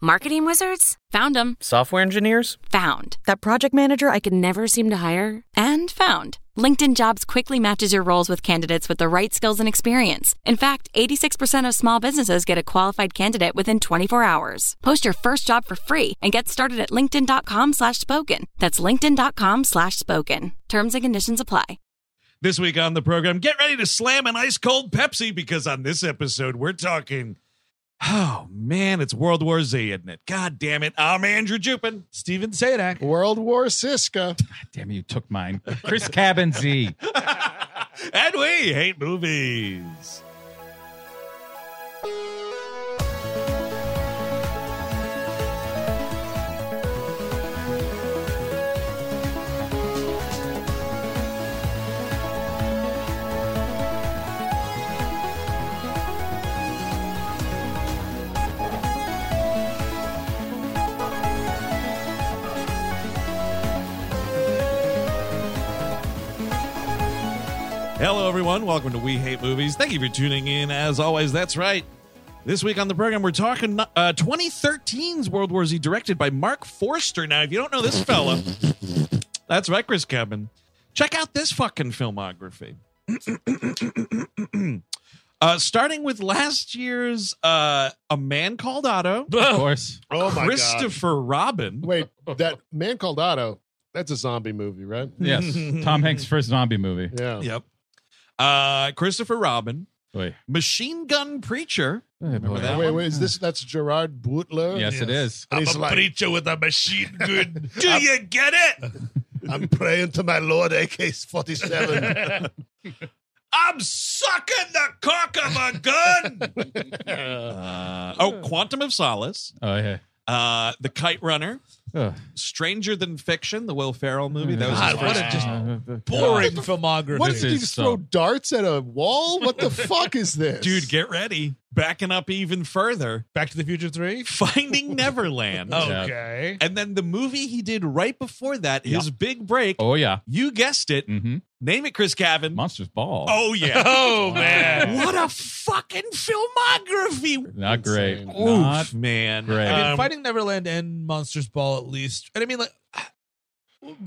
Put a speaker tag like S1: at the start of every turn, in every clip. S1: Marketing wizards? Found them.
S2: Software engineers?
S1: Found.
S3: That project manager I could never seem to hire?
S1: And found. LinkedIn Jobs quickly matches your roles with candidates with the right skills and experience. In fact, 86% of small businesses get a qualified candidate within 24 hours. Post your first job for free and get started at linkedin.com slash spoken. That's linkedin.com slash spoken. Terms and conditions apply.
S4: This week on the program, get ready to slam an ice cold Pepsi because on this episode, we're talking. Oh man, it's World War Z, isn't it? God damn it! I'm Andrew Jupin, Steven Sadak.
S5: World War Siska.
S6: Damn, you took mine. Chris Cabin Z.
S4: and we hate movies. Hello, everyone. Welcome to We Hate Movies. Thank you for tuning in. As always, that's right. This week on the program, we're talking uh, 2013's World War Z, directed by Mark Forster. Now, if you don't know this fella, that's right, Chris Cabin. Check out this fucking filmography. uh, starting with last year's uh, A Man Called Otto,
S6: Of course.
S5: Oh my god.
S4: Christopher Robin.
S5: Wait, that man called Otto. That's a zombie movie, right?
S6: Yes. Tom Hanks' first zombie movie.
S5: Yeah.
S4: Yep. Uh, Christopher Robin,
S6: Wait.
S4: Machine Gun Preacher.
S6: Remember
S4: that
S5: Hmm. wait,
S4: one?
S5: wait, is this that's Gerard Butler?
S6: Yes, it is.
S5: And he's like,
S4: preacher with a machine gun. Do you get it?
S5: I'm praying to my Lord AK 47.
S4: I'm sucking the cock of a gun. Uh, oh, Quantum of Solace,
S6: Oh, yeah.
S4: uh, The Kite Runner,
S6: Oh.
S4: Stranger Than Fiction, the Will Ferrell movie. That
S5: Mm.
S4: was his
S7: God, what
S4: first-
S7: a just
S6: boring
S7: boring filmography.
S5: what
S6: This
S5: did he
S6: is
S5: just
S6: so-
S5: throw darts at a wall? What the fuck is this?
S4: Dude, get ready. Backing up even further,
S7: Back to the Future Three?
S4: Finding Neverland.
S7: Oh. Okay.
S4: And then the movie he did right before that, his big break.
S6: Oh, yeah.
S4: You guessed it.
S6: Mm-hmm.
S4: Name it Chris Cavan.
S6: Monsters Ball.
S4: Oh, yeah.
S7: Oh man.
S4: what a fucking filmography.
S6: Not great.
S5: Insane.
S6: Not
S4: Oof, man.
S6: great.
S7: I mean,
S4: Um,
S7: Fighting Neverland and Monsters Ball at least. And I mean, like,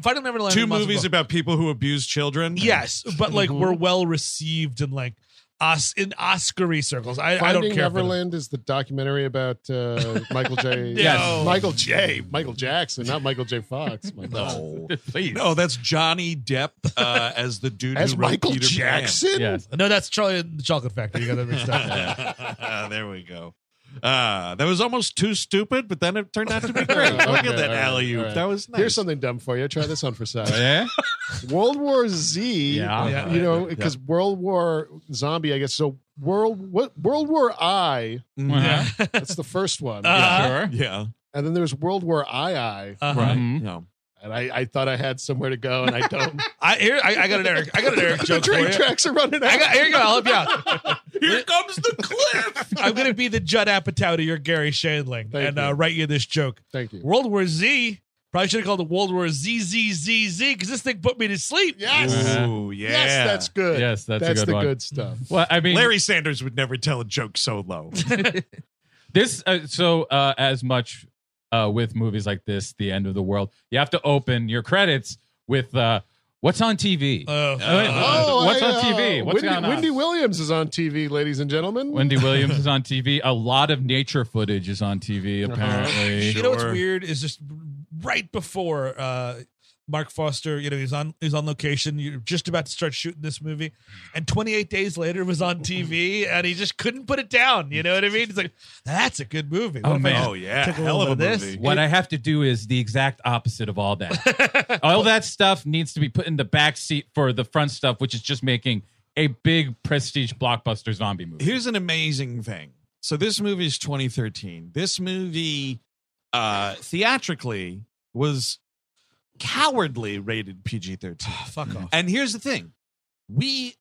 S7: Fighting Neverland.
S4: two
S7: and Monsters
S4: movies
S7: Ball.
S4: about people who abuse children.
S7: Yes, but like were well received and like us in Oscary circles. I, I
S5: Finding
S7: don't care. for them.
S5: Neverland is the documentary about uh, Michael J.
S6: Yes.
S5: Michael J. Michael Jackson, not Michael J. Fox. My God.
S4: No.
S6: Please.
S4: No, that's Johnny Depp uh, as the dude
S5: As
S4: who wrote
S5: Michael
S4: Peter
S5: Jackson?
S6: Yes.
S7: No, that's Charlie and the Chocolate Factory. You got that mixed up.
S4: Pan. there we go. Uh, that was almost too stupid, but then it turned out to be great. Look
S5: Okay,
S4: at that
S5: all right,
S4: alley oop.
S5: all right.
S4: That was nice.
S5: Here's something dumb for you. Try this on for size.
S6: Yeah?
S5: World War Z,
S6: eh? Yeah.
S7: Yeah.
S5: you know, because World War Zombie, I guess. So World what World War I,
S6: Uh-huh.
S5: that's the first one,
S7: Uh,
S6: Sure.
S4: Yeah.
S5: and then there's World War I I,
S7: uh-huh.
S6: Mhm.
S4: No.
S5: and I, I thought I had somewhere to go, and I don't.
S7: I here I, I got an Eric. I got an Eric
S5: the
S7: joke for
S5: train
S7: you.
S5: tracks are running
S7: I
S5: out.
S7: got here. You go. I'll help you out.
S4: Here comes the cliff.
S7: I'm gonna be the Judd Apatow to your Gary Shandling
S5: Thank
S7: and
S5: you.
S7: Uh, write you this joke.
S5: Thank you.
S7: World War Z. Probably should have called it World War ZZZZ because this thing put me to sleep.
S5: Yes,
S6: Uh-huh.
S4: Ooh, yeah.
S5: yes, that's good.
S6: Yes, that's a good
S5: the
S6: one.
S5: good stuff.
S6: Well, I mean,
S4: Larry Sanders would never tell a joke so low.
S6: this uh, so uh, as much uh, with movies like this, the end of the world, you have to open your credits with uh, what's on TV.
S7: Oh,
S6: Uh, what's on TV? What's
S5: Wendy,
S6: going on?
S5: Wendy Williams is on TV, ladies and gentlemen.
S6: Wendy Williams is on TV. A lot of nature footage is on TV,
S7: Uh-huh.
S6: apparently.
S7: You know what's
S4: Sure.
S7: weird is just right before uh, Mark Foster, you know, he's on he's on location. You're just about to start shooting this movie, and 28 days later it was on TV, and he just couldn't put it down. You know what I mean? He's like, that's a good movie. What
S6: Oh,
S7: if I
S6: man.
S7: just
S4: Oh, yeah.
S7: took a
S4: Hell of
S7: little
S4: a
S7: of this.
S4: movie.
S6: What I have to do is the exact opposite of all that. all that stuff needs to be put in the back seat for the front stuff, which is just making a big prestige blockbuster zombie movie.
S4: Here's an amazing thing. So this movie is 2013. This movie, uh, theatrically, was cowardly rated PG-13.
S7: Ah, fuck off?
S4: And here's the thing: we,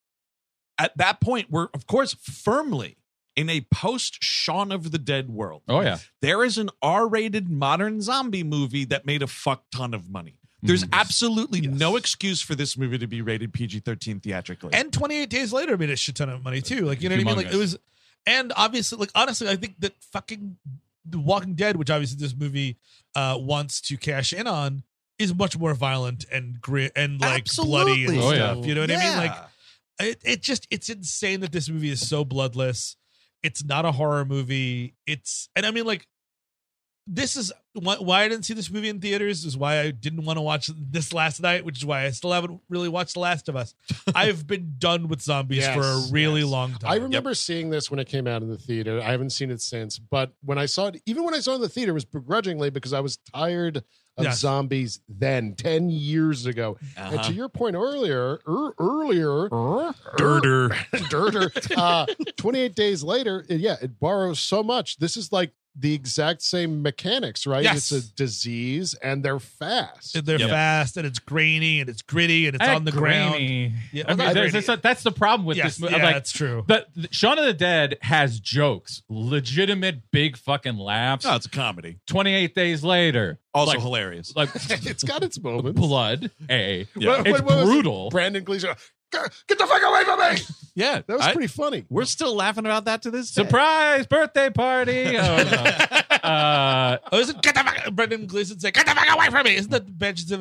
S4: at that point, were of course firmly in a post Shaun of the Dead world.
S6: Oh yeah,
S4: There is an R-rated modern zombie movie that made a fuck ton of money. There's
S6: Mhm.
S4: absolutely
S7: Mm. Yes.
S4: no excuse for this movie to be rated PG 13 theatrically.
S7: and 28 days later made a shit ton of money too like you know what i mean like
S6: Humongous.
S7: it was and obviously like honestly i think that fucking the walking dead which obviously this movie uh wants to cash in on is much more violent and grit and like bloody and
S4: Absolutely.
S6: Oh, yeah.
S7: stuff you know what i mean
S4: Yeah.
S7: like it, it just it's insane that this movie is so bloodless it's not a horror movie it's and i mean like this is why, why i didn't see this movie in theaters is why i didn't want to watch this last night which is why i still haven't really watched the last of us i've been done with zombies
S5: Yes,
S7: for a really
S5: yes.
S7: long time
S5: I remember seeing this when it came out in the theater. I haven't seen it since, but when I saw it, even when I saw it in the theater, it was begrudgingly because I was tired of
S7: Yes.
S5: zombies then, 10 years ago. And
S4: Uh-huh.
S5: to your point earlier, er, earlier,
S4: Dirter.
S5: dirter, uh, 28 days later, it- yeah, it borrows so much. This is like the exact same mechanics, right?
S7: Yes.
S5: It's a disease and they're fast.
S7: And they're
S4: Yep.
S7: fast and it's grainy and it's gritty and it's
S6: Eh,
S7: on the ground
S6: grainy.
S7: Yeah,
S6: I mean,
S7: not
S6: there's-
S7: grainy.
S6: that's, that's the problem with
S7: yes
S6: this movie.
S7: yeah
S6: like,
S7: that's true
S6: the, the Shaun of the Dead has jokes, legitimate big fucking laughs.
S7: Oh.
S4: No, it's a comedy.
S6: 28 days later,
S4: Also
S6: like,
S4: hilarious.
S6: like
S5: it's got its moments.
S6: blood. A,
S4: Yeah.
S5: What-
S6: it's
S5: what- what was it?
S6: brutal.
S5: Brandon Gleason, "Get- get the fuck away from me.
S4: yeah.
S5: That was
S4: I-
S5: pretty funny.
S4: We're still laughing about that to this day.
S6: Surprise birthday party. Oh, no. uh,
S7: oh is it get the fuck brendan gleeson said get the fuck away from me isn't that benches of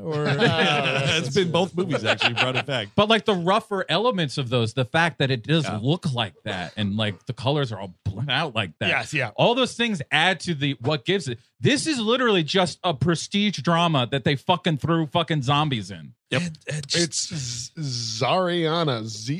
S7: or
S4: it's been both movies actually brought it back.
S6: but like the rougher elements of those, the fact that it does
S4: Yeah.
S6: look like that, and like the colors are all blown out like that.
S7: yes yeah
S6: All those things add to the what gives it. This is literally just a prestige drama that they fucking threw fucking zombies in.
S7: And- and just-
S5: It's Z- Zariana. Z,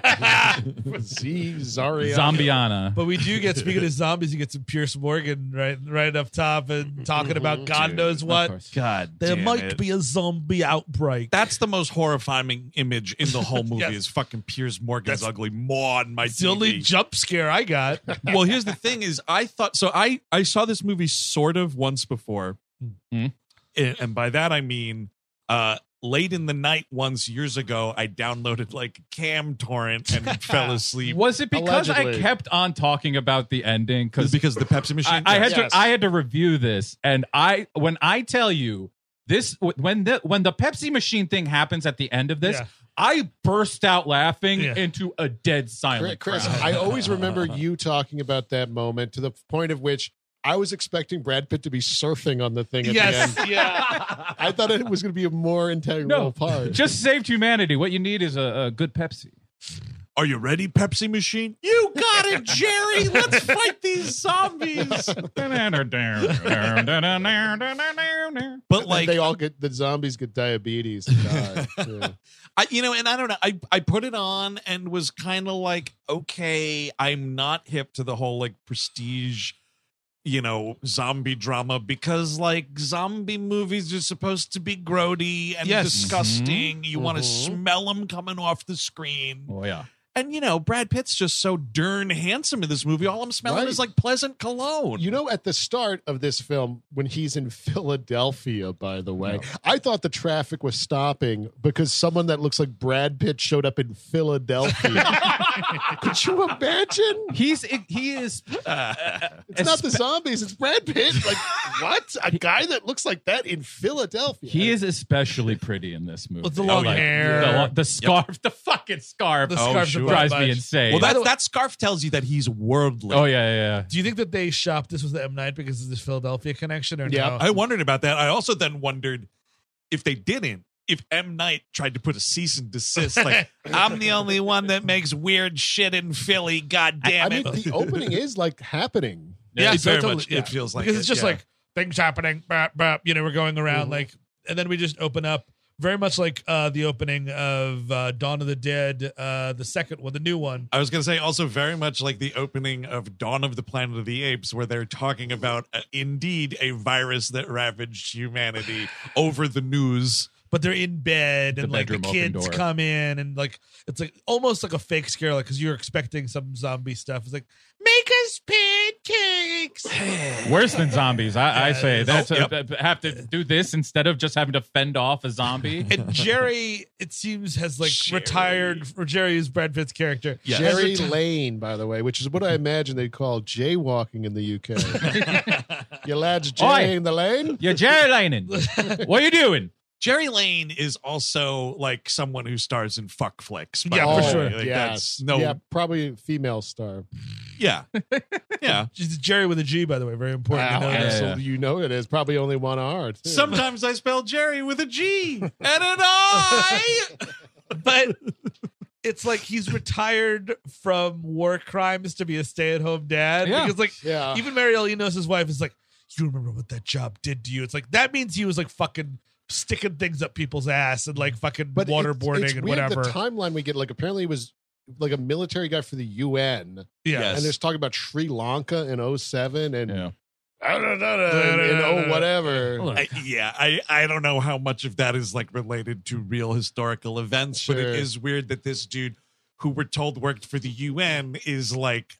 S5: Z, Z Zariana.
S6: Zombiana.
S7: But we do get speaking of zombies, you get some Pierce Morgan right right up top and talking about God
S4: Mm-hmm. Dude,
S7: knows
S6: Of
S7: what.
S6: course.
S4: God,
S7: There
S4: damn
S7: might
S4: it.
S7: be a zombie outbreak.
S4: That's the most horrifying image in the whole movie
S7: Yes.
S4: is fucking Piers Morgan's
S7: That's-
S4: ugly maw on my
S7: It's the only
S4: TV.
S7: jump scare I got.
S4: well, here's the thing: is I thought so. I I saw this movie sort of once before, Hmm.
S6: Mhm.
S4: and, and by that I mean uh late in the night once years ago. I downloaded like Cam torrent and fell asleep
S6: Was it because I
S5: Allegedly.
S6: kept on talking about the ending? Because
S4: because of the Pepsi
S6: I,
S4: machine.
S6: I had
S5: Yes.
S6: to I had to review this, and I when I tell you this when the when the Pepsi machine thing happens at the end of this,
S7: Yeah.
S6: I burst out laughing
S7: Yeah.
S6: into a dead
S5: Chris,
S6: silent.
S5: Chris,
S6: crowd.
S5: I always remember you talking about that moment to the point of which I was expecting Brad Pitt to be surfing on the thing at
S7: yes,
S5: the end.
S7: yeah.
S5: I thought it was going to be a more integral
S6: No.
S5: part.
S6: just saved humanity. What you need is a, a good Pepsi.
S4: Are you ready, Pepsi machine? You got it, Jerry. Let's fight these zombies. But like
S5: they all get the zombies get diabetes. And die. Yeah.
S4: I, you know, and I don't know. I, I put it on and was kind of like, okay, I'm not hip to the whole like prestige, you know, zombie drama because like zombie movies are supposed to be grody and
S7: Yes. Mm-hmm.
S4: disgusting. You want to
S5: Mhm.
S4: smell them coming off the screen.
S6: Oh yeah.
S4: And you know, Brad Pitt's just so darn handsome in this movie. All I'm smelling
S5: Right.
S4: is like pleasant cologne.
S5: You know, at the start of this film, when he's in Philadelphia, by the way, I thought the traffic was stopping because someone that looks like Brad Pitt showed up in Philadelphia. Could you imagine?
S6: He's he is
S5: It's not the zombies, it's Brad Pitt. Like, what? A guy that looks like that in Philadelphia.
S6: he is especially pretty in this movie.
S7: With the long hair.
S6: the, lo- the scarf, the fucking scarf, Oh,
S7: The scarf's a
S6: drives
S7: butt
S6: me
S7: bunch.
S6: insane.
S4: well, that, that scarf tells you that he's worldly.
S6: oh yeah, yeah, yeah.
S7: Do you think that they shopped this was the M Night because of this Philadelphia connection or
S5: Yeah.
S7: no?
S4: I wondered about that. I also then wondered if they didn't, if M. Knight tried to put a cease and desist, like, I'm the only one that makes weird shit in Philly, god
S5: I
S4: damn
S5: mean,
S4: it.
S5: the opening is like happening.
S6: Yeah,
S4: it very much- it feels like
S7: because
S4: it,
S7: it's just
S4: yeah. Mm-hmm.
S7: like things happening. Bap, bap, you know, we're going around like, and then we just open up very much like uh, the opening of uh, Dawn of the Dead, uh, the second one, the new one.
S4: I was going to say also very much like the opening of Dawn of the Planet of the Apes, where they're talking about uh, indeed a virus that ravaged humanity over the news.
S7: but they're in bed
S6: The
S7: and like the
S6: bedroom open
S7: kids
S6: door.
S7: come in and like it's like almost like a fake scare like because you're expecting some zombie stuff it's like make make us pancakes.
S6: Worse than zombies, I, I say. That's
S4: oh,
S6: a, have to do this instead of just having to fend off a zombie.
S7: And Jerry, it seems, has like
S4: Jerry.
S7: retired. Or Jerry is Brad Pitt's character.
S4: Yes.
S7: Has
S5: Jerry
S7: reti-
S5: Lane, by the way, which is what I imagine they call jaywalking in the UK. you lads
S6: Oi.
S5: Jerry in the lane?
S6: yeah, Jerry Lanin, what are you doing?
S4: Jerry Lane is also like someone who stars in fuck flicks. by
S7: Yeah,
S4: the
S7: for
S4: way.
S7: sure.
S4: Like,
S5: yeah,
S4: that's no.
S5: yeah, probably a female star.
S4: Yeah. Yeah.
S7: Just Jerry with a G, by the way. Very important. to
S5: Wow,
S7: know that.
S5: absolutely.
S6: yeah.
S5: You know it is probably only one R. Too.
S4: Sometimes I spell Jerry with a G and an I.
S7: but it's like he's retired from war crimes to be a stay-at-home dad
S6: Yeah.
S7: because like
S5: Yeah.
S7: even Mary Elinos, his wife, is like, you remember what that job did to you? It's like that means he was like fucking sticking things up people's ass and like fucking
S5: but it's-
S7: waterboarding
S5: it's
S7: and
S5: weird
S7: whatever.
S5: The timeline we get, like, apparently he was like a military guy for the UN,
S7: yeah.
S4: Yes.
S5: and there's talking about Sri Lanka in 07 and
S6: Yeah.
S5: and, and oh whatever.
S4: I, yeah, I, I don't know how much of that is like related to real historical events, but
S5: Sure.
S4: it is weird that this dude who we're told worked for the UN is like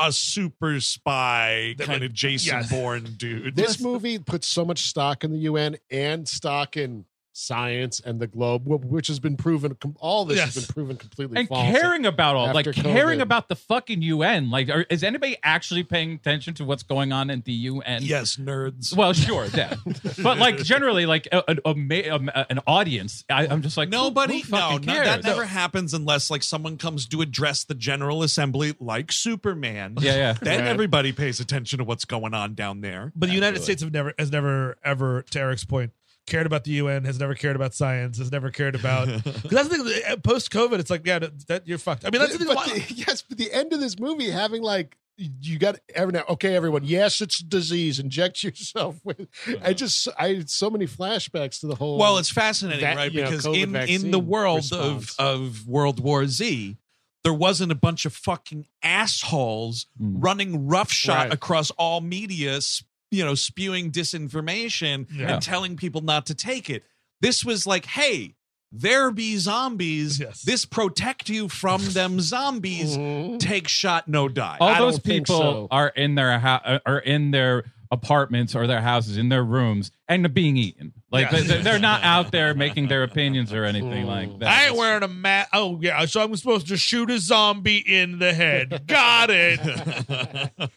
S4: a super spy
S7: That,
S4: kind
S7: like,
S4: of Jason
S7: yes.
S4: Bourne dude.
S5: This movie puts so much stock in the UN and stock in science and the globe, wh- which has been proven. com- All this
S7: Yes.
S5: has been proven completely
S6: And
S5: false.
S6: caring about all, like
S5: After
S6: caring
S5: COVID.
S6: about the fucking UN. Like, are, is anybody actually paying attention to what's going on at the UN?
S4: yes, nerds.
S6: Well, sure, yeah, but like generally, like a, a, a, ma- um, a- an audience, I, I'm just like who-
S4: Nobody,
S6: who
S4: no,
S6: fucking
S4: no,
S6: cares?
S4: that never happens unless like someone comes to address the General Assembly like Superman.
S6: Yeah, yeah.
S4: Then
S5: Right.
S4: everybody pays attention to what's going on down there.
S7: But the United States have never has never ever, to Eric's point, cared about the UN, has never cared about science, has never cared about 'cause that's the thing post COVID, it's like, yeah, that you're fucked. I mean that's the thing.
S5: But
S7: why-
S5: the- yes, but the end of this movie having like you got every now okay everyone yes it's disease inject yourself with i just i had so many flashbacks to the whole
S4: Well, it's fascinating,
S5: That,
S4: right?
S5: you know,
S4: Because
S5: COVID
S4: in, in
S5: vaccine
S4: the world of,
S5: response.
S4: of World War Z, there wasn't a bunch of fucking assholes running roughshod
S5: Mm. Right.
S4: across all media, s- you know, spewing disinformation
S7: Yeah.
S4: and telling people not to take it. This was like, hey, there be zombies.
S7: Yes.
S4: This protect you from them zombies.
S5: Mhm.
S4: Take shot, no die.
S6: all
S5: I
S6: those
S5: don't think
S6: people
S5: so.
S6: are in their ho- are in their apartments or their houses in their rooms and being eaten like
S7: Yeah.
S6: they're, they're not out there making their opinions or
S5: Mm.
S6: anything like that
S7: I ain't wearing a mask. Oh yeah, so I'm supposed to shoot a zombie in the head. Got it.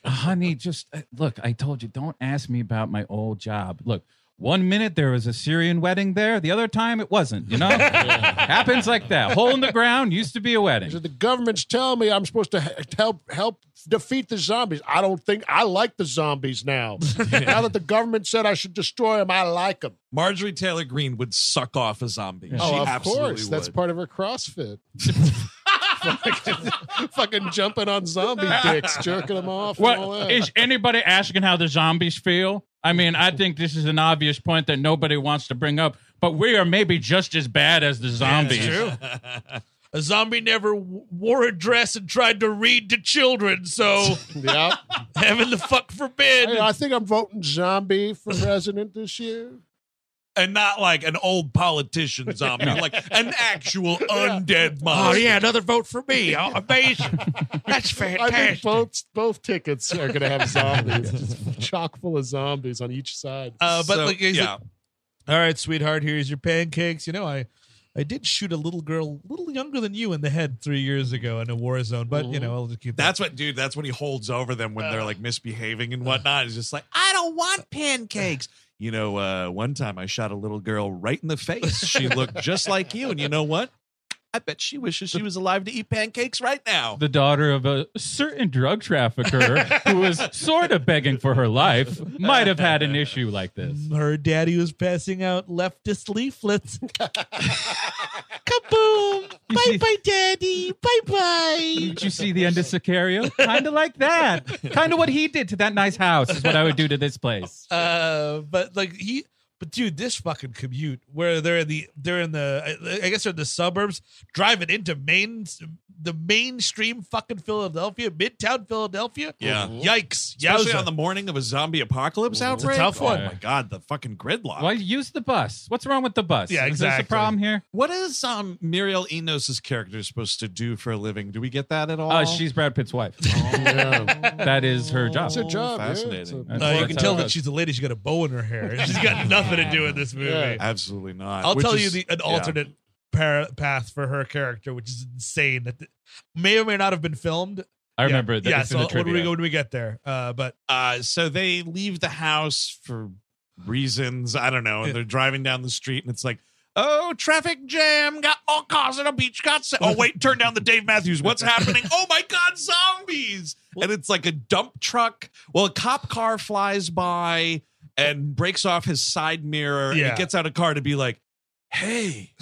S6: honey just uh, look i told you don't ask me about my old job look one minute there was a syrian wedding there the other time it wasn't you know happens like that hole in the ground used to be a wedding
S5: So the government's telling me I'm supposed to he- help help defeat the zombies. I don't think I like the zombies now. Now that the government said I should destroy them, I like them.
S4: Marjorie Taylor Greene would suck off a zombie. She
S5: Oh, of
S4: absolutely
S5: course, that's
S4: would.
S5: part of her CrossFit. fucking, fucking jumping on zombie dicks, jerking them off. and all
S6: What
S5: that.
S6: is anybody asking how the zombies feel? I mean, I think this is an obvious point that nobody wants to bring up, but we are maybe just as bad as the zombies.
S7: A zombie never w- wore a dress and tried to read to children, so
S5: Yeah.
S7: heaven the fuck forbid.
S4: uh,
S5: Hey, I think I'm voting zombie for president this year.
S4: and not like an old politician zombie, like an actual undead
S7: Oh
S4: monster.
S7: yeah, another vote for me. Oh, amazing. That's
S5: I think
S7: fantastic.
S5: both both tickets are going to have zombies, just chock full of zombies on each side.
S7: Uh, but
S4: So,
S7: like, he's
S4: yeah,
S7: like, all right, sweetheart, here's your pancakes. You know, I, I did shoot a little girl, a little younger than you, in the head three years ago in a war zone. But you know, I'll just keep that.
S4: Mm-hmm. that's what, dude. That's when he holds over them when they're like misbehaving and whatnot. He's just like, I don't want pancakes. You know, uh, one time I shot a little girl right in the face. She looked just like you, and you know what? I bet she wishes she was alive to eat pancakes right now.
S6: The daughter of a certain drug trafficker who was sort of begging for her life might have had an issue like this.
S7: Uh, Her daddy was passing out leftist leaflets. Kaboom! Bye bye, daddy. Bye bye.
S6: Did you see the end of Sicario? Kind of like that. Kind of what he did to that nice house is what I would do to this place.
S7: Uh, but like he, But dude, this fucking commute where they're in the they're in the I- I guess they're in the suburbs, driving into main the mainstream fucking Philadelphia, midtown Philadelphia.
S4: Yeah.
S7: yikes!
S4: Especially
S7: Yowza.
S4: on the morning of a zombie apocalypse outbreak.
S7: tough one.
S4: Oh my god, the fucking gridlock.
S6: Why use the bus? What's wrong with the bus?
S7: Yeah,
S6: Is
S7: exactly.
S6: this a problem here? Uh,
S4: What is um, Muriel Enos's character supposed to do for a living? Do we get that at all?
S6: Uh, she's Brad Pitt's wife. that is her job.
S5: It's
S7: Oh,
S5: her job. yeah.
S4: Fascinating.
S5: It's a-
S4: No,
S6: That's
S7: Uh,
S6: how
S7: you
S6: it
S7: can tell that
S6: goes.
S7: she's a lady. She's got a bow in her hair. She's got nothing to do with this movie.
S5: Yeah.
S4: Absolutely not.
S7: I'll
S4: Which
S7: tell you
S4: is-
S7: the, an
S4: yeah.
S7: alternate par- path for her character, which is insane. That th- may or may not have been filmed.
S6: I remember
S7: Yeah,
S6: that.
S7: yeah
S6: it's in
S7: so
S6: the
S7: when we
S6: trivia.
S7: go when we get there, uh, but
S4: Uh, so they leave the house for reasons I don't know, and
S7: Yeah.
S4: they're driving down the street, and it's like, oh, traffic jam, got all cars on a beach, got. Sa- oh wait, turn down the Dave Matthews. What's happening? Oh my God, zombies! And it's like a dump truck. Well, a cop car flies by and breaks off his side mirror, and
S7: Yeah.
S4: he gets out a car to be like, hey.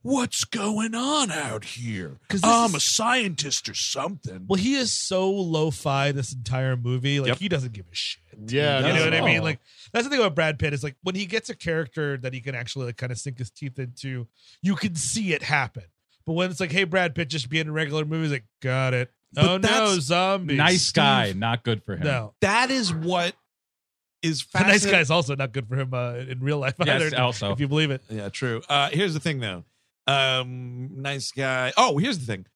S4: What's going on out here?
S7: 'Cause this
S4: I'm
S7: is-
S4: a scientist or something.
S7: well, he is so lo-fi this entire movie. Like
S4: Yep.
S7: he doesn't give a shit.
S5: Yeah,
S7: You
S5: no.
S7: know what I mean?
S6: Oh.
S7: Like that's the thing about Brad Pitt is like when he gets a character that he can actually like kind of sink his teeth into, you can see it happen. But when it's like, hey, Brad Pitt, just be in a regular movie, he's like, got it.
S4: But
S7: oh no,
S4: that's-
S7: zombies.
S6: Nice guy, not good for him.
S7: No.
S4: that is what is
S7: The nice
S4: fascinating.
S7: guy's also not good for him uh, in real life
S6: Yes,
S7: either,
S6: also.
S7: if you believe it.
S4: Yeah, true. Uh, here's the thing, though. Um, nice guy. Oh, here's the thing.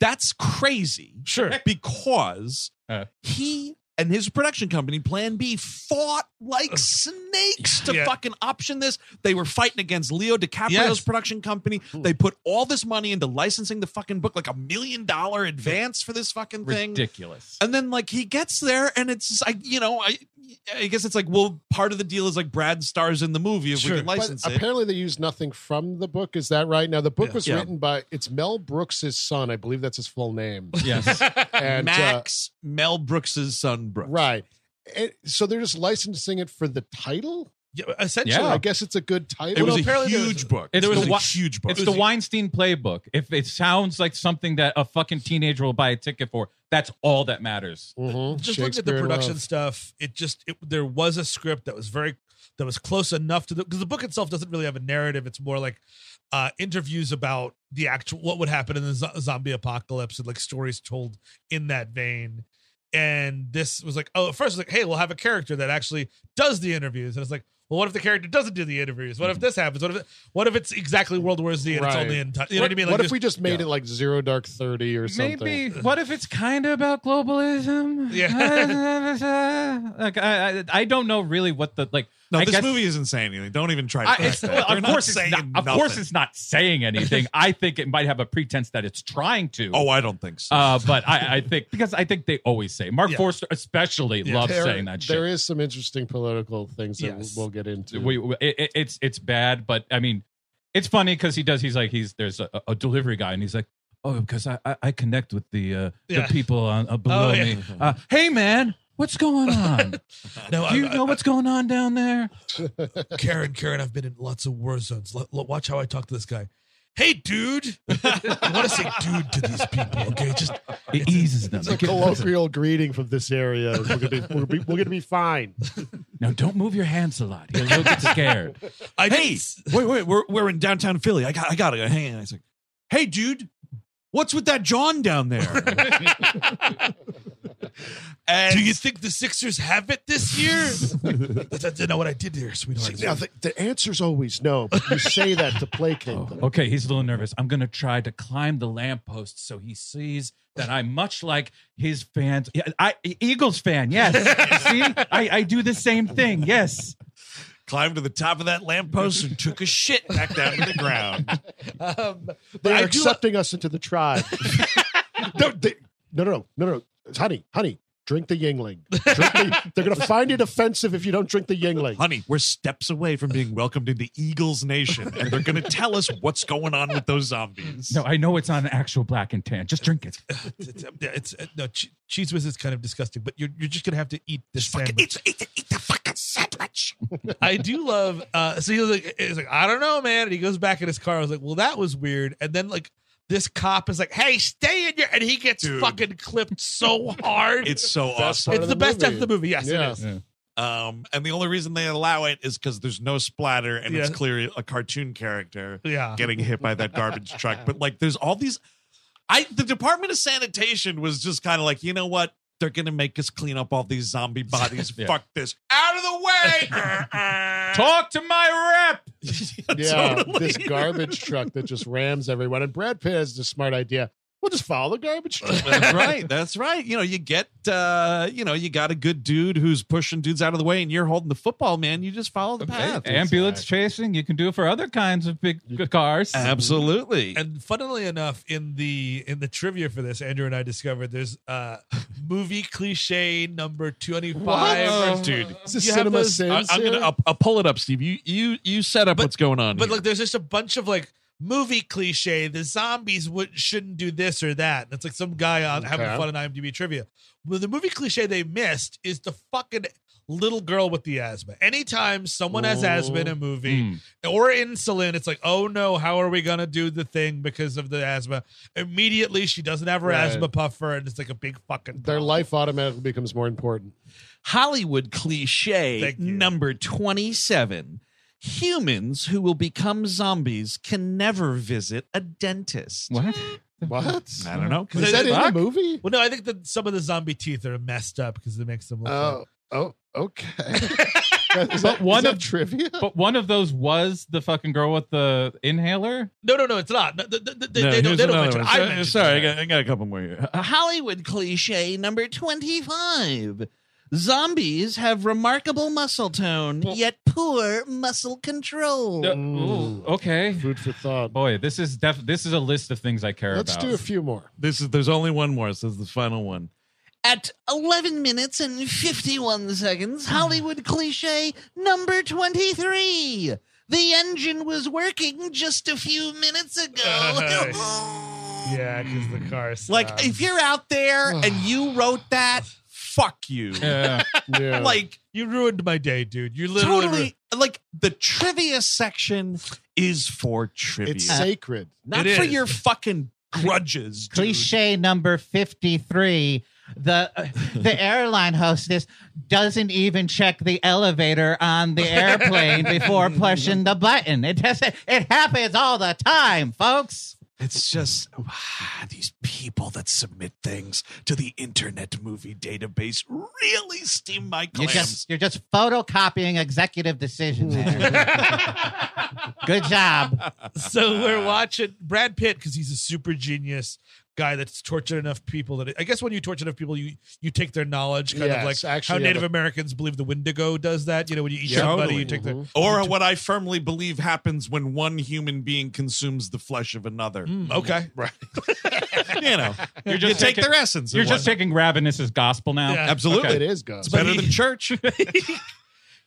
S4: That's crazy.
S7: Sure.
S4: Because
S6: Uh.
S4: he and his production company, Plan B, fought like snakes to
S7: Yeah.
S4: fucking option this. They were fighting against Leo DiCaprio's
S7: Yes. Hmm.
S4: production company. They put all this money into licensing the fucking book, like a million dollar advance for this fucking thing.
S6: Ridiculous.
S4: And then like he gets there, and it's just, I you know I I guess it's like well part of the deal is like Brad stars in the movie if
S7: Sure.
S4: we can
S5: But
S4: license it.
S5: apparently they used nothing from the book. Is that right? Now the book
S7: Yeah.
S5: was
S4: Yeah.
S5: written by it's Mel Brooks' son. I believe that's his full name.
S6: Yes.
S5: And uh,
S4: Max Mel Brooks's son Brooks.
S5: right. It- so they're just licensing it for the title.
S7: Yeah, essentially,
S5: So
S6: Yeah.
S5: I guess it's a good title.
S4: It was a
S7: apparently there was-
S4: huge book.
S6: It's
S4: It was
S6: the
S4: a
S6: wa-
S4: huge book.
S6: It's the Weinstein playbook. If it sounds like something that a fucking teenager will buy a ticket for, that's all that matters.
S5: Mhm.
S7: just looking at the
S5: Shakespeare in
S7: production
S5: Love.
S7: stuff, it just it, there was a script that was very that was close enough to the because the book itself doesn't really have a narrative. It's more like uh interviews about the actual what would happen in the zo- zombie apocalypse and like stories told in that vein. And this was like, oh, at first it was like, hey, we'll have a character that actually does the interviews, and it's like. Well, what if the character doesn't do the interviews? What if this happens? What if what if it's exactly World War Z and
S5: Right.
S7: it's only in time? You know
S5: what
S7: what I mean?
S5: what
S7: Like,
S5: if we just made it like Zero Dark Thirty or something?
S6: Maybe. What if it's kind of about globalism?
S7: Yeah.
S6: like I, I, I don't know really what the like.
S4: no,
S6: I
S4: this
S6: guess-
S4: movie isn't saying anything. Don't even try. To
S6: I,
S4: correct
S6: it's,
S4: that.
S6: well,
S4: They're
S6: of
S4: not
S6: course, it's
S4: saying
S6: not, of
S4: nothing.
S6: course it's not saying anything. I think it might have a pretense that it's trying to.
S4: Oh, I don't think so.
S6: Uh, but I, I think because I think they always say Mark
S7: Yeah.
S6: Forster especially
S7: Yeah.
S6: loves
S5: There-
S6: saying that shit.
S5: There is some interesting political things that
S7: Yes.
S5: we'll get into.
S6: we, we- it, it- it's it's bad, but I mean, it's funny because he does. He's like he's there's a, a delivery guy, and he's like, oh, because I, I I connect with the uh,
S7: Yeah.
S6: the people on uh, below
S7: yeah.
S6: me. Uh, hey, man. What's going on?
S7: no,
S6: Do you
S7: I- I-
S6: know what's going on down there?
S7: Karen, Karen, I've been in lots of war zones. Lo- lo- watch how I talk to this guy. Hey, dude. I want to say dude to these people, okay? Just
S6: It eases them.
S5: It's
S6: It
S5: a
S6: gets-
S5: colloquial greeting from this area. We're gonna be, we're, be, we're gonna be fine.
S6: Now, don't move your hands a lot. He'll, he'll get scared.
S7: I
S4: hey,
S7: didn't-
S4: wait, wait, we're we're in downtown Philly. I got I gotta go. Hang on. It's like, hey, dude, what's with that John down there? and
S7: Do you think the Sixers have it this year? That's that's not what I did there, sweetheart.
S5: Now the, the answer's always no, but you say that to placate them.
S6: Okay, he's a little nervous. I'm going to try to climb the lamppost so he sees that I'm much like his fans. Yeah, I Eagles fan, yes. See, I, I do the same thing, yes.
S4: climbed to the top of that lamppost and took a shit back down to the ground.
S7: Um, but
S5: They're
S7: I do-
S5: accepting us into the tribe. no, they, no, no, no, no, no. Honey, honey, drink the Yingling. Drink the, they're going to find it offensive if you don't drink the Yingling.
S4: Honey, we're steps away from being welcomed into Eagles Nation, and they're going to tell us what's going on with those zombies.
S6: No, I know it's not an actual black and tan. Just drink it.
S7: it's, it's, uh, no, che- cheese whiz is kind of disgusting, but you're, you're just going to have to eat this
S4: fucking
S7: sandwich.
S4: eat, eat, eat the fucking sandwich.
S7: I do love. Uh, so he was like, he's like, I don't know, man. And he goes back in his car. I was like, well, that was weird. And then like this cop is like, hey, stay in your, and he gets
S4: Dude.
S7: fucking clipped so hard.
S4: It's so
S5: Best
S4: awesome.
S5: part
S7: It's
S5: of
S7: the,
S5: the
S7: best death
S5: movie.
S7: of the movie. Yes,
S5: Yeah.
S7: it is.
S4: Um, and the only reason they allow it is because there's no splatter and it's
S7: Yeah.
S4: clearly a cartoon character
S7: Yeah.
S4: getting hit by that garbage truck. But like, there's all these. I the Department of Sanitation was just kind of like, you know what? They're gonna make us clean up all these zombie bodies.
S6: Yeah.
S4: Fuck this, out of the
S6: Talk to my rep.
S4: way.
S5: Yeah,
S4: Totally.
S5: this garbage truck that just rams everyone. And Brad Pitt has the smart idea. We'll just follow the garbage truck.
S4: That's right. That's right. You know, you get, uh, you know, you got a good dude who's pushing dudes out of the way, and you're holding the football, man. You just follow the path.
S6: Ambulance chasing. You can do it for other kinds of big cars.
S4: Absolutely.
S7: And funnily enough, in the in the trivia for this, Andrew and I discovered there's uh movie cliche number twenty five.
S4: dude.
S5: Is this
S7: You have
S5: cinema
S7: those-
S5: sins?
S4: I, am gonna
S5: here?
S4: I'll, I'll pull it up, Steve. You you you set up
S7: But-
S4: what's going on.
S7: But
S4: here.
S7: like there's just a bunch of like movie cliche, the zombies would shouldn't do this or that. That's like some guy on having
S5: Okay.
S7: fun on IMDb trivia. Well, the movie cliche they missed is the fucking little girl with the asthma. Anytime someone has asthma
S5: Oh,
S7: in a movie,
S5: hmm.
S6: Mm.
S7: or insulin. It's like, oh no, how are we gonna do the thing because of the asthma? Immediately, she doesn't have her
S5: Right.
S7: asthma puffer, and it's like a big fucking.
S5: Their life automatically becomes more important.
S4: Hollywood cliche
S7: Thank you.
S4: number 27. Humans who will become zombies can never visit a dentist.
S6: What?
S5: What? Is
S4: I don't know.
S7: Is
S5: that in the
S7: Fuck.
S5: movie?
S7: Well, no, I think that some of the zombie teeth are messed up because it makes them. Look
S5: Oh,
S7: like-
S5: oh, okay. is that,
S6: one
S5: is that
S6: of-
S5: trivia?
S6: But one of those was the fucking girl with the inhaler.
S7: no, no, no, it's not. No, th- th- th- they, don't. They don't mention. it. I mentioned it.
S4: I got a couple more here. Hollywood cliche number 25. Zombies have remarkable muscle tone, yet poor muscle control.
S5: Mm.
S6: Uh, Okay.
S5: Food for thought.
S6: Boy, this is def- this is a list of things I care
S5: Let's
S6: about.
S5: do a few more.
S4: This is there's only one more. So this is the final one. At 11 minutes and 51 seconds, Hollywood cliche number 23. The engine was working just a few minutes ago.
S7: Yeah, because the car. Stopped.
S4: like if you're out there and you wrote that, fuck you.
S6: Yeah.
S5: Yeah.
S4: Like
S7: you ruined my day, dude. You literally.
S4: totally like the trivia section is for trivia.
S5: it's sacred.
S4: not
S7: it
S4: for
S7: is.
S4: your fucking grudges, dude.
S2: Cliche number 53. The the airline hostess doesn't even check the elevator on the airplane before pushing the button. It just it happens all the time, folks.
S4: It's just ah, these people that submit things to the Internet Movie Database really steam my
S2: You're
S4: clams.
S2: just you're just photocopying executive decisions. Good job.
S7: so we're watching Brad Pitt because he's a super genius guy that's tortured enough people that I guess when you torture enough people, you you take their knowledge, kind
S5: Yes,
S7: of like
S5: actually,
S7: how
S5: yeah,
S7: Native
S5: but-
S7: Americans believe the Wendigo does that. You know, when you eat
S4: Yeah,
S7: somebody,
S4: totally.
S7: you take their
S6: Mm-hmm.
S4: or what I firmly believe happens when one human being consumes the flesh of another.
S7: Mm, okay,
S4: Right. you know, you
S6: just
S4: take
S6: taking-
S4: their essence. and
S6: You're just
S4: whatnot.
S6: taking ravenous as gospel now.
S7: Yeah.
S4: absolutely.
S5: It is God.
S4: It's better than church.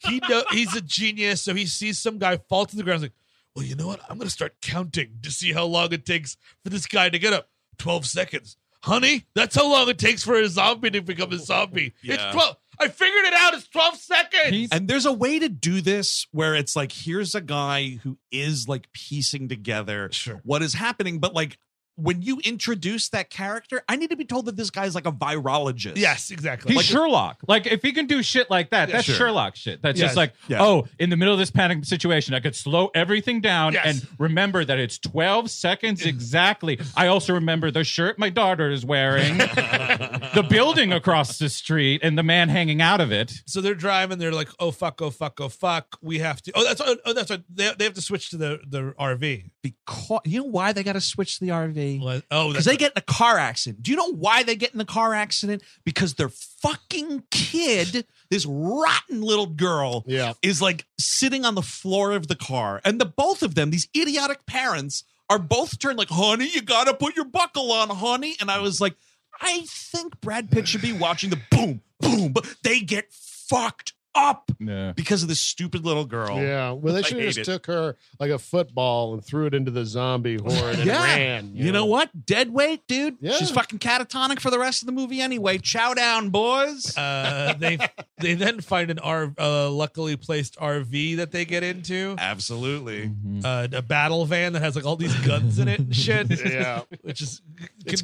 S7: he know, he's a genius, so he sees some guy fall to the ground. He's like, well, you know what? I'm gonna start counting to see how long it takes for this guy to get up. Twelve seconds, honey. That's how long it takes for a zombie to become a zombie.
S4: Yeah.
S7: It's twelve. I figured it out. It's twelve seconds.
S6: He's-
S4: And there's a way to do this where it's like, here's a guy who is like piecing together
S7: Sure.
S4: what is happening. But like, when you introduce that character, I need to be told that this guy's like a virologist.
S7: yes, exactly.
S6: He's
S7: Like-
S6: Sherlock. Like if he can do shit like that,
S7: Yeah,
S6: that's
S7: sure.
S6: Sherlock shit. That's
S7: Yes.
S6: just like,
S4: Yeah.
S6: oh, in the middle of this panic situation, I could slow everything down
S7: Yes.
S6: and remember that it's 12 seconds exactly. I also remember the shirt my daughter is wearing, the building across the street, and the man hanging out of it.
S7: So they're driving. They're like, "Oh fuck! Oh fuck! Oh fuck! We have to." Oh, that's oh, oh, that's right. They, they have to switch to the the RV.
S4: Because you know why they got to switch to the RV?
S7: Oh,
S4: Because
S7: that's
S4: they get in a car accident. Do you know why they get in the car accident? Because their fucking kid, this rotten little girl,
S5: Yeah.
S4: is like sitting on the floor of the car. And the both of them, these idiotic parents, are both turned like, honey, you gotta put your buckle on, honey. And I was like, I think Brad Pitt should be watching the boom, boom, but they get fucked up
S6: Yeah.
S4: because of this stupid little girl.
S5: Yeah. Well, they
S4: I
S5: should
S4: hate
S5: have just
S4: it.
S5: took her like a football and threw it into the zombie horde and
S4: Yeah.
S5: ran.
S4: You know what? Dead weight, dude.
S5: Yeah.
S4: She's fucking catatonic for the rest of the movie anyway. Chow down, boys.
S7: uh, they they then find an R, uh, luckily placed RV that they get into.
S4: Absolutely.
S7: Uh, a battle van that has like all these guns in it and shit.
S5: Yeah.
S7: which is
S5: It's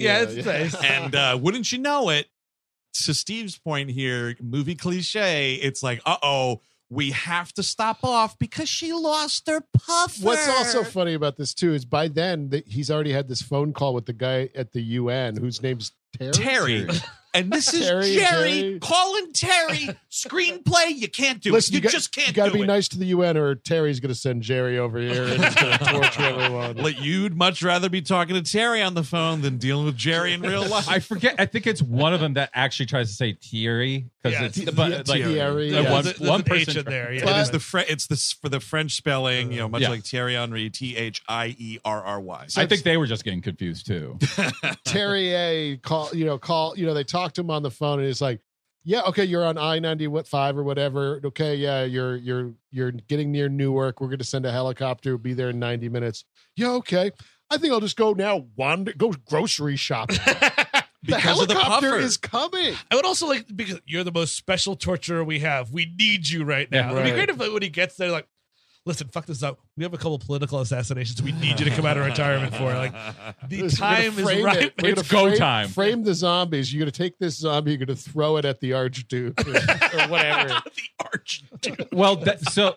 S5: convenient,
S7: Yeah,
S5: yeah,
S7: it's
S5: yeah.
S7: nice.
S4: And uh, wouldn't you know it, to Steve's point here, movie cliche, it's like, uh oh, we have to stop off because she lost her puffer.
S5: What's also funny about this too is by then that he's already had this phone call with the guy at the UN whose name's Terry.
S4: Terry. And this is
S5: Terry,
S4: Jerry,
S5: Jerry.
S4: calling Terry. Screenplay, you can't do
S5: Listen,
S4: it. You,
S5: got-
S4: just can't
S5: You gotta
S4: do
S5: be
S4: it.
S5: nice to the UN, or Terry's gonna send Jerry over here and he's gonna torture everyone.
S4: Like, You'd much rather be talking to Terry on the phone than dealing with Jerry in real life.
S6: I forget. I think it's one of them that actually tries to say Thierry because
S7: Yeah,
S6: it's but
S5: Thierry.
S6: like
S5: Thierry,
S6: the
S5: yeah.
S6: one,
S7: There's a-
S6: one
S7: there's an H
S6: person
S7: in there, yeah.
S4: It is the Fre- it's this for the French spelling, you know, much
S6: Yeah.
S4: like Thierry Henry, T H I E R R Y.
S6: I think they were just getting confused too.
S5: Terry A call, you know, call, you know, they talked to him on the phone and he's like, yeah, okay, you're on I ninety what five or whatever. Okay, yeah, you're you're you're getting near Newark. We're gonna send a helicopter. Be there in ninety minutes. Yeah, okay. I think I'll just go now. Wander, go grocery shopping. the
S4: Because of the
S5: helicopter
S4: puffer.
S5: is coming.
S7: I would also like because you're the most special torturer we have. We need you right
S6: Yeah,
S7: now. It'd be
S5: right.
S7: great if like, when he gets there, like, listen, fuck this up. We have a couple political assassinations. We need you to come out of retirement for like the
S5: Listen, we're gonna
S7: time is
S5: frame
S7: right.
S5: it. We're
S6: It's
S5: gonna
S6: go
S5: frame-
S6: time.
S5: Frame the zombies. You're gonna take this zombie. You're gonna throw it at the Archduke or, or whatever.
S7: the archduke.
S6: well, that, so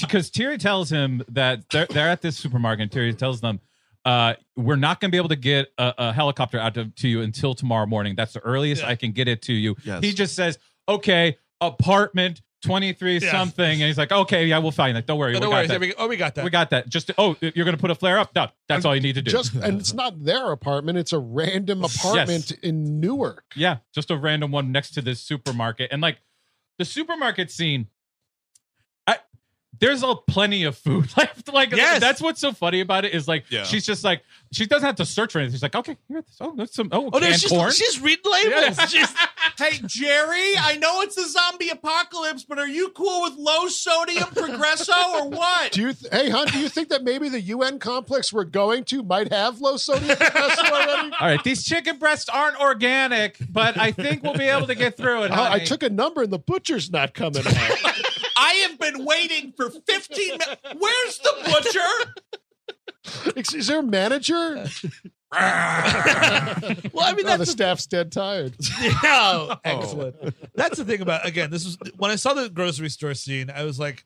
S6: because Terry tells him that they're they're at this supermarket, and Terry tells them, uh, "We're not going to be able to get a, a helicopter out to, to you until tomorrow morning. That's the earliest I can get it to you."
S4: Yes.
S6: He just says, "Okay, apartment twenty three
S7: Yeah.
S6: something," and he's like, "Okay, yeah, we'll find it. Don't worry,
S7: No,
S6: we
S7: no
S6: got
S7: worries.
S6: that.
S7: Yeah, we- oh, we got that.
S6: We got that. Just oh, you're going to put a flare up? No, that's all you need to do.
S5: Just and it's not their apartment. It's a random apartment in Newark.
S6: Yeah, just a random one next to this supermarket. And like the supermarket scene, I there's a plenty of food left. Like
S7: Yes.
S6: that's what's so funny about it is like
S4: Yeah.
S6: she's just like she doesn't have to search for anything. She's like, okay, here, oh, there's some oh,
S7: oh no,
S6: canned
S7: she's
S6: corn.
S7: she's reading labels. She's
S4: Hey Jerry, I know it's the zombie apocalypse, but are you cool with low sodium Progresso or what?
S5: Do you, th- hey, hon, do you think that maybe the UN complex we're going to might have low sodium espresso already?
S6: all right, these chicken breasts aren't organic, but I think we'll be able to get through it.
S5: Oh, I
S6: honey.
S5: took a number and the butcher's not coming out.
S4: I have been waiting for 15 minutes. Where's the butcher?
S5: Ex- Is there a manager?
S7: well, I mean
S5: No, the
S7: that's the
S5: staff's dead tired.
S7: Yeah,
S5: Oh.
S7: excellent. That's the thing about again. This was when I saw the grocery store scene. I was like,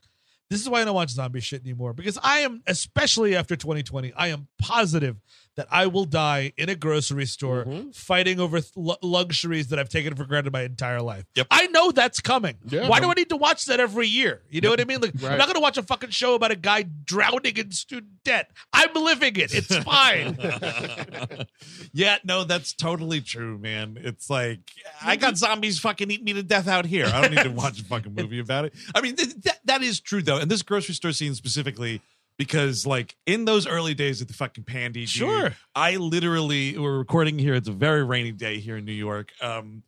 S7: "This is why I don't watch zombie shit anymore." Because I am, especially after 2020, I am positive that I will die in a grocery store
S5: Mm-hmm.
S7: fighting over th- lu- luxuries that I've taken for granted my entire life.
S4: Yep.
S7: I know that's coming.
S5: Yeah.
S7: Why do I need to watch that every year? You know what I mean? Like, I'm
S5: Right.
S7: not going to watch a fucking show about a guy drowning in student debt. I'm living it. It's fine.
S4: yeah, no, that's totally true, man. It's like I got zombies fucking eating me to death out here. I don't need to watch a fucking movie about it. I mean, th- that that is true though, and this grocery store scene specifically. Because like in those early days at the fucking Pandy, dude,
S7: Sure.
S4: I literally we're recording here. It's a very rainy day here in New York. Um,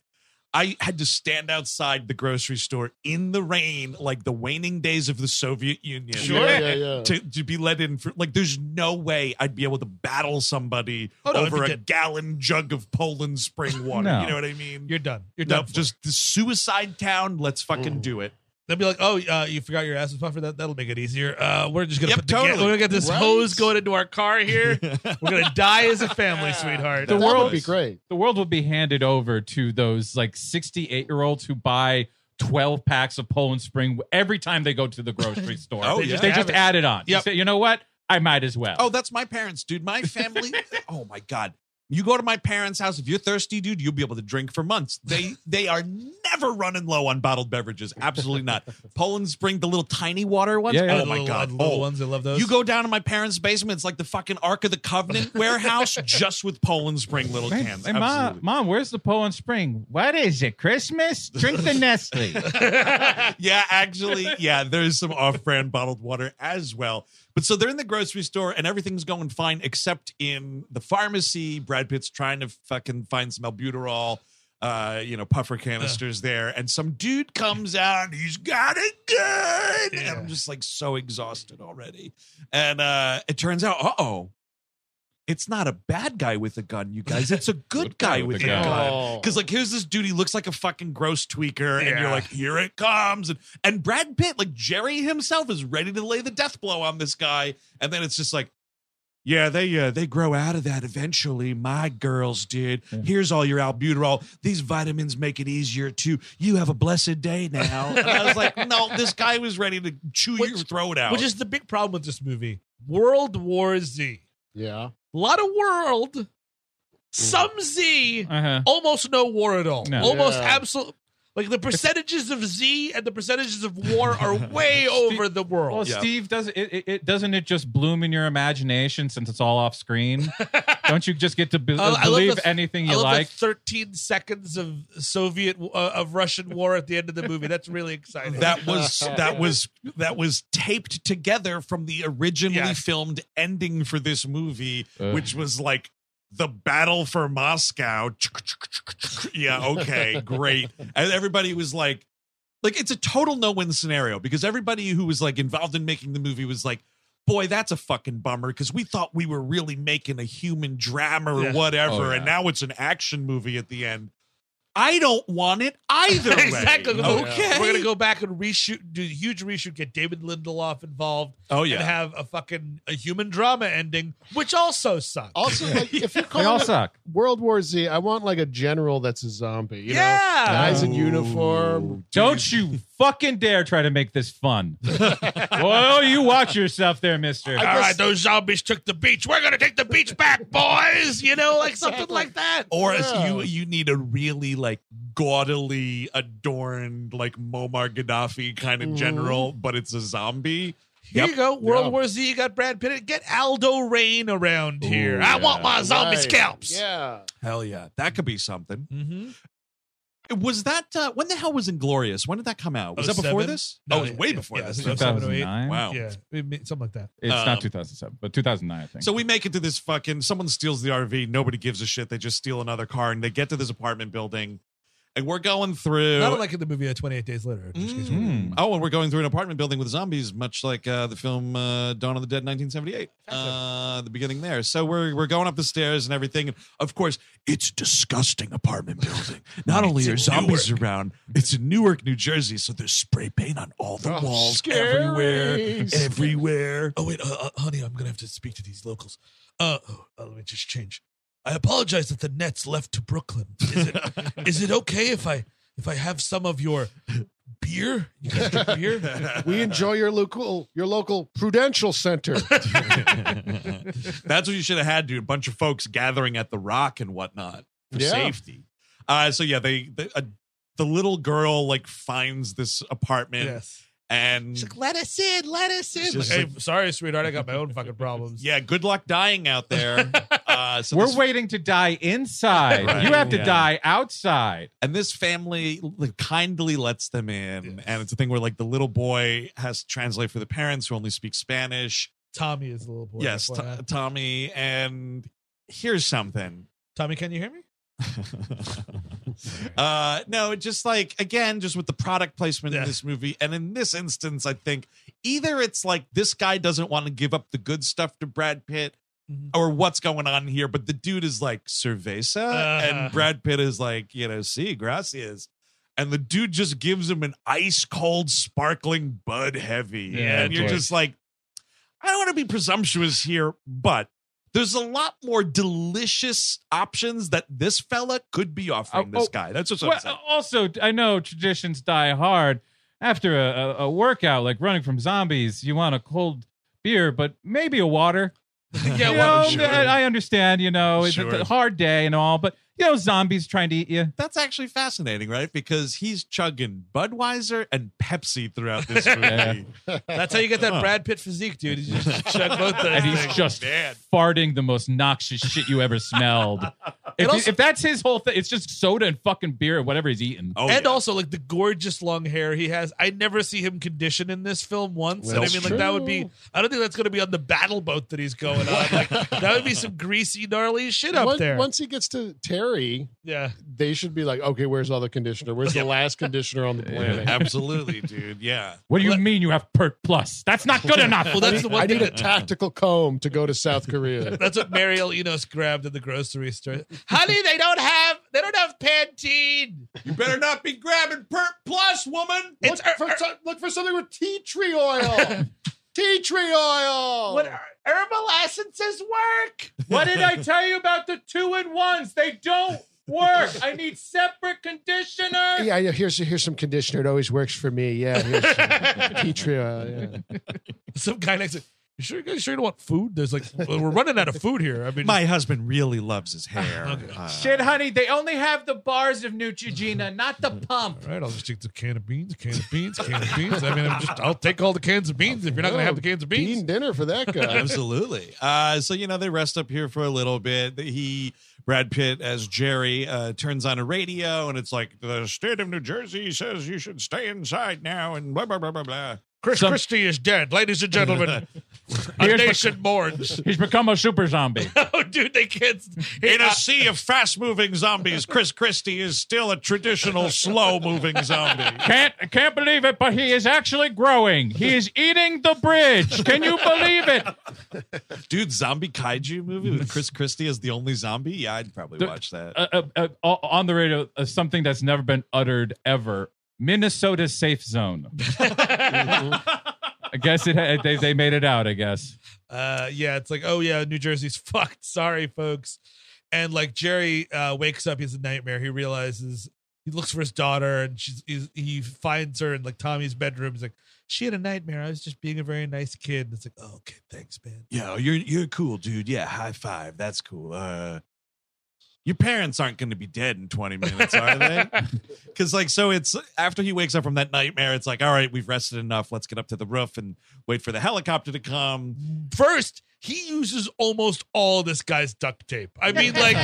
S4: I had to stand outside the grocery store in the rain, like the waning days of the Soviet Union.
S7: Sure.
S5: Yeah, yeah, yeah.
S4: To, to be let in for like, there's no way I'd be able to battle somebody
S7: Oh, no, I'd
S4: over
S7: be
S4: a
S7: dead.
S4: gallon jug of Poland spring water.
S6: No.
S4: You know what I mean?
S7: You're done. You're
S4: No,
S7: done. for.
S4: just the suicide town. Let's fucking do it.
S7: They'll be like, "Oh, uh, you forgot your ass puffer. That that'll make it easier. Uh, we're just gonna
S4: Yep,
S7: put the ga-
S4: totally.
S7: we're gonna get this
S5: Right.
S7: hose going into our car here. we're gonna die as a family, sweetheart."
S5: That
S6: world-
S5: would be great.
S6: the world will be handed over to those like 68 year olds who buy 12 packs of Poland Spring every time they go to the grocery store.
S4: Oh,
S6: they
S4: yeah.
S6: just, they just add it on. You
S7: Yep.
S6: say, you know what? I might as well.
S4: Oh, that's my parents, dude. My family. oh my god. You go to my parents' house if you're thirsty, dude. You'll be able to drink for months. They they are never running low on bottled beverages. Absolutely not. Poland Spring, the little tiny water ones.
S6: Yeah, yeah.
S4: Oh
S7: The
S4: my
S7: little-
S4: god.
S7: the little
S4: Oh.
S7: ones. I love those.
S4: You go down to my parents' basement. It's like the fucking Ark of the Covenant warehouse, just with Poland Spring little
S6: Man,
S4: cans.
S6: hey, mom,
S4: Absolutely.
S6: mom, where's the Poland Spring?
S2: What is it? Christmas? Drink the Nestle.
S4: yeah, actually, yeah, there's some off brand bottled water as well. But so they're in the grocery store and everything's going fine, except in the pharmacy. Brad Pitt's trying to fucking find some albuterol, uh, you know, puffer canisters there. And some dude comes out and he's got it good. And I'm just like so exhausted already. And uh it turns out, uh oh. It's not a bad guy with a gun, you guys. It's a good, guy, with a gun.
S5: Oh.
S4: Because like here's this dude, he looks like a fucking gross tweaker, and you're
S7: Yeah.
S4: like, here it comes. And and Brad Pitt, like Jerry himself, is ready to lay the death blow on this guy, and then it's just like, Yeah, they uh, they grow out of that eventually. My girls did. Here's all your albuterol. These vitamins make it easier to. You have a blessed day now. And I was like, no, this guy was ready to chew your
S7: Which-
S4: throat out.
S7: Which is the big problem with this movie World War Z.
S5: Yeah.
S7: A lot of world, some Z,
S6: Uh-huh.
S7: almost no war at all.
S6: No.
S7: Almost
S5: Yeah.
S7: absolute. Like the percentages of Z and the percentages of war are way over the
S6: Well,
S7: world.
S4: Yeah.
S6: Steve, does it, it, it doesn't it just bloom in your imagination since it's all off screen? Don't you just get to be-
S7: Uh, I love
S6: believe
S7: the-
S6: anything
S7: I
S6: you
S7: love
S6: like?
S7: the 13 seconds of Soviet uh, of Russian war at the end of the movie. That's really exciting. Uh,
S4: that was that was that was taped together from the originally
S7: Yes.
S4: filmed ending for this movie,
S6: Ugh.
S4: which was like the battle for Moscow. yeah, okay, great. And everybody was like, like it's a total no-win scenario because everybody who was like involved in making the movie was like. Boy, that's a fucking bummer because we thought we were really making a human drama or
S7: Yeah.
S4: whatever,
S6: Oh,
S4: and
S6: yeah.
S4: now it's an action movie at the end. I don't want it either. way.
S7: exactly.
S4: Okay.
S7: We're gonna go back and reshoot, do a huge reshoot, get David Lindelof involved,
S4: Oh
S7: and have a fucking a human drama ending, which also sucks.
S5: Also, like if you're
S6: They all
S5: calling it
S6: suck.
S5: World War Z, I want like a general that's a zombie. You know,
S7: yeah,
S5: guys in uniform.
S6: Don't you fucking dare try to make this fun. well, you watch yourself there, mister.
S7: all right, those zombies took the beach. We're gonna take the beach back, boys. You know, like something like that.
S4: Or as
S5: Yeah.
S4: you you need a really like gaudily adorned like Muammar Gaddafi kind
S7: Mm-hmm.
S4: of general, but it's a zombie.
S7: Here you go, World
S5: Yeah.
S7: War Z. You got Brad Pitt. Get Aldo Rain around here. I
S5: Yeah,
S6: Oh.
S7: want my zombie
S5: right.
S7: scalps.
S5: Yeah.
S4: Hell yeah, that could be something.
S7: Mm-hmm.
S4: Was that uh, when the hell was Inglorious? When did that come out? Was that before
S7: 07?
S4: this?
S7: No,
S4: oh, it was way
S7: yeah,
S4: before
S7: yeah,
S4: this.
S7: so-
S6: 2009.
S4: Wow.
S7: Yeah, it may- something like that.
S6: It's
S4: Um,
S6: not 2007, but 2009, I think.
S4: So we make it to this fucking. Someone steals the RV. Nobody gives a shit. They just steal another car and they get to this apartment building, and we're going through.
S7: Not like in the movie uh, 28 Days Later. in which case we're-
S6: Mm.
S4: Oh, and we're going through an apartment building with zombies, much like uh, the film uh, Dawn of the Dead, 1978. Uh, the beginning there. So we're we're going up the stairs and everything. And of course, it's a disgusting apartment building. Not only are zombies around, it's in Newark, New Jersey, so there's spray paint on all the
S5: Oh,
S4: walls,
S5: scary.
S4: everywhere, everywhere.
S7: Oh wait, uh, uh, honey, I'm gonna have to speak to these locals. Uh, oh, uh, let me just change. I apologize that the Nets left to Brooklyn. Is it is it okay if I if I have some of your beer? You guys drink beer?
S5: We enjoy your local your local prudential center.
S4: That's what you should have had, dude. A bunch of folks gathering at the rock and whatnot for
S5: Yeah.
S4: safety. Uh, so yeah, they the, uh, the little girl like finds this apartment
S7: yes.
S4: and
S7: She's like, let us in, let us in.
S4: It's
S7: Like,
S4: just
S7: hey,
S4: like-
S7: sorry, sweetheart, I got my own fucking problems.
S4: yeah, good luck dying out there. Uh, so
S6: We're
S4: this,
S6: waiting to die inside.
S4: Right,
S6: you have to
S4: yeah.
S6: die outside.
S4: and this family like, kindly lets them in,
S7: Yes.
S4: and it's a thing where like the little boy has to translate for the parents who only speak Spanish.
S7: Tommy is a little boy.
S4: yes,
S7: FYI.
S4: To- Tommy, and here's something.
S7: Tommy, can you hear me?
S4: uh no just like again just with the product placement
S7: Yeah.
S4: in this movie and in this instance i think either it's like this guy doesn't want to give up the good stuff to brad pitt
S7: Mhm.
S4: or what's going on here but the dude is like cerveza
S7: Uh-huh.
S4: and brad pitt is like you know see gracias and the dude just gives him an ice cold sparkling bud heavy
S7: Yeah,
S4: and you're
S6: of course.
S4: just like i don't want to be presumptuous here but there's a lot more delicious options that this fella could be offering
S6: Oh,
S4: this
S6: oh,
S4: guy. That's what I'm
S6: Well,
S4: saying.
S6: also, I know traditions die hard. After a, a, a workout like running from zombies, you want a cold beer, but maybe a water.
S7: Yeah,
S6: You
S7: well,
S6: know,
S7: sure.
S6: I, I understand, you know, it's, it's
S4: Sure.
S6: a hard day and all, but you know, zombies trying to eat you.
S4: That's actually fascinating, right? Because he's chugging Budweiser and Pepsi throughout this movie.
S6: Yeah.
S7: That's how you get that
S4: Huh.
S7: Brad Pitt physique, dude. You just chug both those
S6: And he's
S7: things.
S6: just farting the most noxious shit you ever smelled. if,
S7: also-
S6: if that's his whole thing, it's just soda and fucking beer and whatever he's eating.
S4: Oh,
S7: and
S4: yeah.
S7: also like the gorgeous long hair he has. I never see him condition in this film once. and I
S5: That's
S7: mean, like that would be.
S5: true.
S7: I don't think that's going to be on the battle boat that he's going on. Like that would be some greasy, gnarly shit up
S5: Once-
S7: there.
S5: Once he gets to Terry,
S7: yeah,
S5: they should be like, okay, where's all the conditioner? Where's the last conditioner on the planet?
S4: absolutely, dude. Yeah.
S6: What do you mean you have Pert Plus? That's not good enough.
S7: well, that's the one
S5: I
S7: thing.
S5: need a
S7: That,
S5: tactical comb to go to South Korea.
S7: that's what Mariel Enos grabbed at the grocery store. Honey, they don't have they don't have Pantene.
S4: You better not be grabbing Pert Plus, woman.
S7: It's er,
S5: look, for, so- look for something with tea tree oil. Tea tree oil.
S8: What herbal essences work?
S9: What did I tell you about the two in ones? They don't work. I need separate conditioner.
S5: yeah, yeah, here's here's some conditioner. It always works for me. Yeah, here's some tea tree oil. Yeah.
S7: Some guy next to you sure you guys sure you don't want food? There's like we're running out of food here. I mean
S4: My husband really loves his hair. Uh,
S9: Shit, honey, they only have the bars of Neutrogena, not the pump.
S7: all right, I'll just take the can of beans, can of beans, can of beans. I mean, I'm just I'll take all the cans of beans if you're not gonna have the cans of beans.
S5: Bean dinner for that guy.
S4: Absolutely. Uh, so you know they rest up here for a little bit. He, Brad Pitt as Jerry, uh, turns on a radio and it's like the state of New Jersey says you should stay inside now and blah blah blah blah blah.
S7: Chris Christie is dead, ladies and gentlemen. a
S6: Here's-
S7: nation mourns.
S6: He's become a super zombie.
S7: oh, dude, they can't.
S4: In a sea of fast-moving zombies, Chris Christie is still a traditional slow-moving zombie.
S6: Can't can't believe it, but he is actually growing. He is eating the bridge. Can you believe it?
S4: Dude, zombie kaiju movie with Chris Christie as the only zombie? Yeah, I'd probably
S6: The-
S4: watch that.
S6: Uh, uh, uh, o- on the radio, uh, something that's never been uttered ever. Minnesota safe zone. I guess it. had- They they made it out. I guess.
S7: Uh, yeah, it's like, oh yeah, New Jersey's fucked. Sorry, folks. And like Jerry uh, wakes up, he's a nightmare. He realizes he looks for his daughter, and she's he's, he finds her in like Tommy's bedroom. He's like, she had a nightmare. I was just being a very nice kid. It's like, oh, okay, thanks, man.
S4: Yo, you're you're cool, dude. Yeah, high five. That's cool. Uh your parents aren't going to be dead in 20 minutes, are they? Because, like, so it's after he wakes up from that nightmare, it's like, all right, we've rested enough. Let's get up to the roof and wait for the helicopter to come.
S7: First, he uses almost all this guy's duct tape. I mean, like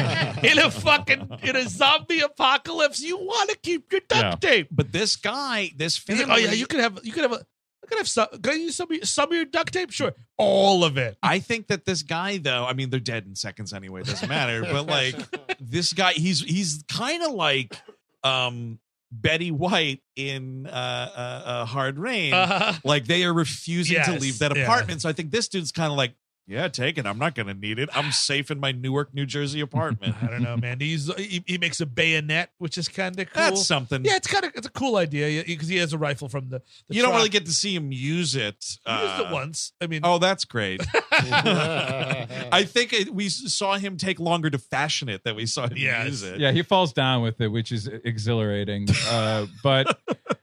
S7: in a fucking in a zombie apocalypse, you want to keep your duct tape.
S4: But this guy, this
S7: He's
S4: family,
S7: like, oh yeah, you could have you could have a I could have some can I use some of your, some of your duct tape? Sure. All of it.
S4: I think that this guy, though, I mean, they're dead in seconds anyway. It doesn't matter. but like this guy, he's he's kind of like um Betty White in uh, uh, uh Hard Rain.
S7: Uh-huh.
S4: Like they are refusing to
S7: Yes,
S4: leave that
S7: yeah.
S4: apartment. So I think this dude's kind of like, yeah, take it. I'm not going to need it. I'm safe in my Newark, New Jersey apartment.
S7: I don't know, man. He's he, he makes a bayonet, which is kind of cool.
S4: That's something.
S7: yeah, it's kind of it's a cool idea because he has a rifle from the. the
S4: you don't really
S7: truck.
S4: get to see him use it.
S7: He used
S4: uh,
S7: it once. I mean,
S4: Oh, that's great. I think it, we saw him take longer to fashion it than we saw him
S7: Yes.
S4: use it.
S6: Yeah, he falls down with it, which is exhilarating. Uh, but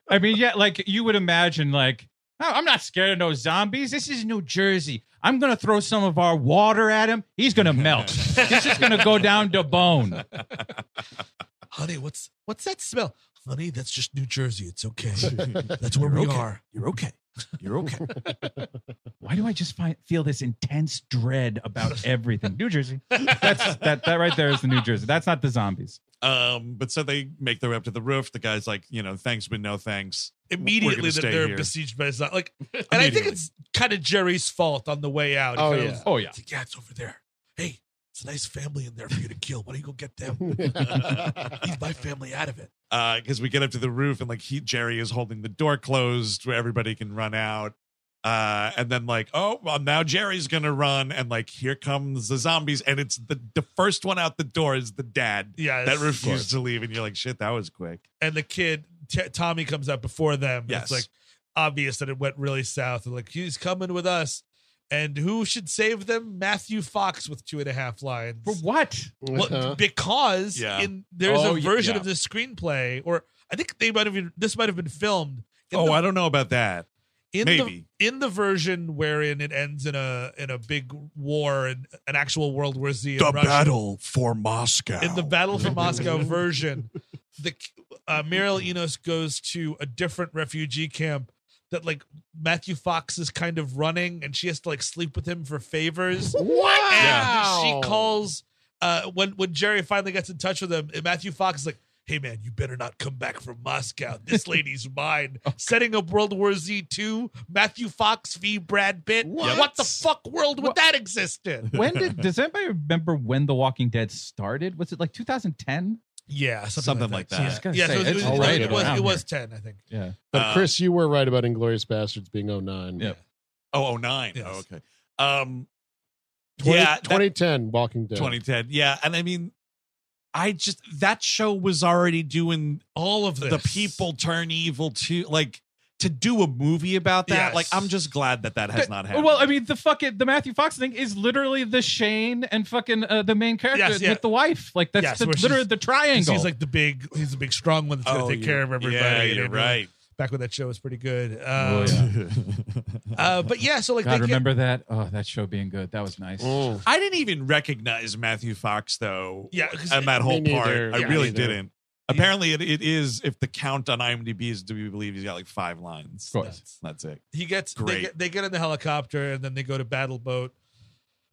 S6: I mean, yeah, like you would imagine, like oh, I'm not scared of no zombies. This is New Jersey. I'm gonna throw some of our water at him. He's gonna melt. this is gonna go down to bone.
S7: honey, what's what's that smell? Honey, that's just New Jersey. It's okay. That's where we are.
S4: You're okay. You're okay.
S6: Why do I just find, feel this intense dread about everything? New Jersey. That's that. That right there is the New Jersey. That's not the zombies.
S4: um, but so they make their way up to the roof. The guy's like, you know, thanks, but no thanks. We're
S7: Immediately
S4: gonna
S7: that
S4: stay
S7: they're
S4: here.
S7: besieged by zombies. Like, and I think
S4: Immediately.
S7: it's kind of Jerry's fault on the way out. He
S5: Oh,
S7: kinda
S5: yeah.
S7: was-
S6: Oh yeah.
S7: It's like, yeah, it's over there. Hey, it's a nice family in there for you to kill. Why don't you go get them? Leave my family out of it.
S4: Because Uh, we get up to the roof and like he, Jerry is holding the door closed where everybody can run out. Uh, and then like, oh, well, now Jerry's gonna run, and like, here comes the zombies, and it's the the first one out the door is the dad
S7: Yeah,
S4: that refused to leave, and you're like, shit, that was quick.
S7: And the kid, T- Tommy, comes out before them.
S4: Yes.
S7: It's like obvious that it went really south. And like, he's coming with us. And who should save them? Matthew Fox with two and a half lines.
S6: For what?
S7: Well, because
S4: Yeah.
S7: in there's
S6: Oh,
S7: a
S6: y-
S7: version
S6: yeah.
S7: of this screenplay, or I think they might have been, this might have been filmed. in
S4: oh,
S7: the
S4: I don't know about that.
S7: in
S4: Maybe.
S7: the in the version wherein it ends in a in a big war and an actual World War Z in Russia,
S4: for Moscow.
S7: in the Battle for Moscow version, the uh, Muriel Enos goes to a different refugee camp that like Matthew Fox is kind of running and she has to like sleep with him for favors.
S5: Wow.
S7: And she calls uh, when when Jerry finally gets in touch with him, and Matthew Fox is like, "Hey man, you better not come back from Moscow. This lady's mine." Setting up World War Z two, Matthew Fox v Brad Pitt. What, the fuck world would that exist in?
S6: when did does anybody remember when The Walking Dead started? Was it like 2010?
S7: Yeah, something,
S4: Something like that. I was
S7: Yeah,
S6: gonna
S7: Yeah, so
S6: say,
S7: it
S6: it's
S7: was, it
S5: all
S7: was,
S5: right
S7: it was,
S6: around
S7: it was ten, I think.
S6: Yeah.
S4: Uh,
S5: But Chris, you were right about Inglorious Bastards being 09.
S6: Yeah.
S4: Oh, 09.
S7: Yes.
S4: Oh, okay. Um,
S5: 20,
S4: yeah, that-
S5: 2010 Walking Dead.
S4: 2010. Yeah, and I mean, I just that show was already doing
S7: All of this.
S4: the people turn evil too. Like to do a movie about that,
S7: Yes.
S4: like I'm just glad that that has not happened.
S6: Well, I mean, the fucking the Matthew Fox thing is literally the Shane and fucking uh, the main character
S7: Yes, yeah.
S6: with the wife. Like that's
S7: Yes,
S6: the,
S7: where she's-
S6: literally the
S7: 'Cause
S6: triangle.
S7: He's like the big, he's the big strong one that's going to
S4: Oh,
S7: take
S4: yeah.
S7: care of everybody.
S4: Yeah,
S7: And
S4: you're
S7: it-
S4: right.
S7: Back when that show was pretty good. Um,
S6: Oh, yeah.
S7: uh, but yeah, so like
S6: God,
S7: they Oh, get-
S6: remember that? Oh, that show being good. That was nice.
S4: I didn't even recognize Matthew Fox though.
S7: Yeah, 'cause-
S4: and that whole
S5: Me
S4: part,
S5: neither.
S4: I
S5: Yeah,
S4: really
S5: neither.
S4: didn't. Apparently, it, it is. If the count on IMDb is to be believed, he's got like five lines.
S6: Of course.
S4: that's it.
S7: he gets They,
S4: Great.
S7: get they get in the helicopter and then they go to battle boat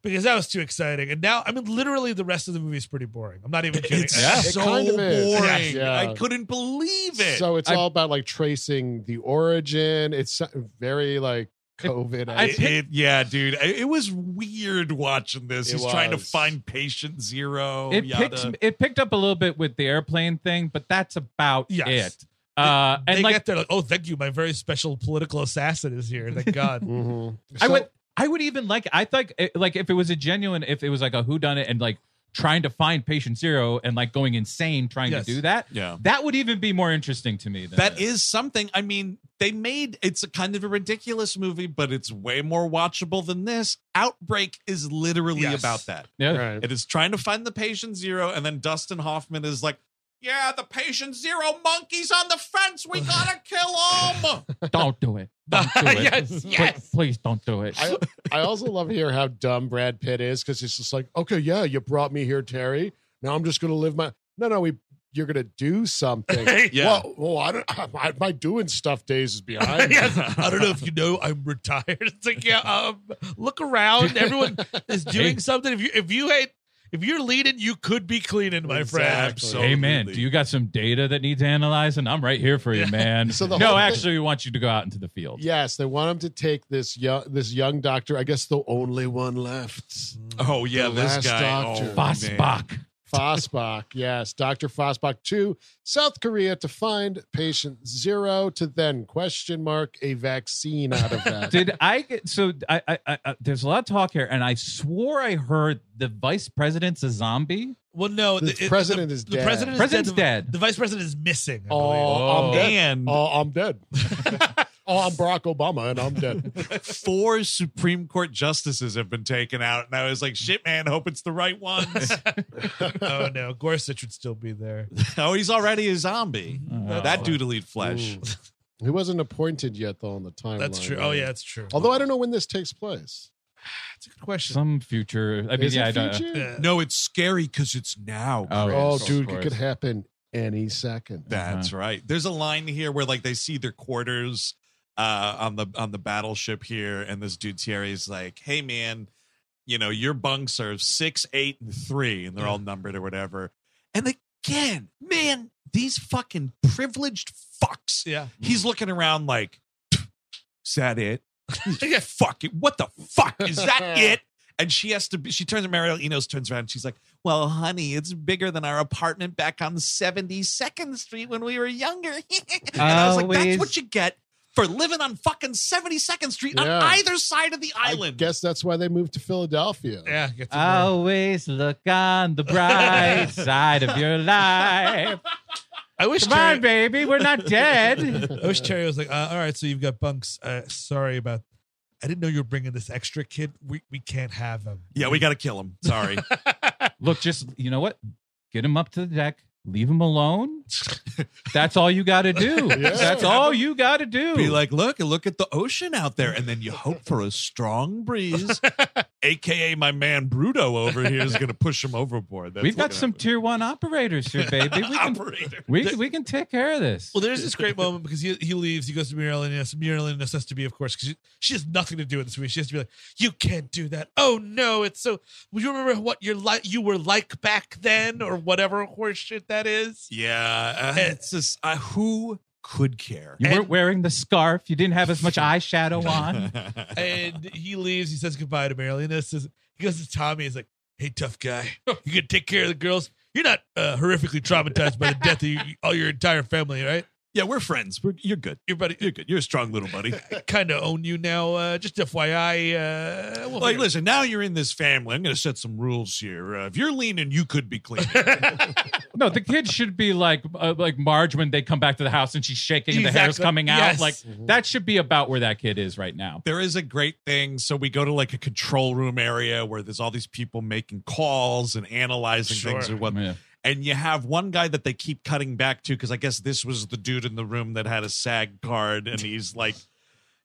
S7: because that was too exciting. And now, I mean, literally the rest of the movie is pretty boring. I'm not even kidding.
S4: It's
S6: Yeah.
S4: so
S5: It kind of is.
S4: boring.
S5: Yes. Yeah.
S4: I couldn't believe it.
S5: So it's
S6: I-
S5: all about like tracing the origin. It's very like COVID.
S6: I
S4: It- it- yeah, dude, I- it was weird watching this.
S5: It
S4: He's trying to
S5: was.
S4: find patient zero.
S6: it
S4: yada.
S6: picked it picked up a little bit with the airplane thing, but that's about
S7: Yes.
S6: it. Uh, and
S7: they
S6: like
S7: get there like, oh, thank you, my very special political assassin is here. Thank God.
S5: Mhm.
S6: I
S5: So-
S6: would I would even like I think eh, like if it was a genuine if it was like a who done it and like trying to find patient zero and like going insane trying
S7: Yes.
S6: to do that
S4: Yeah.
S6: that would even be more interesting to me than
S4: That
S6: this.
S4: is something. I mean, they made it's a kind of a ridiculous movie, but it's way more watchable than this. Outbreak is literally
S7: Yes.
S4: about that.
S6: yeah
S5: Right.
S4: It is trying to find the patient zero, and then Dustin Hoffman is like, "Yeah, the patient zero monkey's on the fence. We gotta kill him."
S6: don't do it don't do it
S7: Yes,
S6: Pl-
S7: yes.
S6: please don't do it
S5: I, I also love here how dumb Brad Pitt is because he's just like, okay, yeah, you brought me here, Terry. Now I'm just gonna live my. No, no, we. You're gonna do something.
S4: Yeah.
S5: Well, well, I don't. I, my doing stuff days is behind. me.
S7: Yes. I don't know if you know, I'm retired. It's like, yeah, um, look around. Everyone is doing something. If you if you ain't if you're leading, you could be cleaning, my friend.
S5: Exactly.
S6: Hey man, do you got some data that needs analyzing? I'm right here for you, man.
S5: So the
S6: no,
S5: whole thing-
S6: actually, we want you to go out into the field.
S5: Yes, they want him to take this young this young doctor. I guess the only one left,
S4: Oh yeah,
S5: The
S4: this
S5: Last
S4: guy.
S5: Doctor.
S4: Oh, man.
S6: Fossbach.
S5: Fosbach. yes, Doctor Fosbach to South Korea to find patient zero to then question mark a vaccine out of that.
S6: Did I get so? I, I, I, I- there's a lot of talk here, and I swore I heard the vice president's a zombie.
S7: Well, no,
S5: The president is
S7: The
S5: dead.
S7: president is
S6: President's
S7: The-
S6: dead.
S7: The vice president is missing. I
S5: oh,
S6: Oh.
S5: I'm dead.
S4: And
S5: Oh, I'm dead. oh, I'm Barack Obama, and I'm dead.
S4: four Supreme Court justices have been taken out, and I was like, "Shit, man, hope it's the right ones."
S7: believe. oh no, Gorsuch would still be there.
S4: oh, he's already a zombie.
S6: Oh.
S4: That dude will eat flesh.
S5: Ooh. He wasn't appointed yet, though, on the timeline.
S7: That's true. Oh yeah, that's true.
S5: Although I don't know when this takes place.
S7: that's a good question.
S6: Some future. I mean,
S5: Is
S6: yeah, I
S5: it
S6: don't.
S5: future?
S7: Yeah.
S4: No, it's scary because it's now.
S6: Oh,
S4: Chris.
S5: Oh,
S6: Of
S5: dude, it
S6: course.
S5: could happen any second.
S4: That's right. There's a line here where like they see their quarters uh on the on the battleship here, and this dude Thierry's like, "Hey, man, you know your bunks are six, eight, and three, and they're all numbered or whatever." And again, man, these fucking privileged fucks.
S7: Yeah.
S4: He's looking around like, "Is that it? yeah, fuck it. What the fuck is that it?" And she has to be, she turns, Mariel Enos turns around and she's like, Well, honey, it's bigger than our apartment back on 72nd Street when we were younger. and I was like, That's
S6: Always.
S4: what you get for living on fucking 72nd Street on
S5: Yeah.
S4: either side of the
S5: I
S4: island.
S5: guess that's why they moved to Philadelphia.
S7: Yeah. Get to know.
S6: Always look on the bright side of your life.
S7: I wish.
S6: Come on,
S7: Terry,
S6: baby, we're not dead.
S7: I wish Terry was like, uh, all right, so you've got bunks. Uh, sorry about. I didn't know you were bringing this extra kid. We we can't have him.
S4: yeah, we got to kill him. Sorry.
S6: Look, just you know what? Get him up to the deck. Leave him alone. That's all you got to do.
S5: Yeah.
S6: That's all you got to do.
S4: Be like, Look, look at the ocean out there. And then you hope for a strong breeze. AKA my man Bruto over here is going to push him overboard. That's
S6: We've got
S4: what
S6: some tier one operators here, baby. We can,
S4: Operator.
S6: we, can- we can take care of this.
S7: Well, there's this great moment because he, he leaves. He goes to Miralinas. Miralinas has to be, of course, because she, she has nothing to do with this movie. She has to be like, "You can't do that." Oh no, it's so. Well, you remember what you're like? You were like back then, or whatever horseshit that is.
S4: Yeah, uh, it's just uh, who could care?
S6: you weren't wearing the scarf. You didn't have as much eyeshadow on.
S7: And he leaves. He says goodbye to Miralinas. He goes to Tommy. He's like, "Hey, tough guy, you gonna take care of the girls. You're not uh, horrifically traumatized by the death of you, all your entire family, right?"
S4: Yeah, we're friends. We're, you're good. You're buddy. You're good. You're a strong little buddy.
S7: kind of own you now. Uh, just FYI. Uh, we'll
S4: like,
S7: figure-
S4: listen. Now you're in this family. I'm going to set some rules here. Uh, if you're leaning, you could be cleaning.
S6: No, the kids should be like uh, like Marge when they come back to the house and she's shaking and the hair's
S7: Exactly.
S6: coming out.
S7: Yes.
S6: Like that should be about where that kid is right now.
S4: there is a great thing. So we go to like a control room area where there's all these people making calls and analyzing
S7: Sure.
S4: things or what.
S6: Yeah.
S4: And you have one guy that they keep cutting back to because I guess this was the dude in the room that had a SAG card, and he's like,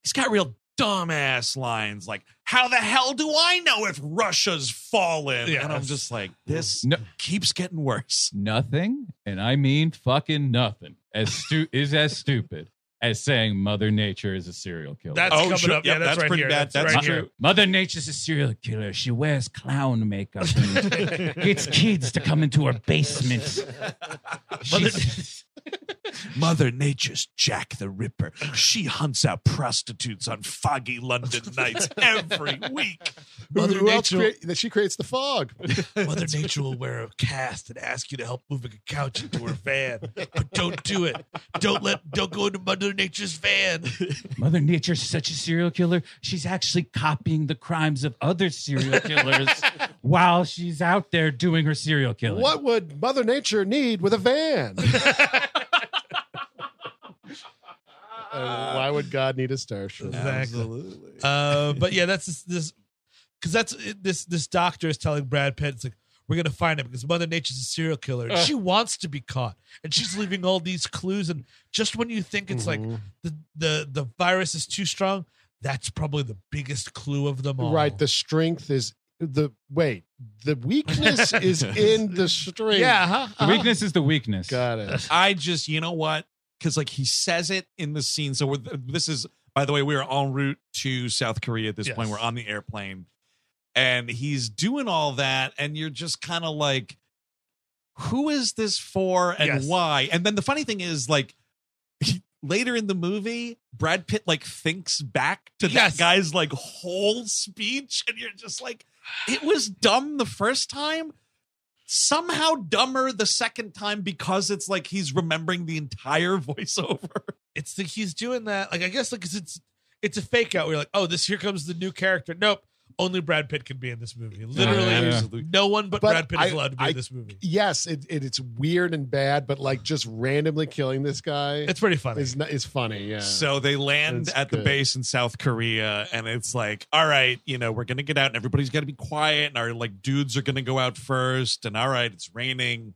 S4: he's got real dumbass lines like, "How the hell do I know if Russia's fallen?" And I'm
S7: Yes.
S4: just like, this
S6: No.
S4: keeps getting worse.
S6: Nothing, and I mean fucking nothing. As stu- is as stupid as saying Mother Nature is a serial killer.
S7: That's
S4: Oh,
S7: coming
S4: sure.
S7: up. Yeah,
S4: Yep,
S7: that's,
S4: that's
S7: right
S4: pretty
S7: here.
S4: bad.
S7: That's,
S4: That's
S7: right
S4: true.
S7: here.
S6: Mother Nature's a serial killer. She wears clown makeup and gets kids to come into her basement. She's-
S4: Mother Nature's Jack the Ripper. She hunts out prostitutes on foggy London nights every week.
S7: Mother
S5: who else
S7: Nature-
S5: create- that she creates the fog.
S7: Mother Nature will wear a cast and ask you to help move a couch into her van, but don't do it. Don't let. Don't go into Mother Nature's van.
S6: Mother Nature's such a serial killer. She's actually copying the crimes of other serial killers while she's out there doing her serial killing.
S5: What would Mother Nature need with a van? Uh, why would God need a starship?
S7: Absolutely. Uh, but yeah, that's this- this because that's it- this this doctor is telling Brad Pitt, it's like we're gonna find him because Mother Nature's a serial killer. And
S5: Uh.
S7: she wants to be caught, and she's leaving all these clues. And just when you think it's
S5: Mm-hmm.
S7: like the the the virus is too strong, that's probably the biggest clue of them all.
S5: Right. The strength is the wait. The weakness is in the strength.
S7: yeah. uh-huh, huh
S6: The weakness is the weakness.
S5: Got it.
S4: I just, you know what? Because like he says it in the scene. So we're, this is, by the way, we are en route to South Korea at this point.
S7: Yes.
S4: We're on the airplane, and he's doing all that, and you're just kind of like, who is this for and
S7: Yes.
S4: why? And then the funny thing is, like. he- Later in the movie, Brad Pitt like thinks back to
S7: Yes.
S4: that guy's like whole speech, and you're just like, it was dumb the first time, somehow dumber the second time because it's like he's remembering the entire voiceover.
S7: It's like he's doing that. Like I guess like 'cause it's it's a fake out. We're like, oh, this here comes the new character. Nope. Only Brad Pitt can be in this movie. Literally,
S6: Yeah.
S7: no one but,
S5: But
S7: Brad Pitt
S5: I-
S7: is allowed to be
S5: I-
S7: in this movie.
S5: Yes, it, it it's weird and bad, but like just randomly killing this guy
S7: It's pretty funny.
S5: is not, is funny. Yeah.
S4: So they land
S5: That's
S4: at the
S5: good.
S4: base in South Korea, and it's like, all right, you know, we're gonna get out, and everybody's got to be quiet, and our like dudes are gonna go out first, and all right, it's raining.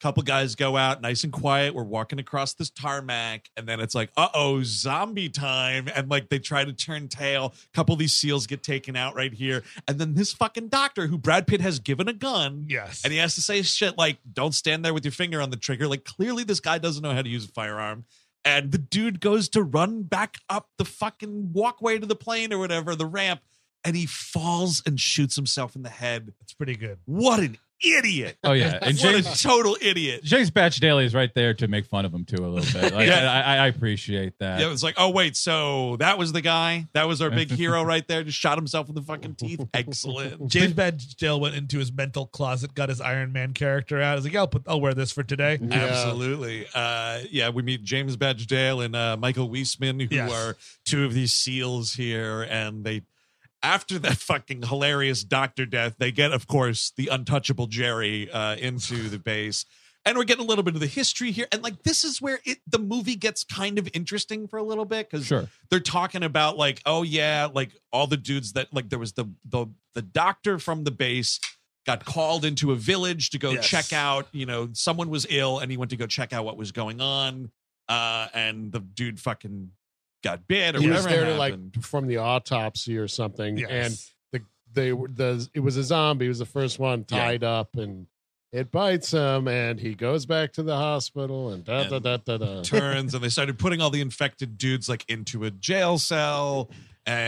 S4: Couple guys go out, nice and quiet. We're walking across this tarmac, and then it's like, uh oh, zombie time, and like they try to turn tail. Couple of these seals get taken out right here, and then this fucking doctor, who Brad Pitt has given a gun,
S7: yes.
S4: and he has to say shit like don't stand there with your finger on the trigger like clearly this guy doesn't know how to use a firearm and the dude goes to run back up the fucking walkway to the plane or whatever the ramp and he falls and shoots himself in the head
S7: It's pretty good.
S4: what an idiot
S6: Oh yeah, and
S4: what a
S6: James
S4: total idiot
S6: James Batch Daly is right there to make fun of him too a little bit. Like,
S4: Yeah.
S6: I, I, I appreciate that.
S4: yeah, it was like, oh wait, so that was the guy. That was our big hero right there. Just shot himself in the fucking teeth. Excellent.
S7: James Badgedale went into his mental closet, got his Iron Man character out. I was like, yeah, I'll, put, I'll wear this for today.
S5: Yeah.
S4: Absolutely. Uh, yeah, we meet James Badgedale and uh, Michael Weisman, who
S7: Yes.
S4: are two of these SEALs here. And they, after that fucking hilarious doctor death, they get, of course, the untouchable Jerry uh, into the base. And we're getting a little bit of the history here. And like, this is where it the movie gets kind of interesting for a little bit because
S6: Sure.
S4: they're talking about like oh yeah like all the dudes that like there was the the the doctor from the base got called into a village to go
S7: Yes.
S4: check out you know someone was ill and he went to go check out what was going on uh and the dude fucking got bit or
S5: he was
S4: whatever
S5: there to like
S4: happened.
S5: perform the autopsy or something,
S7: Yes.
S5: and the they were the it was a zombie. It was the first one
S4: Yeah.
S5: tied up, and it bites him, and he goes back to the hospital, and da da
S4: And
S5: da da da.
S4: turns and they started putting all the infected dudes like into a jail cell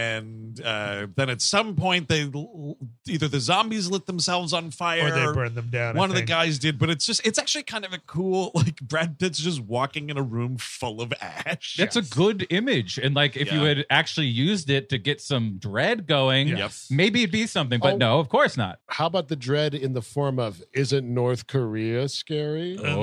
S4: and uh, then at some point they l- either the zombies lit themselves on fire
S7: Or they burned them down. I
S4: One of the
S7: think.
S4: guys did, but it's just it's actually kind of a cool like Brad Pitt's just walking in a room full of ash.
S6: That's a good image. And like if you
S4: Yeah.
S6: had actually used it to get some dread going,
S4: Yes.
S6: maybe it'd be something. But
S5: Oh.
S6: no, of course not.
S5: How about the dread in the form of isn't North Korea scary?
S4: Oh,
S5: my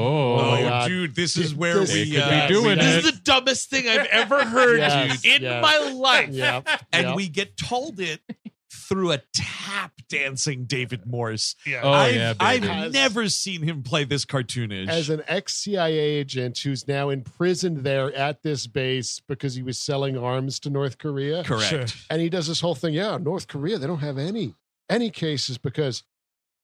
S6: Oh,
S5: God.
S4: dude, this is where
S5: This
S4: we
S5: could be
S4: uh,
S6: doing
S4: we-
S6: it.
S7: This is the dumbest thing I've ever heard
S5: Yes,
S7: in
S5: yes.
S7: my life.
S5: Yeah.
S4: and
S5: yeah.
S4: we get told it through a tap dancing David Morse.
S7: Yeah.
S6: Oh,
S4: I've,
S6: yeah,
S4: I've
S6: baby.
S5: As-
S4: never seen him play this cartoonish.
S5: as an ex CIA agent who's now imprisoned there at this base because he was selling arms to North Korea.
S4: Correct.
S7: Sure.
S5: And he does this whole thing. Yeah, North Korea, they don't have any any cases because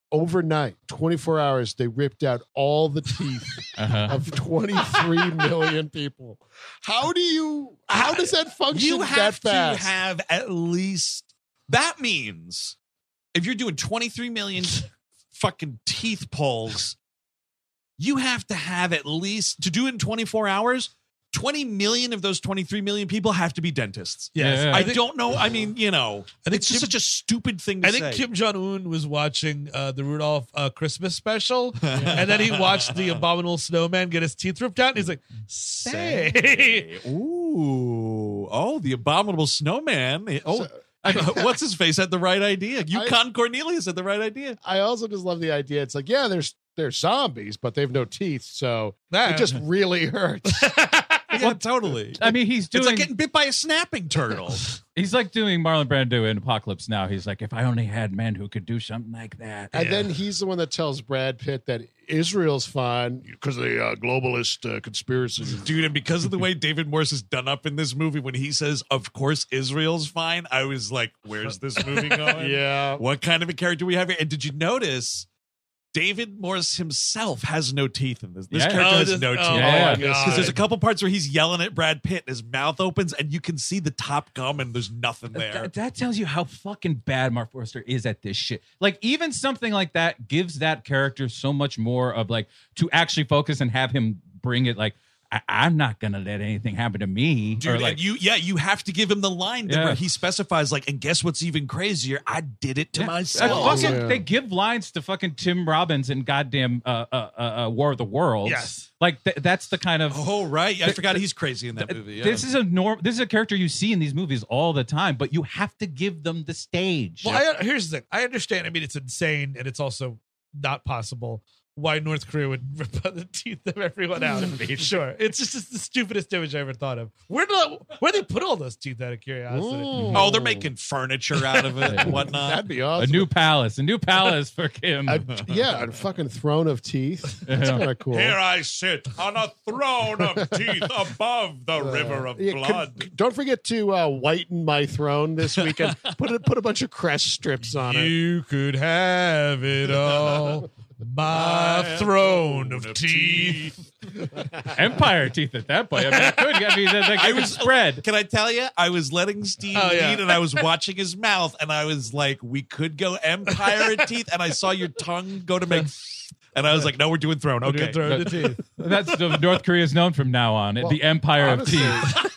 S5: overnight, 24 hours, they ripped out all the teeth
S6: uh-huh.
S5: of 23 million people. How do you how does that function
S4: You have
S5: that fast?
S4: to have at least that means if you're doing 23 million fucking teeth pulls, you have to have at least to do it in 24 hours. 20 million of those 23 million people have to be dentists.
S7: Yes.
S6: Yeah.
S4: I,
S7: I think-
S4: don't know. I mean, you know,
S7: I think
S4: it's just
S7: Kim-
S4: such a stupid thing to
S7: I think
S4: say.
S7: Kim Jong Un was watching uh, the Rudolph uh, Christmas special, and then he watched the abominable snowman get his teeth ripped out. And he's like, "Say,
S4: Ooh. Oh, the abominable snowman. Oh,
S5: So-
S4: what's his face had the right idea. Yukon Cornelius had the right idea.
S5: I also just love the idea. It's like, yeah, there's they're zombies, but they have no teeth, so
S7: Nah.
S5: it just really hurts.
S4: Yeah, totally.
S6: I mean, he's
S4: it's
S6: doing
S4: like getting bit by a snapping turtle.
S6: he's like doing Marlon Brando in Apocalypse Now. He's like, if I only had men who could do something like that.
S5: And then he's the one that tells Brad Pitt that Israel's fine because of the uh, globalist uh, conspiracy.
S4: Dude, and because of the way David Morse is done up in this movie, when he says, Of course, Israel's fine, I was like, Where's this movie going?
S5: yeah.
S4: What kind of a character we have here? And did you notice David Morse himself has no teeth in this? This
S6: Yeah.
S4: character
S7: Oh,
S4: has
S7: this-
S4: no
S7: oh,
S4: teeth.
S6: Yeah.
S4: Because there's a couple parts where he's yelling at Brad Pitt and his mouth opens and you can see the top gum and there's nothing there.
S6: That, that tells you how fucking bad Mark Forster is at this shit. Like, even something like that gives that character so much more of like to actually focus and have him bring it. Like, I, I'm not gonna let anything happen to me.
S4: Dude,
S6: or like,
S4: and you yeah, you have to give him the line that
S6: Yeah.
S4: where he specifies like, and guess what's even crazier? I did it to
S6: Yeah.
S4: myself.
S6: Uh, fucking-
S5: yeah.
S6: They give lines to fucking Tim Robbins in goddamn uh, uh, uh, uh, War of the Worlds.
S7: Yes.
S6: like th- that's the kind of.
S4: Oh right, I
S6: Th-
S4: forgot
S6: th-
S4: he's crazy in that movie. yeah.
S6: This is a norm. This is a character you see in these movies all the time, but you have to give them the stage.
S7: Well, I, here's the thing. I understand. I mean, it's insane, and it's also not possible why North Korea would rip out the teeth of everyone out. sure, it's just it's the stupidest image I ever thought of. Where do where they put all those teeth? Out of curiosity.
S4: oh, they're making furniture out of it and whatnot.
S5: That'd be
S6: a
S5: awesome.
S6: new palace, a new palace for Kim.
S5: A- yeah, a fucking throne of teeth. That's
S6: Yeah.
S5: kind of cool.
S4: I sit on a throne of teeth above the river of
S5: Yeah, con- don't forget to uh, whiten my throne this weekend. put a, put a bunch of crest strips on it.
S7: You could have it all.
S4: Uh,
S7: My throne of teeth.
S6: Empire teeth at that point. I mean, it could. I mean, that, that
S4: I
S6: could
S4: was
S6: spread.
S4: Can I tell you? I was letting Steve
S7: Oh, yeah.
S4: eat, and I was watching his mouth, and I was like, "We could go empire and teeth," and I saw your tongue go to make, and I was like, "No, we're doing throne." Okay,
S7: Throne of teeth.
S6: That's the North Korea's known from now on.
S5: Well,
S6: the Empire
S5: honestly,
S6: of Teeth.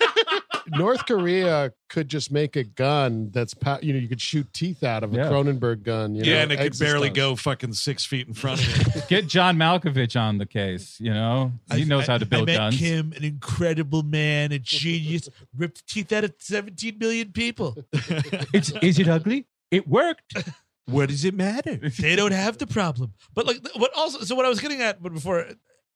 S5: North Korea could just make a gun that's pow- you know you could shoot teeth out of a
S6: Yeah.
S5: Cronenberg gun. You know,
S4: yeah, and it could barely
S5: exoskeleton.
S4: go fucking six feet in front of you.
S6: Get John Malkovich on the case. You know, he knows how to build
S7: I met
S6: guns.
S7: Kim, an incredible man, a genius, ripped the teeth out of 17 million people.
S6: It's is it ugly? It worked.
S4: what does it matter?
S7: they don't have the problem. But like, what also? So what I was getting at, but before,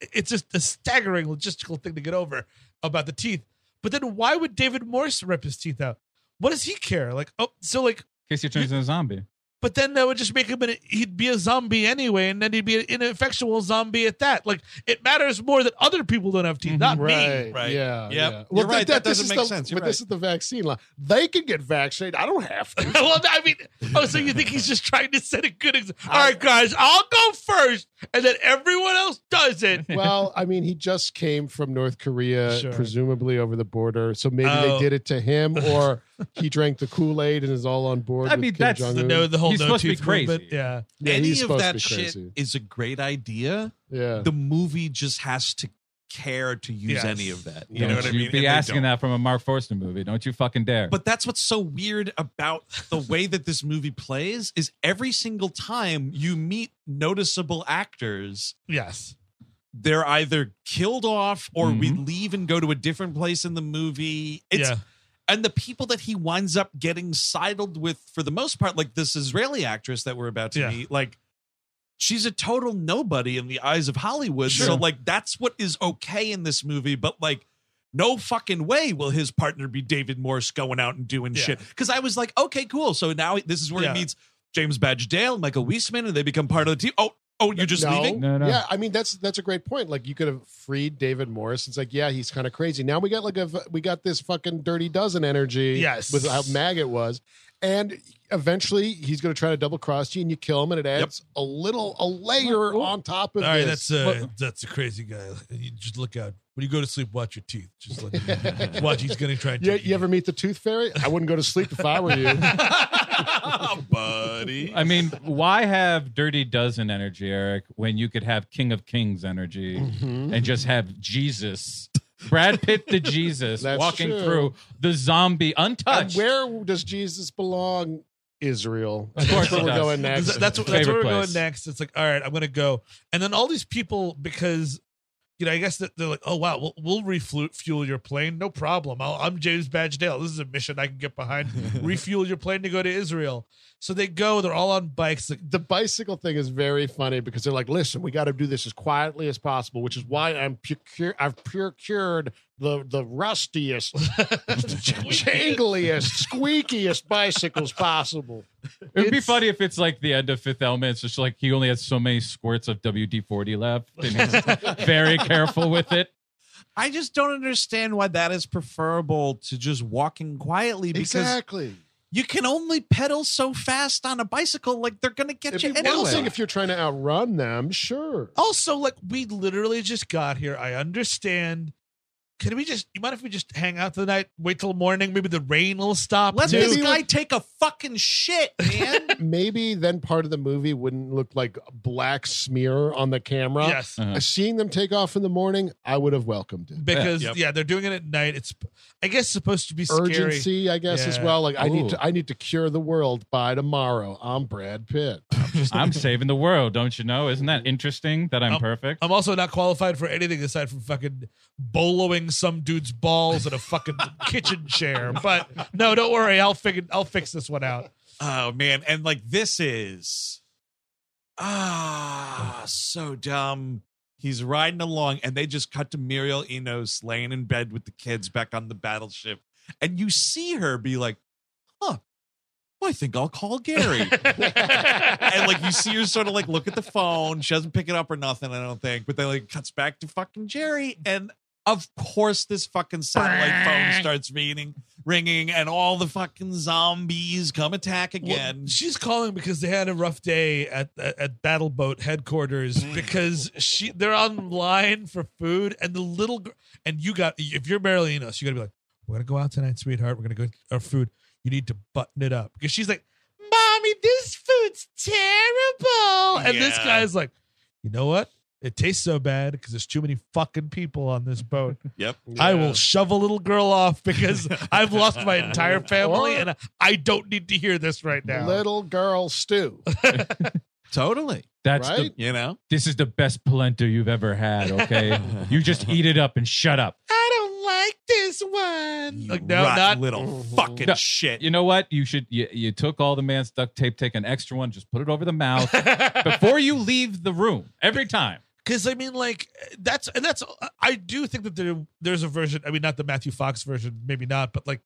S7: it's just a staggering logistical thing to get over about the teeth. But then, why would David Morse rip his teeth out? What does he care? Like, oh, so like,
S6: In case he turns into a zombie.
S7: but then that would just make him. An, he'd be a zombie anyway, and then he'd be an ineffectual zombie at that. Like, it matters more that other people don't have teeth, not me.
S5: Right.
S4: Mm-hmm. Right.
S5: Yeah.
S4: Yep.
S5: yeah.
S4: You're
S5: Well,
S4: right. That
S5: this
S4: doesn't
S5: is
S4: make
S5: the-
S4: sense. You're
S5: But this
S4: right.
S5: is the vaccine line. They can get vaccinated. I don't have to.
S7: well, I mean, oh, so you think he's just trying to set a good example? All right, guys, I'll go first, and then everyone else does it.
S5: well, I mean, he just came from North Korea,
S7: Sure.
S5: presumably over the border. So maybe
S7: Oh.
S5: they did it to him, or he drank the Kool Aid and is all on board.
S6: I
S5: with
S6: mean,
S5: Kim
S6: that's
S5: Jong-un.
S7: The, no, the whole
S6: He's
S7: no
S6: supposed to be
S7: tooth movement,
S6: crazy.
S7: Yeah.
S5: Yeah,
S4: Any
S5: he's
S4: of
S5: supposed to
S4: that
S5: be
S4: shit
S5: crazy.
S4: is a great idea.
S5: yeah.
S4: The movie just has to care to use
S7: Yes.
S4: any of that. You
S6: Don't
S4: know what I mean? And
S6: Be
S4: they
S6: asking
S4: don't.
S6: that from a Mark Forster movie. Don't you fucking dare.
S4: But that's what's so weird about the way that this movie plays is every single time you meet noticeable actors,
S7: Yes.
S4: they're either killed off or we leave and go to a different place in the movie. It's
S7: Mm-hmm. yeah.
S4: and the people that he winds up getting sidled with for the most part, like this Israeli actress that we're about to
S7: Yeah.
S4: meet, like she's a total nobody in the eyes of Hollywood. So
S7: Sure.
S4: like that's what is okay in this movie, but like no fucking way will his partner be David Morse going out and doing
S7: Yeah.
S4: shit. Because I was like, okay, cool. So now this is where
S7: Yeah.
S4: he meets James Badge Dale, Michael Weisman, and they become part of the team. Oh, oh, you're just
S5: no.
S4: leaving?
S6: No, no.
S5: Yeah, I mean that's that's a great point. Like you could have freed David Morris. It's like, yeah, he's kind of crazy. Now we got like a we got this fucking dirty dozen energy.
S7: Yes.
S5: with how mag it was, and eventually he's going to try to double cross you, and you kill him, and it adds a little a layer on top of
S7: All right,
S5: this.
S7: that's a that's a crazy guy. You just look out when you go to sleep. Watch your teeth. Just look. watch. He's gonna try and.
S5: you,
S7: take
S5: you ever meet the Tooth Fairy? I wouldn't go to sleep if I were you.
S4: Buddy.
S6: I mean, why have Dirty Dozen energy, Eric, when you could have King of Kings energy
S5: Mm-hmm.
S6: and just have Jesus, Brad Pitt the Jesus,
S5: That's
S6: walking
S5: true.
S6: through the zombie
S5: And
S6: untouched?
S5: where does Jesus belong? Israel.
S6: Of course
S5: That's where
S6: he
S5: we're
S6: does.
S5: going next.
S7: That's that's, that's where
S6: Favorite
S7: we're
S6: place.
S7: going next. It's like, all right, I'm gonna go, and then all these people because. You know, I guess that they're like, "Oh wow, we'll, we'll refuel fuel your plane, no problem." I'll, I'm James Badge Dale. This is a mission I can get behind. refuel your plane to go to Israel. So they go. They're all on bikes. Like,
S5: the bicycle thing is very funny because they're like, listen, we got to do this as quietly as possible, which is why I'm procure- I've procured the the rustiest, jangliest, squeakiest bicycles possible.
S6: It would be
S5: It's-
S6: funny if it's like the end of Fifth Element. It's just like he only has so many squirts of WD 40 left and he's very careful with it.
S4: I just don't understand why that is preferable to just walking quietly because
S5: Exactly.
S4: you can only pedal so fast on a bicycle, like they're gonna get
S5: If
S4: you
S5: you
S4: anyway.
S5: bouncing, if you're trying to outrun them, sure.
S7: Also, like we literally just got here. I understand. Can we just? You mind if we just hang out tonight? Wait till morning. Maybe the rain will stop.
S4: Let
S7: too.
S4: this
S5: Dude.
S4: guy take a fucking shit, man.
S5: Maybe then part of the movie wouldn't look like a black smear on the camera.
S7: Yes,
S6: Uh-huh.
S5: Uh, Seeing them take off in the morning, I would have welcomed it.
S7: because
S4: Yep.
S7: yeah, they're doing it at night. It's I guess supposed to be scary.
S5: urgency, I guess, as
S7: Yeah.
S5: well. Like I need
S6: Ooh.
S5: to I need to cure the world by tomorrow. I'm Brad Pitt.
S6: I'm saving the world, don't you know? Isn't that interesting that I'm
S7: Um,
S6: perfect?
S7: I'm also not qualified for anything aside from fucking boloing some dude's balls in a fucking kitchen chair. But no, don't worry. I'll figure. I'll fix this one out.
S4: oh man, and like this is ah so dumb. He's riding along, and they just cut to Muriel Enos laying in bed with the kids back on the battleship, and you see her be like, "Huh, I think I'll call Gary." and like you see her sort of like look at the phone. She doesn't pick it up or nothing, I don't think. But then like cuts back to fucking Jerry, and of course this fucking satellite phone starts ringing, ringing, and all the fucking zombies come attack
S7: Well,
S4: again.
S7: she's calling because they had a rough day at at, at Battle Boat headquarters because she they're on line for food and the little gr- and you got if you're Marilyn Enos, you got to be like, we're gonna go out tonight, sweetheart. We're gonna go get our food. You need to button it up because she's like, mommy, this food's terrible, and this
S4: Yeah.
S7: guy's like, you know what? It tastes so bad because there's too many fucking people on this boat.
S4: yep.
S7: I will shove a little girl off because I've lost my entire family
S5: Or-
S7: and I don't need to hear this right now.
S5: Little girl stew.
S4: Totally.
S6: That's the
S5: right?
S4: You know?
S6: this is the best polenta you've ever had, okay? you just eat it up and shut up.
S7: I don't like this one.
S4: You
S7: Like, no,
S4: rotten
S7: not
S4: little fucking
S6: No,
S4: shit.
S6: You know what? You should you, you took all the man's duct tape, take an extra one, just put it over the mouth before you leave the room every time.
S7: because I mean, like that's and that's. I do think that there there's a version. I mean, not the Matthew Fox version, maybe not, but like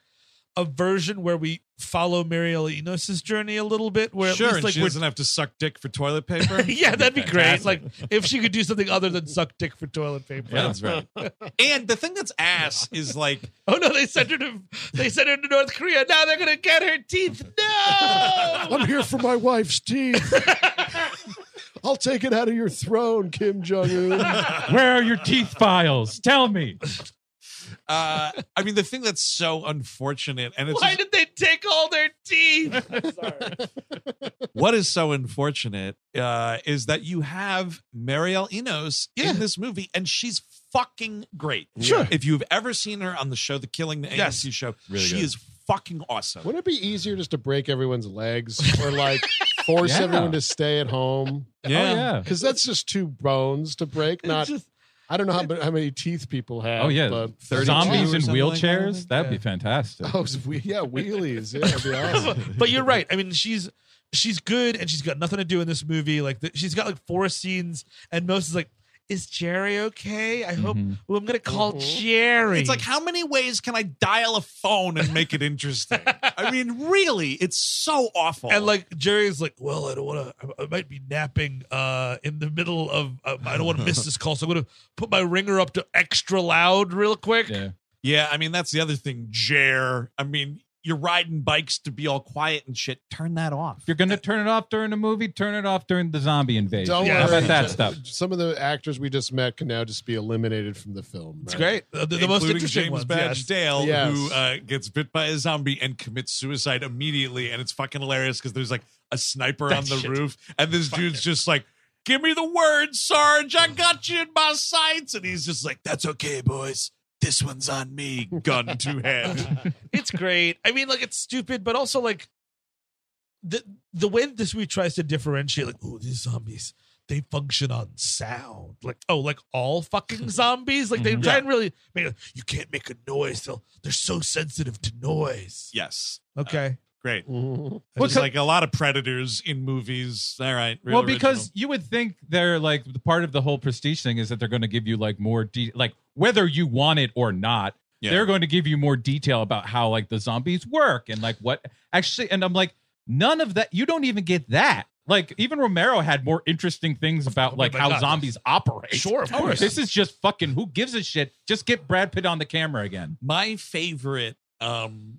S7: a version where we follow Mariel Enos's journey a little bit, where
S4: sure,
S7: at
S4: and
S7: least
S4: she
S7: like
S4: doesn't have to suck dick for toilet paper.
S7: we're. Yeah, that'd be great. Like if she could do something other than suck dick for toilet paper.
S6: Yeah, that's right.
S4: and the thing that's ass is like
S7: Oh no, they sent her to they sent her to North Korea. Now they're gonna get her teeth. No.
S5: I'm here for my wife's teeth. I'll take it out of your throne, Kim Jong Un.
S6: Where are your teeth files? Tell me.
S4: Uh, I mean, the thing that's so unfortunate, and it's
S8: Why
S4: just-
S8: did they take all their teeth?
S4: what is so unfortunate uh, is that you have Marielle Enos
S7: Yeah.
S4: in this movie, and she's fucking great.
S5: Sure.
S4: If you've ever seen her on the show, The Killing, the
S7: Yes.
S4: AMC show,
S10: Really
S4: she
S10: good.
S4: is fucking awesome.
S5: Wouldn't it be easier just to break everyone's legs or like force
S6: Yeah.
S5: everyone to stay at home?
S6: Oh, yeah.
S5: Because that's just two bones to break. Not
S8: just-
S5: I don't know how, mu- how many teeth people have.
S6: Oh, yeah.
S5: but
S4: 32
S6: Zombies
S4: or
S6: in
S4: something like that, I
S6: wheelchairs?
S4: think.
S6: That'd
S7: Yeah.
S6: be fantastic.
S5: Oh, it's we- yeah, wheelies. Yeah, that'd be awesome.
S7: but you're right. I mean, she's she's good, and she's got nothing to do in this movie. Like the, she's got like four scenes, and most is like, "Is Jerry okay? I hope."
S6: Mhm.
S7: Well, I'm gonna call Jerry.
S4: Mm-hmm. It's like, how many ways can I dial a phone and make it interesting? I mean, really, it's so awful.
S7: and like Jerry's like, well, I don't want to. I might be napping uh, in the middle of. Uh, I don't want to miss this call, so I'm gonna put my ringer up to extra loud real quick.
S6: Yeah.
S4: yeah, I mean, that's the other thing, Jer. I mean, you're riding bikes to be all quiet and shit. Turn that off.
S6: If you're going to turn it off during the movie, turn it off during the zombie invasion.
S5: Don't
S7: Yeah.
S6: How
S5: worry.
S6: about that stuff?
S5: Some of the actors we just met can now just be eliminated from the film.
S7: It's
S5: right?
S7: great. Uh, The, the most
S4: Including
S7: interesting
S4: James
S7: ones,
S4: Badge
S7: yes.
S4: Dale,
S5: Yes.
S4: who uh, gets bit by a zombie and commits suicide immediately, and it's fucking hilarious because there's like a sniper
S7: That
S4: on the
S7: shit.
S4: roof, and this dude's just like, "Give me the word, Sarge. I got you in my sights," and he's just like, "That's okay, boys. This one's on me. Gun to head."
S7: it's great. I mean, like it's stupid, but also like the the way that this movie tries to differentiate, like, oh, these zombies, they function on sound. Like, oh, like all fucking zombies. Like
S4: Mhm.
S7: they try and really make it, you can't make a noise. They'll they're so sensitive to noise.
S4: yes.
S7: Okay.
S4: Great.
S5: Mhm.
S4: It's like a lot of predators in movies. All right. real
S6: well, because
S4: original.
S6: you would think they're like the part of the whole prestige thing is that they're going to give you like more de- like whether you want it or not,
S4: Yeah.
S6: they're going to give you more detail about how like the zombies work and like what actually. And I'm like, none of that. You don't even get that. Like even Romero had more interesting things about
S7: oh
S6: like
S7: my
S6: how
S7: God.
S6: zombies operate.
S7: Sure, of course.
S6: This is just fucking who gives a shit. Just get Brad Pitt on the camera again.
S4: my favorite um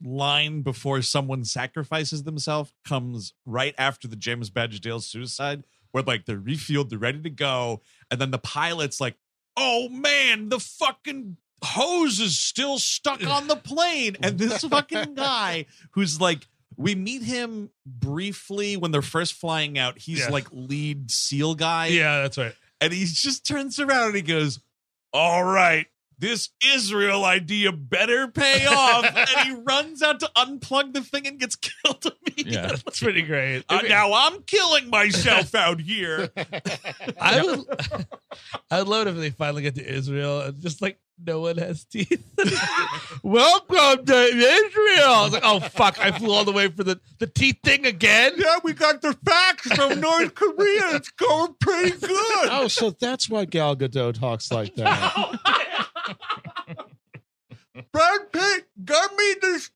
S4: line before someone sacrifices themselves comes right after the James Badge Dale suicide, where like they're refueled, they're ready to go, and then the pilot's like, "Oh man, the fucking." Hose is still stuck on the plane. And this fucking guy who's like, we meet him briefly when they're first flying out. He's
S7: Yeah.
S4: like lead SEAL guy.
S7: Yeah, that's right.
S4: And he just turns around and he goes, All right, this Israel idea better pay off. and he runs out to unplug the thing and gets killed immediately.
S6: Yeah.
S7: That's pretty great.
S4: Uh, now I'm killing myself out here.
S7: I would, I would love it if they finally get to Israel and just like no one has teeth. Welcome to Israel. I was like, oh fuck, I flew all the way for the the teeth thing again.
S4: yeah, we got the facts from North Korea. It's going pretty good.
S5: Oh, so that's why Gal Gadot talks like that.
S4: Brad Pitt got me the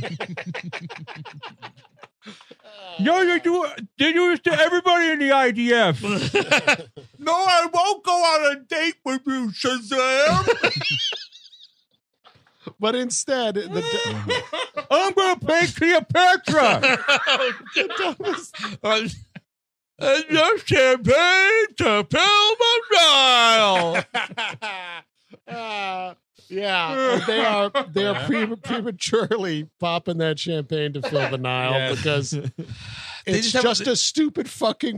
S4: stone.
S6: No, they do. They do this to everybody in the IDF.
S4: no, I won't go on a date with you, Shazam.
S5: but instead, the,
S6: I'm gonna play Cleopatra.
S7: Uh, and no champagne to fill my dial.
S5: uh, yeah, and they are they are pre- prematurely popping that champagne to fill the Nile
S6: Yes.
S5: because it's
S7: just have-
S5: just, a stupid fucking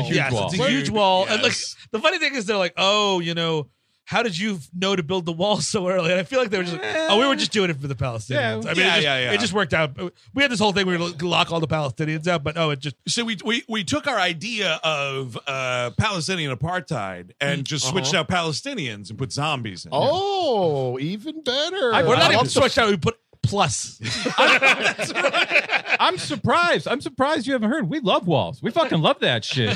S6: It's a huge
S7: Yes, it's a
S6: wall.
S7: huge wall. And like
S4: Yes.
S7: the funny thing is, they're like, oh, you know. How did you know to build the wall so early? And I feel like they were just like, oh, we were just doing it for the Palestinians.
S6: Yeah.
S7: I mean, it,
S4: Yeah,
S7: just,
S4: yeah, yeah.
S7: it just worked out. We had this whole thing where we were gonna lock all the Palestinians out, but oh, it just
S4: so we, we we took our idea of uh, Palestinian apartheid and just switched out Palestinians and put zombies in.
S5: Uh-huh. Oh, even better.
S7: we're
S5: I
S7: not even
S5: love the-
S7: switched out. We put plus.
S6: I'm surprised. I'm surprised you haven't heard. We love walls. We fucking love that shit.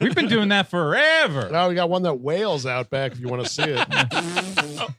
S6: We've been doing that forever.
S5: Now we got one that wails out back if you want to see it.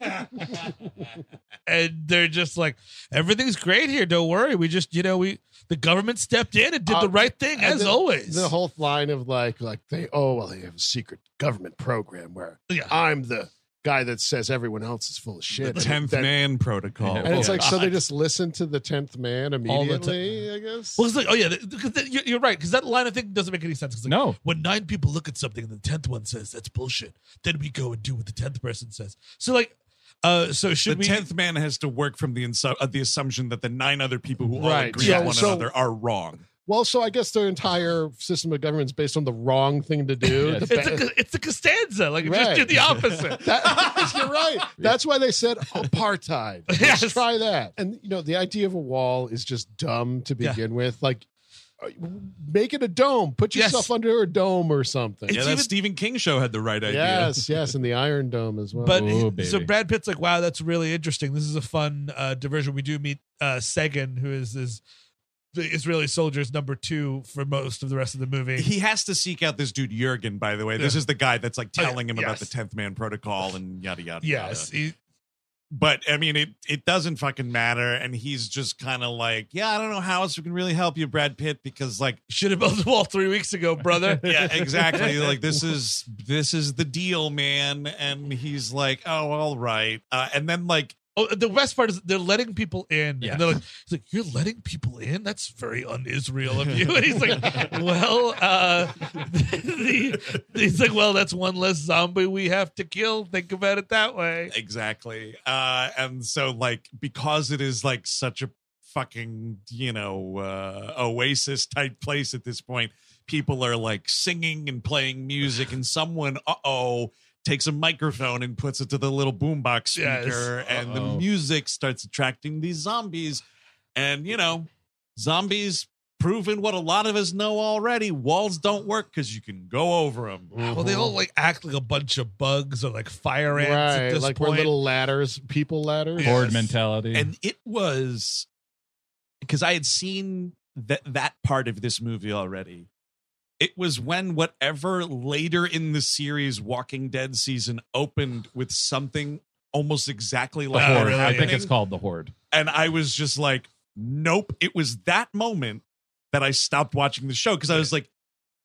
S7: and they're just like, everything's great here. Don't worry. We just, you know, we the government stepped in and did
S5: Uh,
S7: the right thing
S5: And
S7: as
S5: the-
S7: always.
S5: The whole line of like, like they, oh, well, they have a secret government program where
S7: Yeah.
S5: I'm the guy that says everyone else is full of shit.
S4: The tenth
S5: That-
S4: man protocol.
S5: And it's
S4: Oh,
S5: like, so they
S4: God.
S5: just listen to the tenth man
S7: All the ti-
S5: immediately, I guess.
S7: well, it's like, oh yeah, th- 'cause th- you're- you're right because that line of thing doesn't make any sense. 'Cause, like,
S6: No.
S7: when nine people look at something and the tenth one says that's bullshit, then we go and do what the tenth person says. So like, Uh, so
S4: The
S7: should we?
S4: tenth man has to work from the insu- uh, the assumption that the nine other people who all
S5: Right.
S4: agree
S5: Yeah,
S4: with one
S5: so-
S4: another are wrong.
S5: Well, so I guess their entire system of government is based on the wrong thing to do.
S6: Yes.
S5: The
S7: It's
S5: ba-
S7: a it's a Costanza. Like just
S5: Right.
S7: do the opposite.
S5: That- you're right. That's why they said apartheid.
S7: Yes.
S5: Let's try that. And you know, the idea of a wall is just dumb to
S7: Yeah.
S5: begin with. Like, uh, make it a dome. Put
S7: Yes.
S5: yourself under a dome or something.
S4: yeah,
S7: It's
S4: that
S7: even-
S4: Stephen King show had the right idea.
S5: Yes, yes, and the Iron Dome as well.
S7: But
S6: Ooh,
S7: so
S6: baby.
S7: Brad Pitt's like, wow, that's really interesting. This is a fun uh, diversion. We do meet uh, Segan, who is is the Israeli soldier's number two for most of the rest of the movie.
S4: He has to seek out this dude Jurgen, by the way. This is the guy that's like telling him about
S7: Yes.
S4: the tenth man protocol and yada yada.
S7: yes,
S4: yada.
S7: he-
S4: but I mean, it it doesn't fucking matter. And he's just kind of like, yeah, I don't know how else we can really help you, Brad Pitt, because like,
S7: should have built the wall three weeks ago, brother.
S4: yeah, exactly. like this is this is the deal, man. And he's like, oh, all right. Uh, and then like
S7: Oh, the best part is they're letting people in.
S6: Yeah.
S7: And they're like, he's like, you're letting people in? That's very un-Israel of you. And he's like, well, uh, the, he's like, well, that's one less zombie we have to kill. Think about it that way.
S4: exactly uh and so like because it is like such a fucking you know uh oasis type place at this point people are like singing and playing music and someone uh-oh takes a microphone and puts it to the little boombox
S7: Yes.
S4: speaker and the
S6: Uh-oh.
S4: music starts attracting these zombies and you know zombies proven what a lot of us know already walls don't work because you can go over them
S7: Well, they all like act like a bunch of bugs or like fire ants at
S5: right,
S7: this
S5: like we're
S7: point.
S5: little ladders, people ladders.
S6: Horde mentality.
S4: and it was because I had seen that that part of this movie already. It was when whatever later in the series Walking Dead season opened with something almost exactly
S6: the
S4: like
S6: horde.
S4: that
S7: really?
S6: Oh, I think
S4: happening,
S6: it's called the horde.
S4: and I was just like, nope. It was that moment that I stopped watching the show because I was like.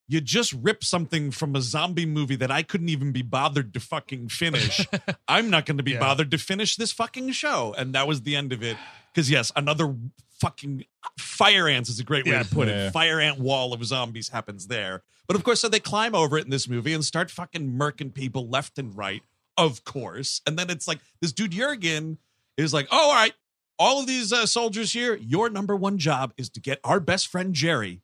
S4: You just ripped something from a zombie movie that I couldn't even be bothered to fucking finish. I'm not going to be
S7: Yeah.
S4: bothered to finish this fucking show. And that was the end of it. Because, yes, another fucking fire ants is a great way
S7: Yeah.
S4: to put
S6: Yeah.
S4: it. Fire ant wall of zombies happens there. But of course, so they climb over it in this movie and start fucking murking people left and right, of course. And then it's like this dude, Jurgen, is like, oh, all right, all of these uh, soldiers here, your number one job is to get our best friend, Jerry,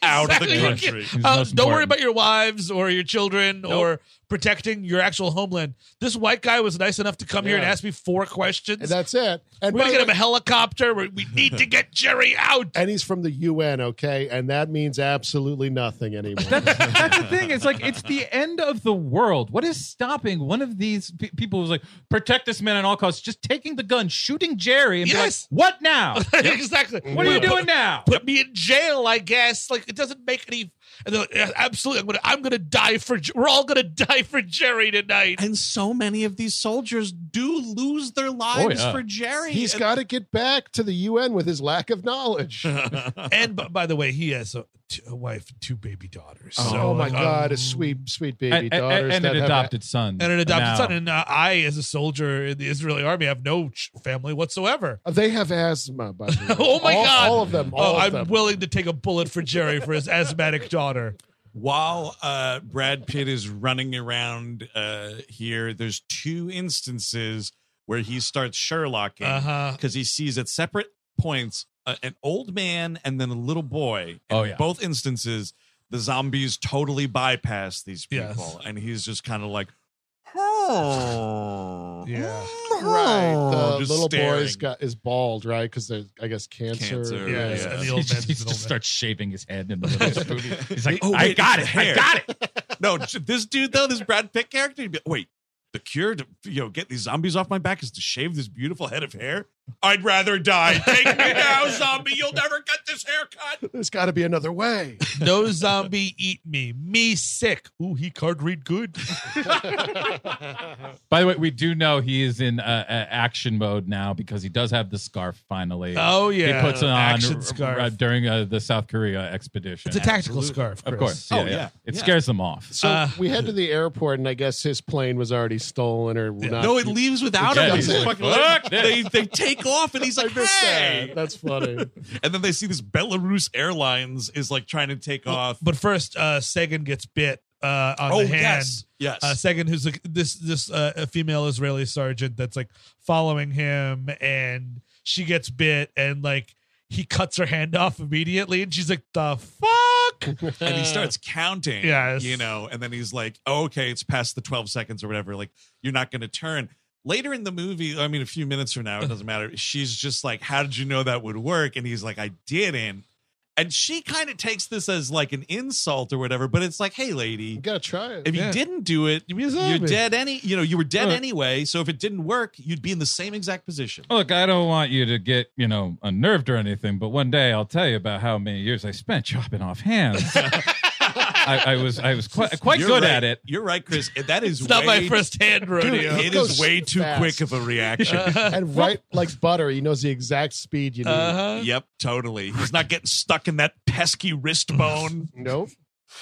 S4: out
S7: Exactly.
S4: of the country.
S6: He's
S7: Uh,
S6: most
S7: don't worry
S6: important.
S7: about your wives or your children or protecting your actual homeland. This white guy was nice enough to come here and
S5: Yeah.
S7: ask me four questions.
S5: And that's it. And
S7: We're
S5: by
S7: gonna get
S5: the
S7: him a helicopter. We we need to get Jerry out.
S5: and he's from the UN, okay? And that means absolutely nothing anymore.
S6: That's the thing. It's like it's the end of the world. What is stopping one of these pe- people who's like protect this man at all costs, just taking the gun, shooting Jerry, and be
S7: Yes.
S6: like, "What now?
S7: exactly.
S6: What are you
S7: Put-
S6: doing now?"
S7: Put me in jail, I guess. Like it doesn't make any. And they're like, "Yeah, absolutely, I'm gonna, I'm gonna die for. Jer- We're all gonna die for Jerry tonight.
S4: And so many of these soldiers do lose their lives
S6: Oh, yeah.
S4: for Jerry.
S5: he's
S4: And-
S5: got to get back to the UN with his lack of knowledge.
S7: Oh, and b- by the way, he has a, t- a wife and two baby daughters.
S5: Oh,
S7: so,
S5: my
S7: um,
S5: God, a sweet, sweet baby
S6: And, and-
S5: daughters
S6: and
S5: that
S6: an
S5: have
S6: adopted son.
S7: and an adopted
S6: Now.
S7: son. And uh, I, as a soldier in the Israeli army, have no ch- family whatsoever.
S5: A, Uh, they have asthma. By the way.
S7: Oh, my
S5: All-
S7: God.
S5: All of them. All
S7: oh,
S5: of
S7: I'm
S5: them.
S7: willing to take a bullet for Jerry for his asthmatic daughter.
S4: While uh, Brad Pitt is running around uh, here, there's two instances where he starts Sherlocking
S7: Uh
S4: because
S6: Uh-huh.
S7: huh.
S4: he sees at separate points uh, an old man and then a little boy. And
S6: Oh,
S4: in
S6: yeah.
S4: Both instances, the zombies totally bypass these people,
S7: Yes.
S4: and he's just kind of like, oh,
S7: Yeah.
S5: Right.
S7: Oh,
S5: The
S4: Just
S5: little boy's
S4: staring.
S5: got is bald, right? Because there's, I guess, cancer.
S4: Cancer,
S7: Yeah,
S4: Yeah.
S7: and the
S6: He
S7: old
S6: just,
S7: man's
S6: he
S7: an
S6: just
S7: old man.
S6: starts shaving his head in the middle of the movie. He's like,
S4: Oh,
S6: "I
S4: wait,
S6: got
S4: it's
S6: it,
S4: his
S6: I
S4: hair."
S6: got it."
S4: no, j- this dude though, this Brad Pitt character, he'd be, wait, the cure to you know get these zombies off my back is to shave this beautiful head of hair. I'd rather die. Take me now, zombie. You'll never get this haircut.
S5: There's got to be another way.
S7: No zombie eat me. Me sick. Ooh, he can't read good.
S6: By the way, we do know he is in uh, uh, action mode now because he does have the scarf finally.
S7: Oh yeah.
S6: he puts it on
S7: Action
S6: r-
S7: scarf.
S6: r- during uh, the South Korea expedition.
S7: it's a tactical scarf.
S6: of
S7: Chris.
S6: course.
S4: Oh,
S6: yeah, yeah.
S4: yeah.
S6: It
S4: Yeah.
S6: scares them off.
S5: So
S7: Uh,
S5: we head to the airport, and I guess his plane was already stolen or not.
S4: No, it leaves without
S6: Yeah,
S4: him.
S6: he's
S4: He's
S6: like,
S4: fucking-
S6: "Fuck
S4: they they take off and he's
S5: I
S4: like,
S5: missed
S4: hey.
S5: that. That's funny.
S4: And then they see this Belarus Airlines is like trying to take off.
S7: But first, uh, Sagan gets bit uh, on
S4: oh
S7: the hand.
S4: yes, yes.
S7: Uh, second, who's like, this this uh, a female Israeli sergeant that's like following him, and she gets bit, and like he cuts her hand off immediately, and she's like, "The fuck!"
S4: and he starts counting.
S7: Yes.
S4: You know, and then he's like, oh, okay, it's past the 12 seconds or whatever. Like, you're not going to turn. Later in the movie, I mean, a few minutes from now, it doesn't matter. She's just like, how did you know that would work? And he's like, I didn't. And she kind of takes this as like an insult or whatever, but it's like, hey, lady,
S5: You gotta try it.
S4: if you didn't do it,
S7: be a
S4: you're
S7: zombie.
S4: dead any, you know, you were dead
S7: Right.
S4: anyway. So if it didn't work, you'd be in the same exact position.
S6: Look, I don't want you to get, you know, unnerved or anything, but one day I'll tell you about how many years I spent chopping off hands. I, I was I was quite, quite
S4: You're
S6: good
S4: right.
S6: at it.
S4: You're right, Chris. That is
S7: It's not my
S4: way-
S7: first hand rodeo.
S4: It
S5: Go
S4: is way too
S5: fast.
S4: quick of a reaction.
S5: and right like butter, he knows the exact speed you need.
S7: Uh-huh.
S4: Yep, totally. He's not getting stuck in that pesky wrist bone.
S5: Nope.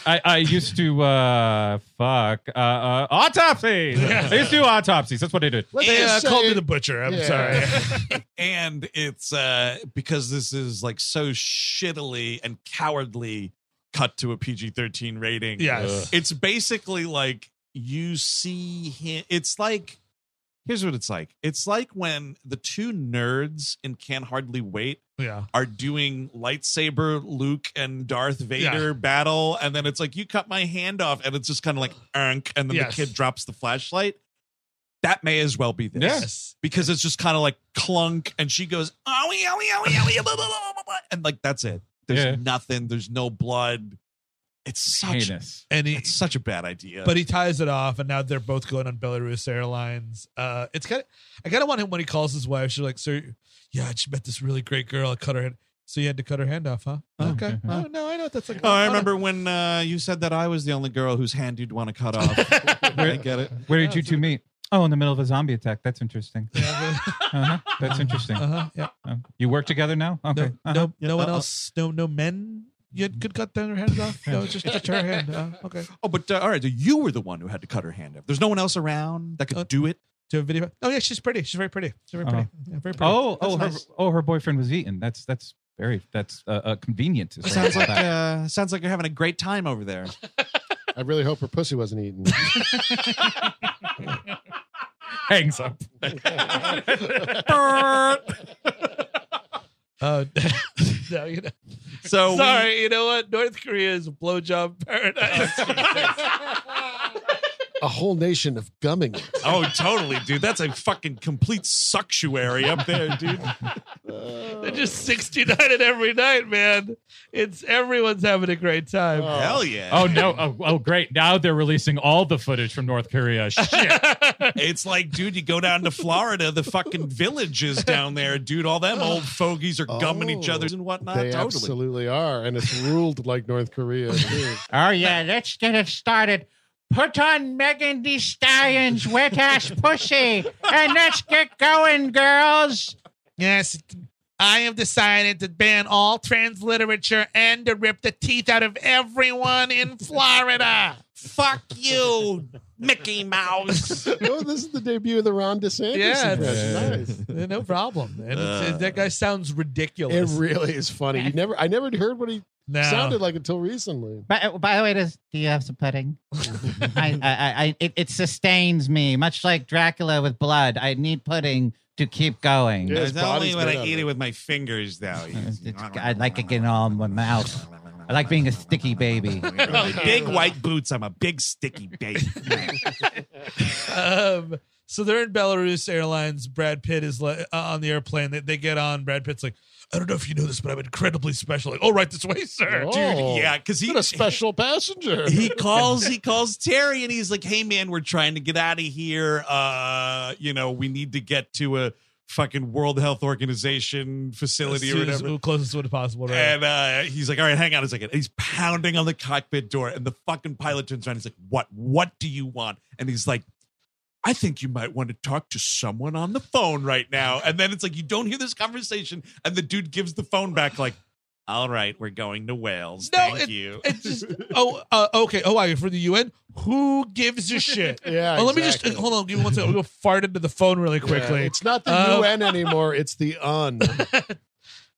S6: I, I used to uh fuck uh, uh autopsies. I used to do autopsies. That's what I did.
S5: Let's
S7: Yeah,
S5: just
S7: call
S5: say-
S7: me the butcher. I'm
S5: Yeah.
S7: sorry.
S4: and it's uh because this is like so shittily and cowardly cut to a PG-13 rating.
S7: yes.
S4: It's basically like you see him it's like here's what it's like. It's like when the two nerds in Can Hardly Wait
S7: yeah.
S4: are doing lightsaber Luke and Darth Vader battle, and then it's like you cut my hand off, and it's just kind of like "Unk," and then
S7: Yes.
S4: the kid drops the flashlight. That may as well be this,
S7: Yes.
S4: because it's just kind of like clunk, and she goes owie owie owie owie, blah, blah, blah, blah, blah," and like that's it. There's
S6: Yeah.
S4: nothing. There's no blood. It's such
S6: Heinous.
S7: And he,
S4: it's such a bad idea.
S7: but he ties it off, and now they're both going on Belarus Airlines. Uh, it's kind of I kind of want him when he calls his wife. She's like, "Sir, yeah, I just met this really great girl. I cut her hand, so you had to cut her hand off, huh? Okay, oh no, I know what that's like.
S4: Oh, I remember when uh, you said that I was the only girl whose hand you'd want to cut off. I get it.
S6: Where did you two meet? Oh, in the middle of a zombie attack. That's interesting.
S7: Yeah,
S6: Uh-huh. That's interesting.
S7: uh huh. Yeah.
S6: Uh, You work together now?
S7: No,
S6: Okay. Uh-huh.
S7: no,
S4: Yeah,
S7: no one
S4: uh-uh.
S7: else. No, no men. You could cut their hands off. No, just, just her hand. Uh, okay.
S4: Oh, but uh, all right, so you were the one who had to cut her hand off. There's no one else around that could
S7: Uh,
S4: do it.
S7: Do a video. Oh yeah, she's pretty. She's very pretty. She's very pretty. Yeah, very pretty.
S6: Oh, oh, her,
S7: nice.
S6: oh, her boyfriend was eaten. That's that's very that's uh, uh, convenient. is what
S4: Sounds
S6: I
S4: like
S6: thought.
S4: uh, sounds like you're having a great time over there.
S5: I really hope her pussy wasn't eaten.
S6: hangs up.
S7: Oh, no, you know.
S4: So we-
S7: Sorry, you know what? North Korea is a blowjob paradise.
S5: a whole nation of gumming it.
S4: oh, totally, dude. That's a fucking complete suctuary up there, dude.
S7: They're just 69 it every night, man. It's everyone's having a great time.
S4: Hell yeah.
S6: Oh no! Oh, oh great! Now they're releasing all the footage from North Korea. Shit!
S4: It's like, dude, you go down to Florida, the fucking villages down there, dude. All them old fogies are gumming each
S5: Oh.
S4: other's and whatnot.
S5: They
S4: totally.
S5: absolutely are, and it's ruled like North Korea. too.
S2: Oh yeah, let's get it started. Put on Megan Thee Stallion's wet ass pussy and let's get going, girls.
S7: Yes, I have decided to ban all trans literature and to rip the teeth out of everyone in Florida.
S4: Fuck you, Mickey Mouse.
S5: oh, this is the debut of the Ron DeSantis.
S7: Yeah,
S5: impression.
S7: it's-
S5: nice.
S7: no problem. man. It's- it- that guy sounds
S5: It
S7: ridiculous.
S5: really is funny. You never, I never heard what he
S7: No.
S5: sounded like until recently.
S2: By, by the way, does, do you have some pudding? I, I, I, it, it sustains me, much like Dracula with blood. I need pudding to keep going.
S5: Yeah.
S4: It's
S5: His body's
S4: only when
S5: made
S4: I
S5: of
S4: eat
S5: it.
S4: it with my fingers, though.
S2: It's- it's- I like it getting all in my mouth. I like being a sticky baby.
S4: big white boots. I'm a big sticky baby.
S7: um, so they're in Belarus Airlines. Brad Pitt is like, uh, on the airplane. They, they get on. Brad Pitt's like, I don't know if you know this, but I'm incredibly special. Like, oh, right this way, sir.
S5: Oh,
S4: yeah, because he
S5: what a special passenger.
S4: he calls he calls Terry and he's like, "Hey man, we're trying to get out of here. Uh, you know, we need to get to a fucking World Health Organization facility or
S7: Soon as-
S4: whatever."
S7: closest one possible. Right?
S4: And uh, he's like, all right, hang on a second. He's pounding on the cockpit door, and the fucking pilot turns around. He's like, what? What do you want? And he's like, I think you might want to talk to someone on the phone right now. And then it's like, you don't hear this conversation. And the dude gives the phone back, like, all right, we're going to Wales.
S7: No,
S4: Thank
S7: it-
S4: you.
S7: it's just oh uh, okay oh I for the UN who gives a shit
S5: Yeah,
S7: oh let me just
S5: exactly.
S7: uh, hold on give me one second we'll go fart into the phone really
S5: Yeah,
S7: quickly
S5: it's not the
S7: Uh,
S5: UN anymore. It's the UN.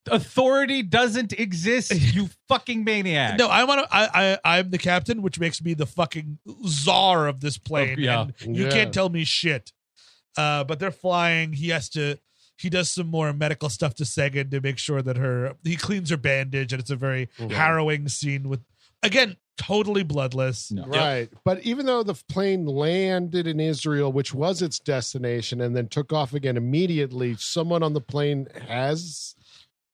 S6: authority doesn't exist, you fucking maniac.
S7: No, I want to. I, I I'm the captain, which makes me the fucking czar of this plane.
S6: Oh, yeah.
S7: and you
S5: Yeah.
S7: can't tell me shit. Uh, but they're flying. He has to. He does some more medical stuff to Sagan to make sure that her. He cleans her bandage, and it's a very
S5: Mm-hmm.
S7: harrowing scene with, again, totally bloodless.
S6: No.
S5: Right. But even though the plane landed in Israel, which was its destination, and then took off again immediately, someone on the plane has.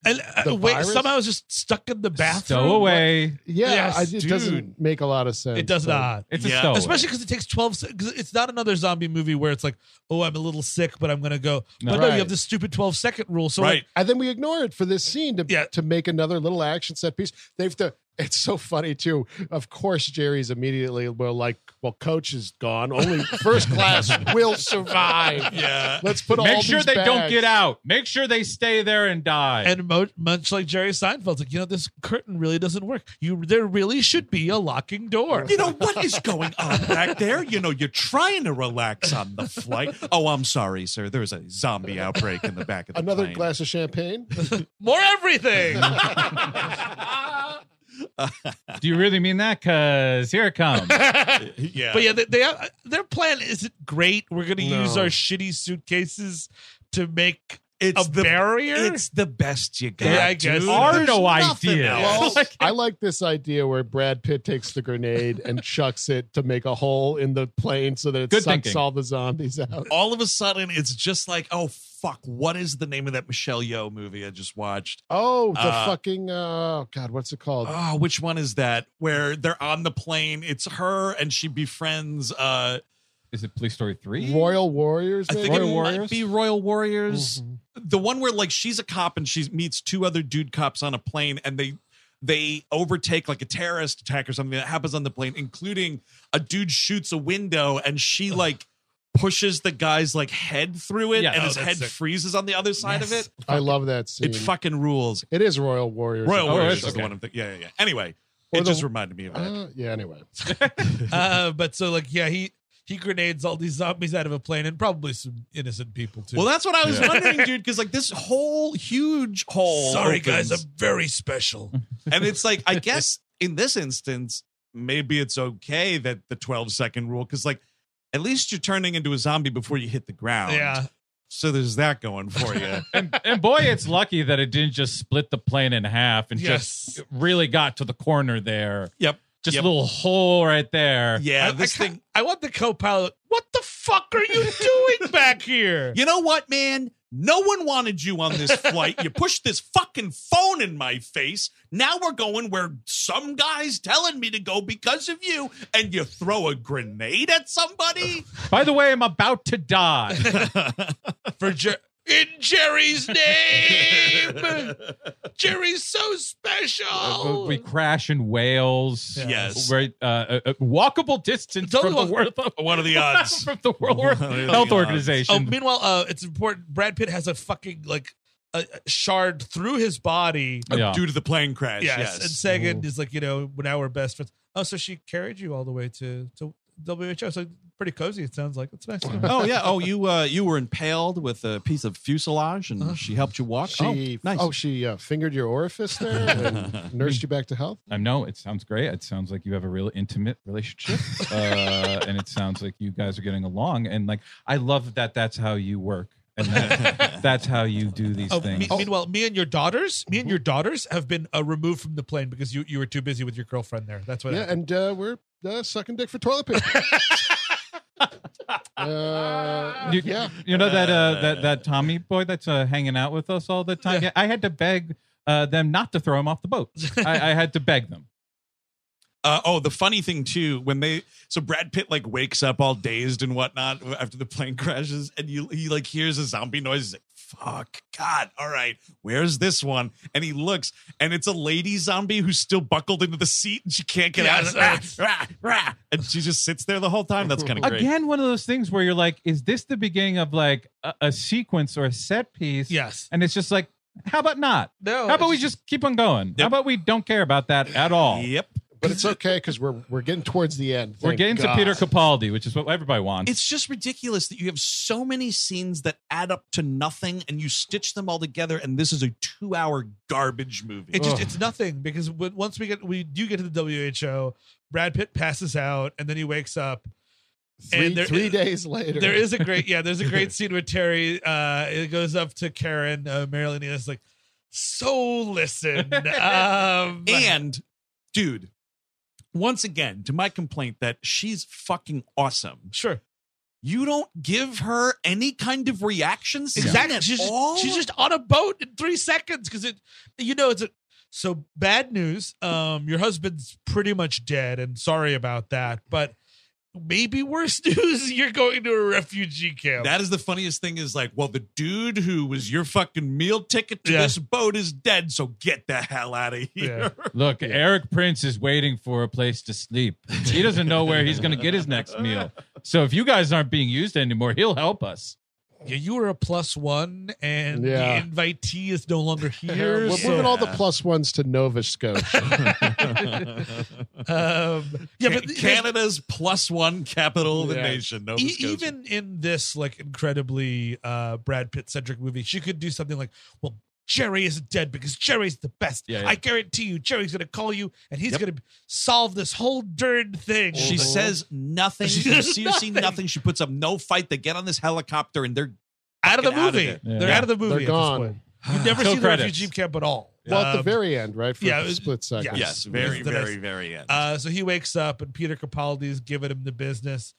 S7: And uh,
S5: The
S7: wait,
S5: virus?
S7: somehow it's just stuck in the bathroom.
S6: Stowaway.
S5: Yeah,
S7: Yes,
S5: I, it
S7: dude.
S5: doesn't make a lot of sense.
S7: It does
S5: but-
S7: not.
S6: It's
S4: Yeah.
S6: a stowaway.
S7: Especially because it takes 12 seconds. It's not another zombie movie where it's like, oh, I'm a little sick, but I'm going to go.
S6: No.
S7: But no, you
S5: Right.
S7: have this stupid 12 second rule. So,
S4: Right.
S7: like,
S5: And then we ignore it for this scene to,
S7: Yeah.
S5: to make another little action set piece. They've to. It's so funny too. Of course, Jerry's immediately well, like, well, coach is gone. Only first class will survive.
S4: Yeah.
S5: Let's put all
S6: Make sure
S5: these
S6: they don't
S5: bags-
S6: get out. Make sure they stay there and die.
S7: and mo- much like Jerry Seinfeld's, like you know, this curtain really doesn't work. You there really should be a locking door.
S4: You know what is going on back there? You know, you're trying to relax on the flight. Oh, I'm sorry, sir. There's a zombie outbreak in the back of the
S5: Another
S4: plane.
S5: glass of champagne. Oh,
S7: More everything.
S6: Do you really mean that? Because here it comes.
S4: Yeah.
S7: but yeah, they, they have, their plan isn't great. We're gonna use
S5: No.
S7: our shitty suitcases to make
S4: it's
S7: a
S4: the
S7: barrier.
S4: It's the best you got.
S7: Yeah, I guess.
S4: dude.
S6: Are
S4: There's
S6: no
S4: nothing
S6: ideas.
S4: else.
S6: Well,
S5: I like this idea where Brad Pitt takes the grenade and chucks it to make a hole in the plane so that it
S6: Good
S5: sucks
S6: thinking.
S5: all the zombies out.
S4: all of a sudden, it's just like, oh fuck, what is the name of that Michelle Yeoh movie I just watched?
S5: Oh, the
S4: Uh,
S5: fucking uh, God, what's it called?
S4: Oh, which one is that? Where they're on the plane, it's her and she befriends. uh
S6: Is it Police Story 3?
S5: Royal Warriors.
S4: I
S5: Maybe?
S4: think it
S6: Royal Warriors?
S4: might be Royal Warriors. The one where like she's a cop and she meets two other dude cops on a plane and they they overtake like a terrorist attack or something that happens on the plane, including a dude shoots a window and she like pushes the guy's like head through it
S6: Yeah.
S4: and
S6: Oh,
S4: his
S7: that's
S4: head
S7: sick.
S4: freezes on the other side of it.
S5: I love that scene.
S4: It fucking rules.
S5: It is Royal Warriors.
S4: Royal
S6: Oh,
S4: Warriors
S6: it's
S4: is the
S6: okay.
S4: one I'm thinking. Yeah, yeah, yeah. Anyway,
S5: Or
S4: it
S5: the-
S4: just reminded me of that.
S5: Uh, yeah. Anyway,
S4: Oh,
S7: uh, but so like yeah, he he grenades all these zombies out of a plane and probably some innocent people too.
S4: well, that's what I was wondering, dude, because like this whole huge hole.
S7: sorry
S4: opens.
S7: guys, I'm very special.
S4: and it's like i guess in this instance maybe it's okay that the 12 second rule because like at least you're turning into a zombie before you hit the ground
S7: yeah.
S4: so there's that going for you
S6: And, and boy, it's lucky that it didn't just split the plane in half and
S7: Yes.
S6: just really got to the corner there.
S4: yep
S6: Just
S4: Yep.
S6: a little hole right there.
S4: yeah
S7: I,
S4: this
S7: I,
S4: thing
S7: ca- I want the co-pilot. What the fuck are you doing back here?
S4: you know what man no one wanted you on this flight you pushed this fucking phone in my face now we're going where some guy's telling me to go because of you and you throw a grenade at somebody
S6: By the way, I'm about to die.
S7: for Jer- in Jerry's name. Jerry's so
S6: Uh,
S7: special.
S6: we crash in Wales.
S4: Yes.
S6: Right. Uh, a, a walkable distance
S7: Tell me
S6: from the,
S7: what-
S6: world,
S4: what are the odds
S6: from the World
S4: What are the
S6: Health
S4: odds?
S7: oh,
S6: Organization.
S7: meanwhile, uh, it's important. Brad Pitt has a fucking like a a shard through his body.
S6: Yeah.
S4: due to the plane crash
S7: Yes,
S4: yes,
S7: and Sagan is like, you know, now we're best friends. Oh, so she carried you all the way to to WHO. So pretty cozy. It sounds like that's nice.
S4: oh yeah. Oh, you uh, you were impaled with a piece of fuselage, and she helped you walk.
S5: she.
S4: oh, nice.
S5: Oh, she uh, fingered your orifice there and nursed you back to health.
S6: I know it sounds great. It sounds like you have a real intimate relationship, uh, and it sounds like you guys are getting along. And like, I love that. That's how you work, and that, that's how you do these
S7: Oh, me,
S6: things.
S7: meanwhile, me and your daughters, me and your daughters have been uh, removed from the plane because you, you were too busy with your girlfriend there. That's what.
S5: Yeah,
S7: happened.
S5: and uh, we're uh, sucking dick for toilet paper. uh,
S6: you,
S5: yeah.
S6: you know that uh, that that Tommy boy that's uh, hanging out with us all the time. Yeah, I had to beg uh, them not to throw him off the boat. I, I had to beg them.
S4: Uh, oh, the funny thing too, when they so Brad Pitt like wakes up all dazed and whatnot after the plane crashes, and you he like hears a zombie noise. He's like, "Fuck, God, all right, where's this one?" And he looks, and it's a lady zombie who's still buckled into the seat, and she can't get out.
S7: Yes.
S4: Rah, rah, rah. and she just sits there the whole time. That's kind of great.
S6: Again, one of those things where you're like, is this the beginning of like a, a sequence or a set piece?
S7: yes.
S6: And it's just like, how about not?
S7: No.
S6: How about we just keep on going? How about we don't care about that at all?
S4: Yep.
S5: but it's okay because we're we're getting towards the end.
S6: We're
S5: thank
S6: getting to
S5: God.
S6: Peter Capaldi, which is what everybody wants.
S4: It's just ridiculous that you have so many scenes that add up to nothing and you stitch them all together, and this is a two hour garbage movie.
S7: It just it's nothing because when, once we get we do get to the WHO, Brad Pitt passes out and then he wakes up.
S5: Three,
S7: and there-
S5: three days later,
S7: There is a great yeah. There's a great scene where Terry uh it goes up to Karen uh, Marilyn and is like, so listen um
S4: and, dude, once again, to my complaint that she's fucking awesome.
S7: sure
S4: You don't give her any kind of reaction scene
S7: exactly
S4: at
S7: she's just,
S4: all.
S7: she's just on a boat in three seconds because it you know it's a so bad news um your husband's pretty much dead and sorry about that but maybe worse news you're going to a refugee camp
S4: That is the funniest thing is like, well, the dude who was your fucking meal ticket to
S7: Yeah.
S4: this boat is dead, so get the hell out of here.
S6: Look, Eric Prince is waiting for a place to sleep. He doesn't know where he's going to get his next meal. So if you guys aren't being used anymore, he'll help us.
S7: yeah you were a plus one and
S5: Yeah.
S7: the invitee is no longer
S5: We're
S7: here so-
S5: moving all the plus ones to Nova Scotia.
S7: um yeah but
S4: Ca- Canada's plus one capital of the
S5: Yeah.
S4: nation. Nova
S7: E-
S4: Scotia.
S7: even in this like incredibly uh Brad Pitt centric movie, she could do something like, "Well, Jerry isn't dead because Jerry's the best.
S6: Yeah, yeah.
S7: I guarantee you, Jerry's gonna call you and he's gonna solve this whole darn thing."
S4: She says nothing.
S7: She
S4: you
S7: says
S4: see, you see
S7: nothing.
S4: nothing. She puts up no fight. They get on this helicopter and they're
S7: out of the
S4: fucking out of
S7: movie.
S4: it.
S6: Yeah.
S7: They're out of the movie.
S5: They're gone.
S7: At this point. You never
S6: No
S7: see the
S6: credits.
S7: refugee camp at all.
S5: well, at the
S7: Um,
S5: very end, right? For
S7: yeah,
S5: yeah,
S7: it was-
S5: split
S4: yes,
S5: second.
S7: Yes,
S4: very,
S7: this is the
S4: very,
S7: best.
S4: very end.
S7: Uh, so he wakes up and Peter Capaldi's giving him the business.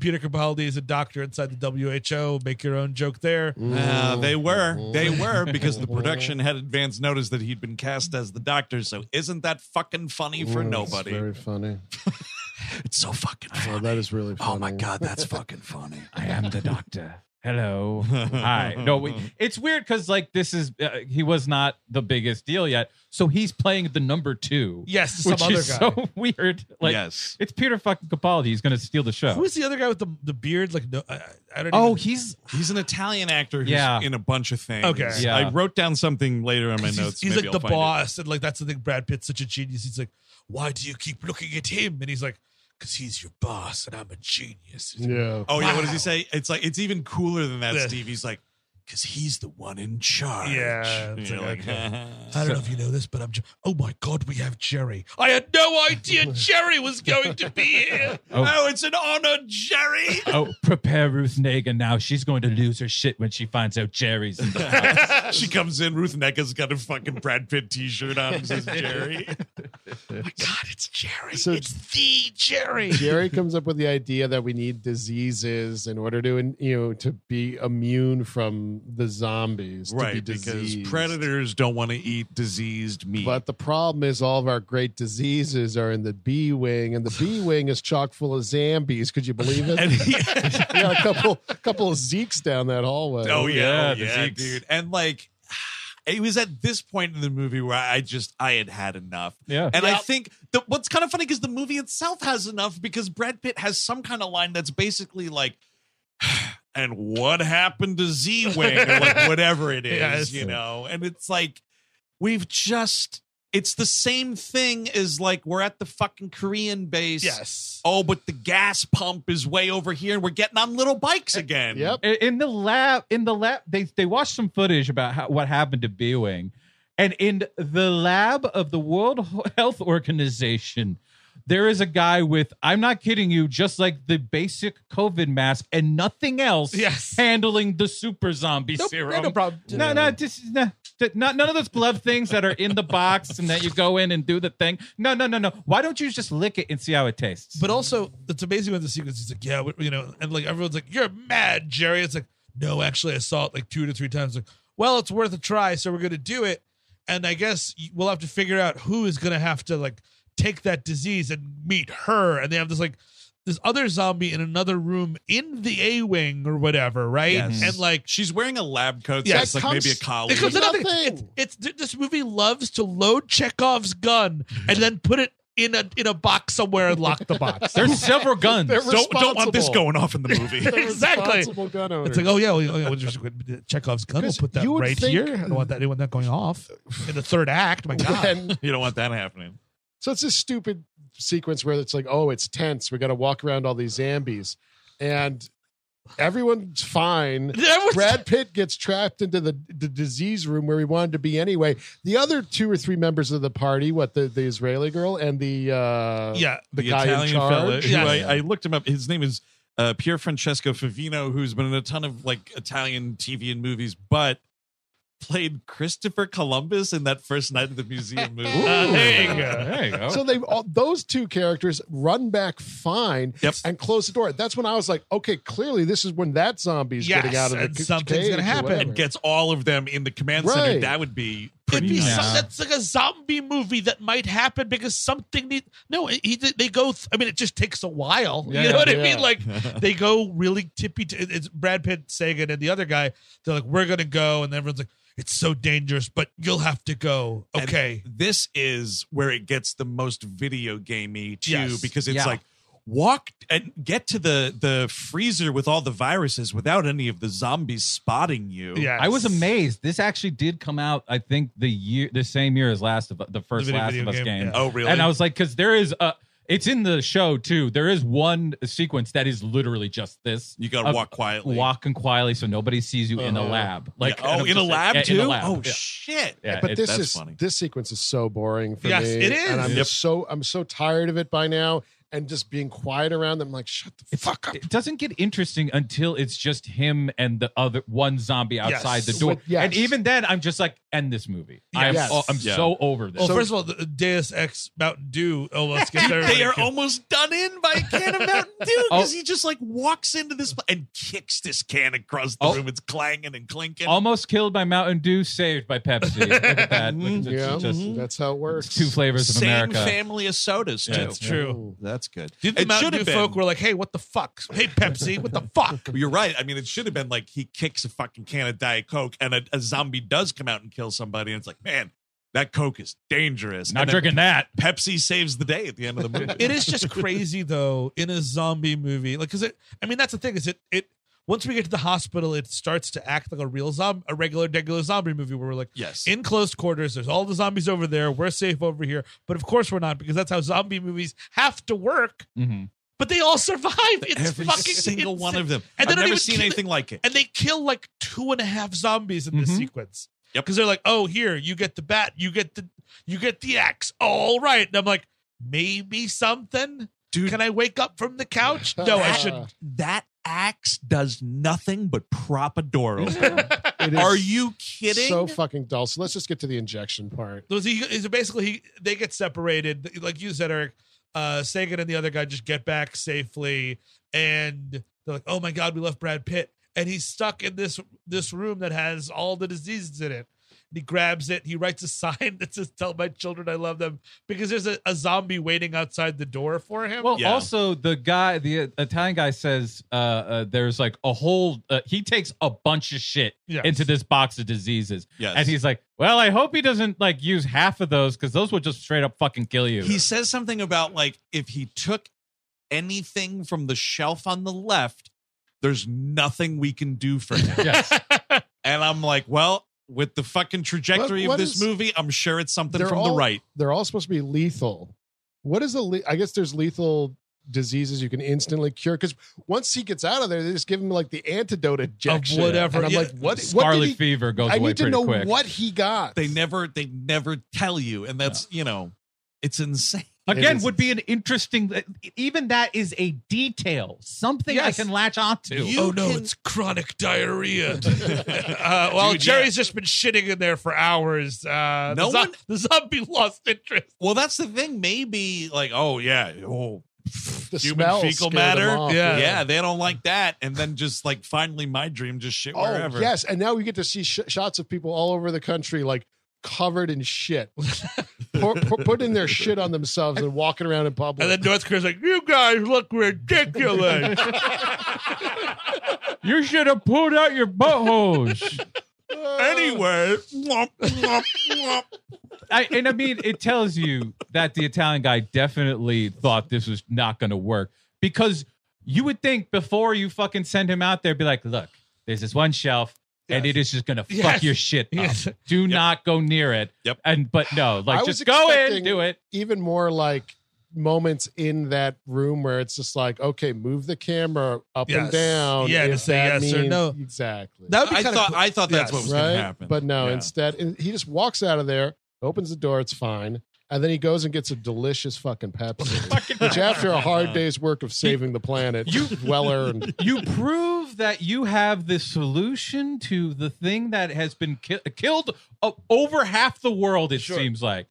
S7: Peter Capaldi is a doctor inside the WHO. Make your own joke there.
S4: Uh,
S7: Mm-hmm.
S4: they were, they were, because the production had advance notice that he'd been cast as the doctor. So isn't that fucking funny for
S5: Mm, it's
S4: nobody?
S5: very funny.
S4: it's so fucking
S5: Oh,
S4: funny.
S5: that is really funny.
S4: Oh my god, that's fucking funny.
S6: I am the doctor. Hello. Hi. No, we, it's weird because, like, this is, uh, he was not the biggest deal yet. So he's playing the number two.
S7: Yes, some
S6: Which
S7: other
S6: is
S7: guy.
S6: so weird. Like,
S4: yes.
S6: it's Peter fucking Capaldi. He's going to steal the show.
S7: Who's the other guy with the the beard? Like no, I, I don't.
S6: oh,
S7: even-
S6: he's
S4: He's an Italian actor who's
S6: Yeah.
S4: in a bunch of things.
S7: Okay.
S6: Yeah.
S4: I wrote down something later on my
S7: 'Cause
S4: notes.
S7: He's, he's
S4: Maybe
S7: like
S4: I'll
S7: the
S4: find it.
S7: boss, and like that's the thing. Brad Pitt's such a genius. He's like, why do you keep looking at him? And he's like, because he's your boss, and I'm a genius. He's like,
S5: Yeah.
S4: Oh yeah, what does he
S7: Wow.
S4: say? It's like it's even cooler than that,
S7: Yeah.
S4: Steve. He's like, because he's the one in charge.
S7: Yeah,
S4: You
S7: it's
S4: know,
S7: like,
S4: like,
S7: I don't know if you know this, but I'm. Jer- oh my God, we have Jerry. I had no idea Jerry was going to be here.
S6: Oh.
S4: oh, it's an honor, Jerry.
S6: Oh, prepare Ruth Nega now. She's going to lose her shit when she finds out Jerry's in the
S4: she comes in. Ruth Necka's got a fucking Brad Pitt T-shirt on. and says Jerry.
S7: my God, it's Jerry.
S5: So-
S7: it's the Jerry.
S5: Jerry comes up with the idea that we need diseases in order to, you know, to be immune from the zombies. to be
S4: right, because
S5: diseased.
S4: predators don't want to eat diseased meat.
S5: But the problem is, all of our great diseases are in the B wing, and the B wing is chock full of zombies. Could you believe it?
S4: and he,
S5: we got a couple, couple of Zeeks down that hallway.
S4: oh yeah,
S6: Yeah,
S4: oh,
S6: the
S4: yeah,
S6: Zeeks.
S4: dude. And like, it was at this point in the movie where I just I had had enough.
S6: Yeah.
S4: And I think the, what's kind of funny because the movie itself has enough because Brad Pitt has some kind of line that's basically like, and what happened to Z Wing or like whatever it is,
S7: Yes.
S4: you know? And it's like, we've just, it's the same thing as like we're at the fucking Korean base.
S7: Yes.
S4: Oh, but the gas pump is way over here and we're getting on little bikes
S7: Eh,
S4: again.
S5: Yep.
S6: In- in the lab in the lab they they watched some footage about how, what happened to B-Wing and in the lab of the World Health Organization there is a guy with I'm not kidding you just like the basic covid mask and nothing else
S7: Yes.
S6: handling the super zombie
S7: Nope,
S6: serum
S7: no problem.
S6: no no just no th- not none of those glove things that are in the box and that you go in and do the thing. No, no, no, no. Why don't you just lick it and see how it tastes?
S7: But also, it's amazing when the sequence is like, yeah, we- you know, and like everyone's like, you're mad, Jerry. It's like, no, actually, I saw it like two to three times. Like, well, it's worth a try, so we're gonna do it. And I guess y- we'll have to figure out who is gonna have to like take that disease and meet her. And they have this like this other zombie in another room in the A wing or whatever, right?
S4: Yes.
S7: And like
S4: She's wearing a lab coat.
S7: Yeah,
S4: so it's
S5: that
S4: like maybe a
S5: comes-
S4: collar.
S7: it comes to nothing.
S5: Nothing.
S7: It's, it's this movie loves to load Chekhov's gun and then put it in a in a box somewhere and lock the box.
S6: There's several guns.
S5: They're
S4: Don't, don't want this
S5: responsible.
S4: going off in the movie.
S5: They're
S7: Exactly.
S5: responsible gun
S7: It's
S5: owners.
S7: like, oh yeah, well, yeah, we'll just Chekhov's gun. We'll
S5: 'Cause
S7: put that
S5: you would
S7: right
S5: think-
S7: here. I don't want that. I don't want that going off in the third act. My God.
S5: And
S4: you don't want that happening.
S5: so it's this stupid sequence where it's like, oh, it's tense. We got to walk around all these zombies, and everyone's fine.
S7: That was-
S5: Brad Pitt gets trapped into the, the disease room where he wanted to be anyway. The other two or three members of the party, what the, the Israeli girl and the uh,
S7: Yeah,
S5: the, guy in charge.
S4: who
S7: Yes.
S4: I, I looked him up. His name is uh, Pier Francesco Favino, who's been in a ton of like Italian TV and movies, but played Christopher Columbus in that first night of the museum movie.
S7: Uh, there you go.
S6: There you go.
S5: So they all, those two characters run back fine
S4: Yep.
S5: and close the door. That's when I was like, okay, clearly this is when that zombie's
S7: Yes,
S5: getting out of the
S7: and
S5: ca-
S7: something's
S5: cage
S7: gonna
S5: or
S7: happen.
S5: whatever.
S4: and gets all of them in the command center.
S5: Right.
S4: That would be
S7: It'd
S4: pretty
S7: be
S4: nice.
S7: some,
S6: Yeah.
S7: that's like a zombie movie that might happen because something need no he they go th- I mean it just takes a while you
S6: Yeah,
S7: know what I
S5: yeah.
S7: mean like they go really tippy t- it- it's Brad Pitt Sagan and the other guy they're like we're gonna go and everyone's like it's so dangerous but you'll have to go
S4: And
S7: okay
S4: this is where it gets the most video gamey too,
S7: Yes.
S4: because it's
S2: Yeah.
S4: like walk and get to the the freezer with all the viruses without any of the zombies spotting you.
S7: yeah
S6: I was amazed. This actually did come out. I think the year, the same year as Last of the first
S7: video-
S6: Last
S7: video
S6: of Us
S7: game,
S6: game.
S7: yeah.
S4: Oh, really?
S6: And I was like, because there is a. It's in the show too. There is one sequence that is literally just this.
S4: You gotta
S6: Of-
S4: walk quietly.
S6: walking quietly, so nobody sees you in the
S5: Uh-huh.
S6: lab. Like,
S4: Yeah.
S6: and
S4: oh, in
S6: I'm
S4: a
S6: just like,
S4: lab
S6: yeah,
S4: too.
S6: In the lab.
S4: Oh
S6: yeah.
S4: shit!
S6: Yeah,
S5: but
S6: it-
S5: this
S4: that's
S5: is
S4: funny.
S5: this sequence is so boring for
S7: Yes,
S5: me.
S7: it
S5: And I'm
S7: is.
S5: just so I'm so tired of it by now, and just being quiet around them. like, shut the fuck up.
S6: It doesn't get interesting until it's just him and the other one zombie
S7: Yes.
S6: outside the door.
S5: With- yes.
S6: And even then, I'm just like, end this movie. I'm,
S5: Yes.
S6: oh, I'm
S4: Yeah.
S6: so over this.
S7: well first of all the uh, Deus Ex Mountain Dew almost gets everybody
S4: They are
S7: killed.
S4: almost done in by a can of Mountain Dew because
S6: Oh.
S4: he just like walks into this pla- and kicks this can across the
S6: Oh.
S4: room. It's clanging and clinking.
S6: Almost killed by Mountain Dew, saved by Pepsi. Look at that. Look, it's
S5: yeah,
S6: just-
S5: that's how it works.
S6: it's two flavors of
S4: Same
S6: America.
S4: family of sodas too.
S7: that's true
S6: Oh.
S5: Ooh.
S4: That's good.
S7: Dude, the
S4: It
S7: Mountain
S4: should
S7: Dew
S4: have
S7: folk
S4: been-
S7: were like hey what the fuck hey Pepsi what the fuck
S4: You're right. I mean, it should have been like he kicks a fucking can of Diet Coke and a, a zombie does come out and kill somebody. And it's like, man, that Coke is dangerous.
S6: Not
S4: And then
S6: drinking that.
S4: Pepsi saves the day at the end of the movie.
S7: it is just crazy though in a zombie movie like because it i mean that's the thing is it it once we get to the hospital it starts to act like a real zombie a regular regular zombie movie where we're like
S4: Yes.
S7: in close quarters there's all the zombies over there we're safe over here but of course we're not because that's how zombie movies have to work
S6: Mhm.
S7: but they all survive it's
S4: Mm-hmm. Every
S7: fucking
S4: single
S7: insane.
S4: one of them.
S7: and they
S4: I've
S7: don't
S4: never
S7: even
S4: seen
S7: kill-
S4: anything like it.
S7: and they kill like two and a half zombies in this
S6: Mhm.
S7: sequence.
S4: Yep.
S7: Because they're like, oh, here you get the bat, you get the you get the axe. All right, and I'm like, maybe something.
S4: Dude.
S7: can I wake up from the couch? No, I shouldn't.
S4: That axe does nothing but prop a door open.
S5: It is
S4: Are you kidding?
S5: So fucking dull. So let's just get to the injection part.
S7: Those he is basically he, they get separated, like you said, Eric. Uh, Sagan and the other guy just get back safely, and they're like, oh my god, we left Brad Pitt, and he's stuck in this this room that has all the diseases in it. And he grabs it. He writes a sign that says, "Tell my children I love them," because there's a, a zombie waiting outside the door for him.
S6: Well,
S4: Yeah.
S6: also the guy, the Italian guy says uh, uh, there's like a whole. Uh, he takes a bunch of shit
S7: Yes.
S6: into this box of diseases,
S4: Yes.
S6: and he's like, "Well, I hope he doesn't like use half of those because those will just straight up fucking kill you."
S4: He says something about like if he took anything from the shelf on the left, there's nothing we can do for him.
S6: yes.
S4: And I'm like, well, with the fucking trajectory
S5: What- what
S4: of this
S5: is-
S4: movie, I'm sure it's something
S5: They're
S4: from
S5: all-
S4: the right.
S5: They're all supposed to be lethal. What is the? Le- I guess there's lethal diseases you can instantly cure because once he gets out of there, they just give him like the antidote injection
S7: whatever,
S5: And I'm
S7: yeah.
S5: like, what? what
S6: Scarlet
S5: did he-
S6: fever goes
S5: I
S6: away
S5: need to
S6: pretty
S5: know
S6: quick.
S5: what he got.
S4: They never, they never tell you, and that's you know, it's insane.
S6: Again,
S5: is-
S6: would be an interesting. e-, Even that is a detail, something
S7: Yes.
S6: I can latch onto.
S7: You
S4: Oh, no,
S7: can-
S4: it's
S7: chronic diarrhea. uh, well,
S4: Dude,
S7: Jerry's just been shitting in there for hours. Uh,
S4: No
S7: the, zo-
S4: one-
S7: the zombie lost interest.
S4: Well, that's the thing. Maybe like, oh yeah, oh
S5: The
S4: human
S5: smell
S4: fecal
S5: scared
S4: matter.
S5: them off.
S4: Yeah,
S7: Yeah.
S4: yeah, they don't like that. And then just like, finally, my dream just shit
S5: Oh
S4: wherever.
S5: yes, and now we get to see sh- shots of people all over the country, like covered in shit, Pour- pour- putting their shit on themselves and walking around in public.
S7: And then North Korea's like, you guys look ridiculous.
S6: You should have pulled out your buttholes.
S4: Anyway, mwomp, mwomp, mwomp.
S6: I, and I mean, it tells you that the Italian guy definitely thought this was not going to work because you would think before you fucking send him out there, be like, look, there's this one shelf. And it is just gonna fuck
S7: Yes.
S6: your shit up.
S7: Yes.
S6: Do not go near it.
S4: Yep.
S6: And but no,
S5: I
S6: like
S5: was
S6: just go in,
S5: expecting-
S6: do it.
S5: even more like moments in that room where it's just like, okay, move the camera up
S7: Yes.
S5: and down.
S7: Yeah, to
S5: if
S7: say
S5: that
S7: yes or
S5: means-
S7: no.
S5: Exactly.
S7: That would be
S4: I
S7: kinda
S4: thought
S7: cool.
S4: I thought that's
S7: Yes.
S4: what was
S5: right?
S4: going to happen.
S5: But no,
S4: Yeah.
S5: instead and he just walks out of there, opens the door, it's fine, and then he goes and gets a delicious fucking Pepsi, which after a hard day's work of saving the planet,
S6: You-
S5: well earned.
S6: you prove that you have the solution to the thing that has been ki- killed o- over half the world it seems like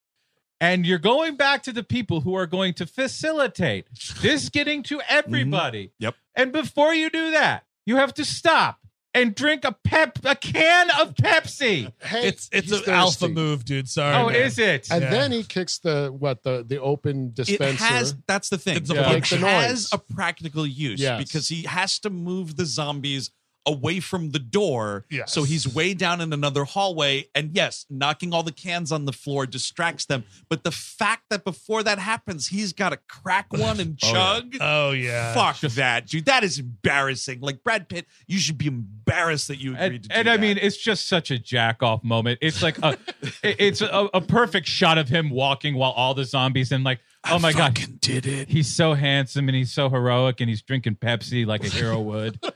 S6: and you're going back to the people who are going to facilitate this getting to everybody
S4: Mm-hmm. Yep.
S6: and before you do that you have to stop and drink a pep a can of pepsi
S5: Hey,
S7: It's it's
S5: he's
S7: an
S5: thirsty.
S7: alpha move, dude. Sorry.
S6: oh
S7: man.
S6: is it
S5: And
S7: Yeah.
S5: then he kicks the what the the open
S4: It
S5: dispenser.
S4: has. That's the thing.
S7: It's a
S4: It
S5: function.
S4: has
S5: Noise.
S4: a practical use
S5: Yes.
S4: because he has to move the zombies away from the door.
S7: Yes.
S4: So he's way down in another hallway, and yes, knocking all the cans on the floor distracts them. But the fact that before that happens, he's got to crack one and chug.
S7: Oh yeah.
S4: Fuck that, dude. That is embarrassing. Like Brad Pitt, you should be embarrassed that you agreed
S6: and,
S4: to do
S6: and I
S4: that.
S6: mean, it's just such a jack off moment. It's like a, it- it's a, a perfect shot of him walking while all the zombies and like, oh my god,
S4: fucking did it.
S6: he's so handsome and he's so heroic and he's drinking Pepsi like a hero would. Uh,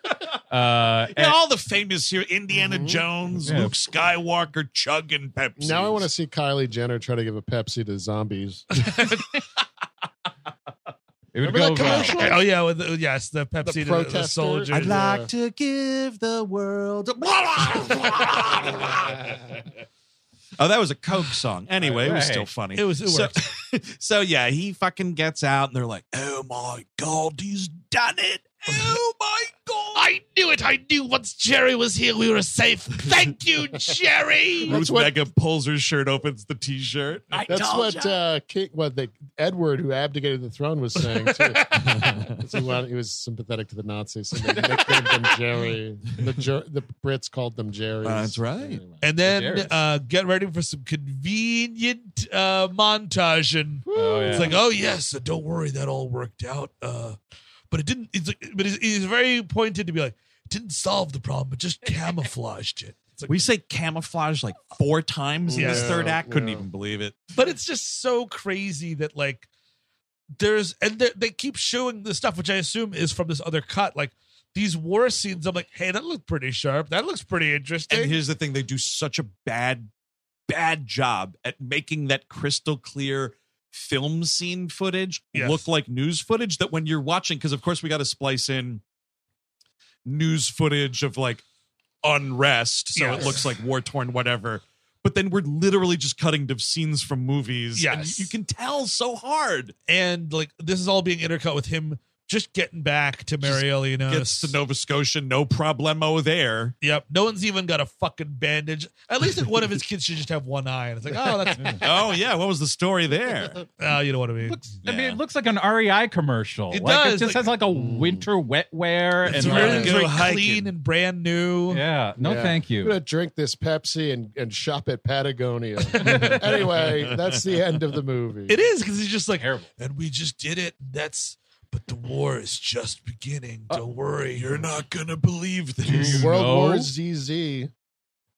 S4: Yeah,
S6: and- Mm-hmm.
S4: all the famous here Indiana Jones,
S6: Yeah.
S4: Luke Skywalker, Chug and Pepsi.
S5: Now I want to see Kylie Jenner try to give a Pepsi to zombies.
S6: it would
S5: Remember
S6: go
S5: that
S6: viral.
S5: commercial?
S7: Oh yeah. With the, yes, the Pepsi to the,
S5: protester.
S7: soldier.
S5: I'd like- Yeah.
S4: to give the world. a- oh, that was a Coke song. Anyway, it was
S6: Hey.
S4: still funny.
S7: It was- it
S4: so, so yeah, he fucking gets out, and they're like, "Oh my god, he's done it! Oh my god, I knew it! I knew once Jerry was here, we were safe. Thank you, Jerry." Ruth
S5: That's what-
S4: Mega pulls her shirt, opens the T-shirt. I
S5: That's
S4: told
S5: what
S4: ya.
S5: uh, King, what the Edward who abdicated the throne was saying too. 'Cause he, wanted, he was sympathetic to the Nazis, so they nicknamed them Jerry. The, Jer- the Brits called them Jerry.
S4: That's right.
S7: And then
S6: Hilarious.
S7: uh, get ready for some convenient uh, montage, and
S6: Oh, yeah.
S7: it's like, oh yes, don't worry, that all worked out. Uh, but it didn't. It's like, but it's, it's very pointed to be like, it didn't solve the problem, it just camouflaged it. It's like,
S4: We say camouflage like four times in this
S7: Yeah,
S4: third act. Couldn't
S5: yeah.
S4: even believe it.
S7: but it's just so crazy that like there's and they, they keep showing the stuff which i assume is from this other cut like these war scenes i'm like hey that looked pretty sharp that looks pretty interesting
S4: And here's the thing: they do such a bad, bad job at making that crystal clear film scene footage
S7: Yes.
S4: look like news footage. That when you're watching, because of course we got to splice in news footage of like unrest, so
S7: Yes.
S4: it looks like war torn, whatever. But then we're literally just cutting to scenes from movies. and
S7: Yes.
S4: you can tell so hard.
S7: and like this is all being intercut with him just getting back to Marielinos.
S4: Gets to Nova Scotia, no problemo there.
S7: Yep. No one's even got a fucking bandage. At least like, one of his kids should just have one eye. And it's like, oh, that's,
S4: Oh yeah, what was the story there?
S7: oh, you know what I mean?
S6: Looks- I mean,
S4: Yeah.
S6: it looks like an REI commercial.
S7: It
S6: like,
S7: does,
S6: It just
S7: like-
S6: has like a winter wetwear
S7: It's
S6: and
S7: really
S6: like-
S7: it's very
S4: Go hiking.
S7: clean and brand new.
S6: yeah. No,
S5: Yeah.
S6: thank
S5: I'm
S6: you.
S5: gonna drink this Pepsi and, and shop at Patagonia. anyway, that's the end of the movie.
S7: It is because he's just like,
S6: Terrible.
S7: and we just did it. That's, but the war is just beginning. Don't worry. You're not going to believe this.
S6: you
S5: World
S6: know?
S5: War ZZ.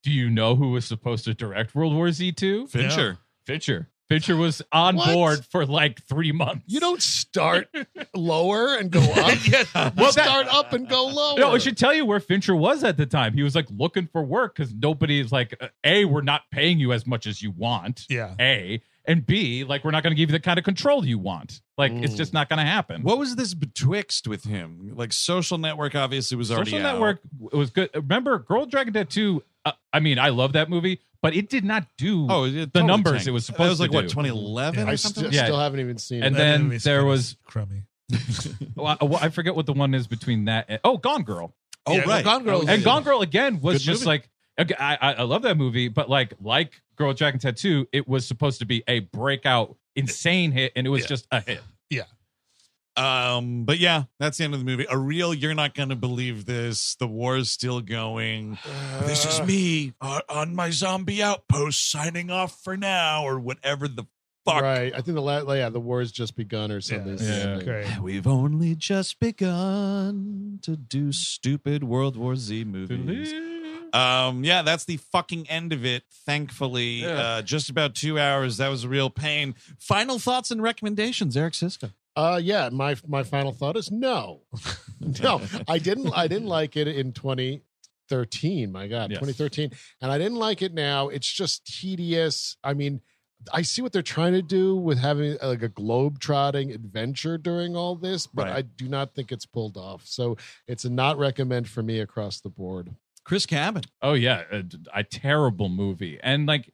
S6: Do you know who was supposed to direct World War Z two?
S4: Fincher.
S6: Fincher. Fincher was on
S5: What?
S6: board for like three months.
S5: You don't start lower and go up.
S7: yeah.
S5: You start up and go lower.
S6: No, it should tell you where Fincher was at the time. He was like looking for work because nobody's like, uh, A, we're not paying you as much as you want.
S7: Yeah.
S6: A. And B, like, we're not going to give you the kind of control you want. Like, it's just not going to happen.
S4: What was this betwixt with him? Like social network obviously was already
S6: Social
S4: out.
S6: Network w- was good. Remember, Girl Dragon Tattoo? Uh, I mean, I love that movie, but it did not do.
S4: Oh, it
S6: the
S4: totally
S6: numbers
S4: tanked.
S6: it was
S4: That
S6: supposed
S4: was like
S6: to
S4: what
S6: do.
S4: 2011
S7: Yeah.
S5: I
S4: or
S5: st-
S4: something.
S6: Yeah.
S5: still haven't even seen
S6: And
S5: it.
S7: That
S6: then
S7: movie's
S6: there
S7: kinda
S6: was-
S7: crummy.
S6: Well, I- well, I forget what the one is between that. And, oh, Gone Girl.
S4: Oh
S7: Yeah,
S4: right.
S7: Gone Girl was
S6: And
S7: good.
S6: Gone Girl again was
S4: Good
S6: just
S4: movie.
S6: like okay, I, I- I love that movie, but like like Girl Dragon Tattoo, it was supposed to be a breakout insane hit, and it was
S7: Yeah.
S6: just a hit.
S4: Um, but yeah, that's the end of the movie. A real you're not gonna believe this. The war is still going. this is me uh, on my zombie outpost signing off for now or whatever the fuck.
S5: Right. I think the la- yeah, the war's just begun or something.
S7: Yeah.
S6: Yeah.
S7: Great.
S4: We've only just begun to do stupid World War Z movies. Um, yeah, that's the fucking end of it. Thankfully, uh, just about two hours. That was a real pain. Final thoughts and recommendations, Eric Siska.
S5: Uh, yeah. My my final thought is no, no. I didn't. I didn't like it in 2013. My God,
S6: Yes.
S5: 2013, and I didn't like it now. It's just tedious. I mean, I see what they're trying to do with having uh, like a globe trotting adventure during all this, but
S4: Right.
S5: I do not think it's pulled off. So it's a not recommend for me across the board.
S4: Chris Cabin.
S6: Oh yeah, a, a terrible movie. And like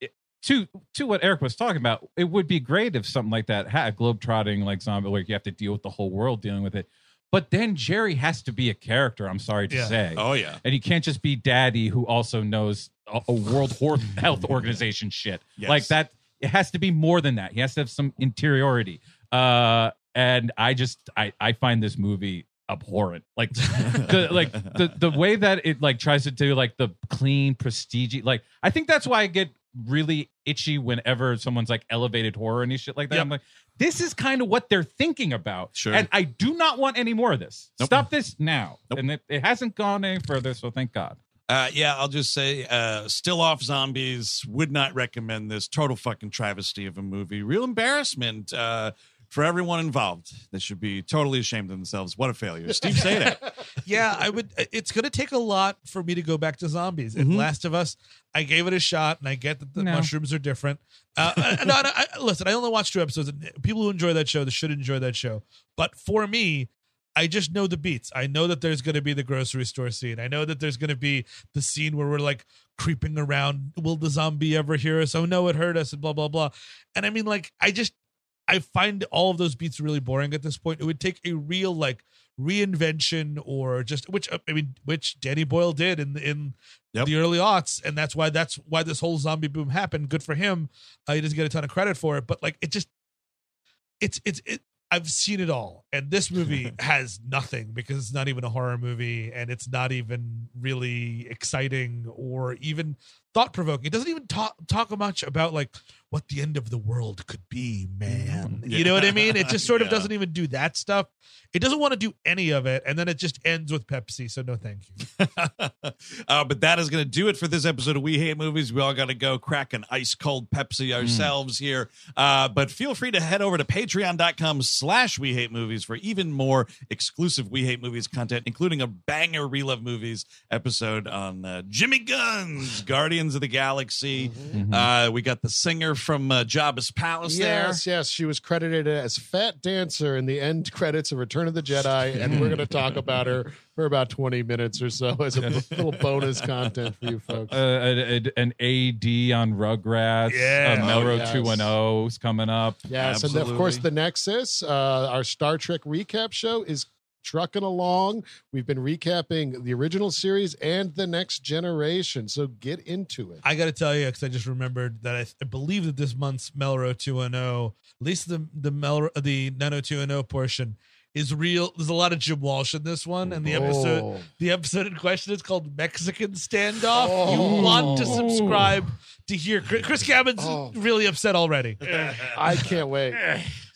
S6: it- to to what Eric was talking about, it would be great if something like that had globetrotting like zombie where you have to deal with the whole world dealing with it. But then Jerry has to be a character, I'm sorry to
S7: Yeah.
S6: say.
S4: Oh yeah.
S6: And he can't just be daddy who also knows a, a World Hor- Health Organization shit.
S4: Yes.
S6: Like that it has to be more than that. He has to have some interiority. Uh and I just I I find this movie abhorrent. Like the like the the way that it like tries to do like the clean prestige like I think that's why I get really itchy whenever someone's like elevated horror and shit like that.
S7: Yep.
S6: I'm like this is kind of what they're thinking about.
S4: Sure.
S6: And I do not want any more of this.
S4: Nope.
S6: Stop this now.
S4: Nope.
S6: And it, it hasn't gone any further, so thank God.
S4: Uh, yeah, I'll just say, uh, still off zombies. Would not recommend this. Total fucking travesty of a movie. Real embarrassment uh, for everyone involved. They should be totally ashamed of themselves. What a failure. Steve say that.
S7: yeah, I would. uh, It's going to take a lot for me to go back to zombies. And
S4: Mhm.
S7: Last of Us, I gave it a shot, and I get that the
S6: No.
S7: mushrooms are different. Uh, I- I- no, no, I, listen, I only watched two episodes. And uh, people who enjoy that show, they should enjoy that show. But for me, I just know the beats. I know that there's going to be the grocery store scene. I know that there's going to be the scene where we're like creeping around. Will the zombie ever hear us? Oh no, it heard us, and blah blah blah. And I mean, like, I just I find all of those beats really boring at this point. It would take a real like reinvention or just which uh, I mean, which Danny Boyle did in in
S4: Yep.
S7: the early aughts, and that's why that's why this whole zombie boom happened. Good for him. Uh, he doesn't get a ton of credit for it, but like it just it's it's it. I've seen it all, and this movie has nothing because it's not even a horror movie, and it's not even really exciting or even thought provoking. It doesn't even talk talk much about like what the end of the world could be, man.
S4: Yeah.
S7: You know what I mean? It just sort
S4: Mm-hmm. Yeah.
S7: of doesn't even do that stuff. It doesn't want to do any of it, and then it just ends with Pepsi. So no, thank you.
S4: uh, but that is going to do it for this episode of We Hate Movies. We all got to go crack an ice cold Pepsi ourselves here. Uh, but feel free to head over to patreon.com slash We Hate Movies for even more exclusive We Hate Movies content, including a banger We Love Movies episode on uh, Jimmy Gunn's Guardians of the Galaxy. Uh, we got the singer from uh, Jabba's Palace there.
S5: Yes, yes. She was credited as Fat Dancer in the end credits of Return of the Jedi, and we're going to talk about her for about 20 minutes or so as a little bonus content for you folks.
S6: Uh, a- a- an AD on Rugrats.
S7: Yeah.
S6: Uh,
S5: Oh,
S6: Melrose
S5: yes.
S6: 210 is coming up.
S5: Yes, and of course,
S4: absolutely.
S5: the Nexus, uh, our Star Trek recap show, is trucking along. We've been recapping the original series and the next generation, so get into it.
S7: I got to tell you, because I just remembered that I, I believe that this month's Melro 210, at least the the Melro the 90210 portion, is real. There's a lot of Jim Walsh in this one, and the episode
S5: Oh.
S7: the episode in question is called Mexican Standoff.
S5: Oh.
S7: You want to subscribe to hear Chris, Chris Cabin's
S5: Oh.
S7: really upset already.
S5: I can't wait.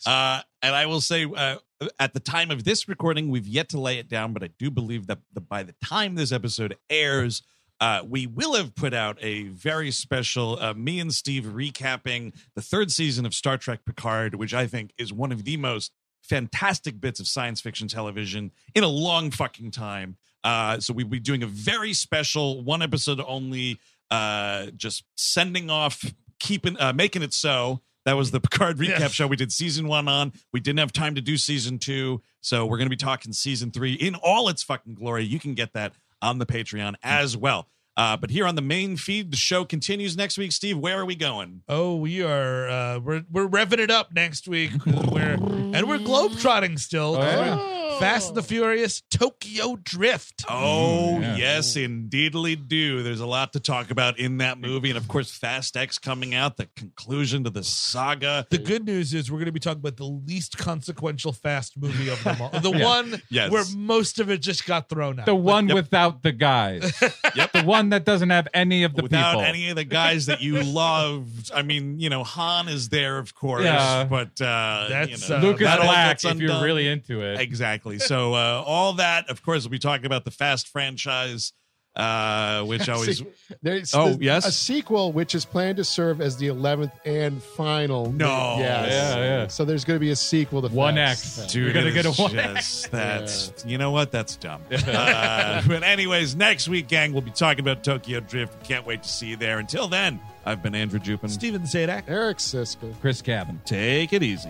S4: Uh, and I will say, uh, at the time of this recording, we've yet to lay it down, but I do believe that the, by the time this episode airs, uh, we will have put out a very special uh, me and Steve recapping the third season of Star Trek Picard, which I think is one of the most fantastic bits of science fiction television in a long fucking time. Uh, so we'll be doing a very special one episode only, uh, just sending off, keeping, uh, making it so. That was the Picard recap
S7: Yes.
S4: show. We did season one on. We didn't have time to do season two. So we're going to be talking season three in all its fucking glory. You can get that on the Patreon as well. Uh, but here on the main feed, the show continues next week. Steve, where are we going?
S7: Oh, we are uh, we're we're revving it up next week. we're and we're globetrotting still.
S6: Oh, yeah.
S7: We're Fast and the Furious Tokyo Drift.
S4: Oh,
S6: yeah.
S4: yes, indeedly do. There's a lot to talk about in that movie. And of course, Fast X coming out, the conclusion to the saga.
S7: The good news is we're going to be talking about the least consequential fast movie of them all. The one
S4: Yes.
S7: where most of it just got thrown out.
S6: The one
S4: yep.
S6: without the guys. The one that doesn't have any of the
S4: Without
S6: people.
S4: any of the guys that you loved. I mean, you know, Han is there, of course.
S6: Yeah.
S4: But uh, you
S7: That's,
S4: know,
S7: uh,
S6: Lucas
S4: that all
S6: Black,
S4: gets
S6: if you're
S4: undone.
S6: really into it.
S4: Exactly. So uh, all that, of course, we'll be talking about the Fast franchise. uh, which always
S5: See, there's
S4: Oh,
S5: the-
S4: yes?
S5: a sequel which is planned to serve as the eleventh and final.
S4: No.
S5: yes,
S6: Yeah, yeah.
S5: So there's going to be a sequel to
S6: One
S5: Facts.
S6: X.
S4: Dude,
S6: You're gonna
S4: it
S6: get
S4: is
S6: a one
S4: just- That's you know what? That's dumb. uh, but anyways, next week, gang, we'll be talking about Tokyo Drift. Can't wait to see you there. Until then, I've been Andrew Jupin.
S7: Steven Zadak.
S5: Eric Siska.
S6: Chris Cabin.
S4: Take it easy.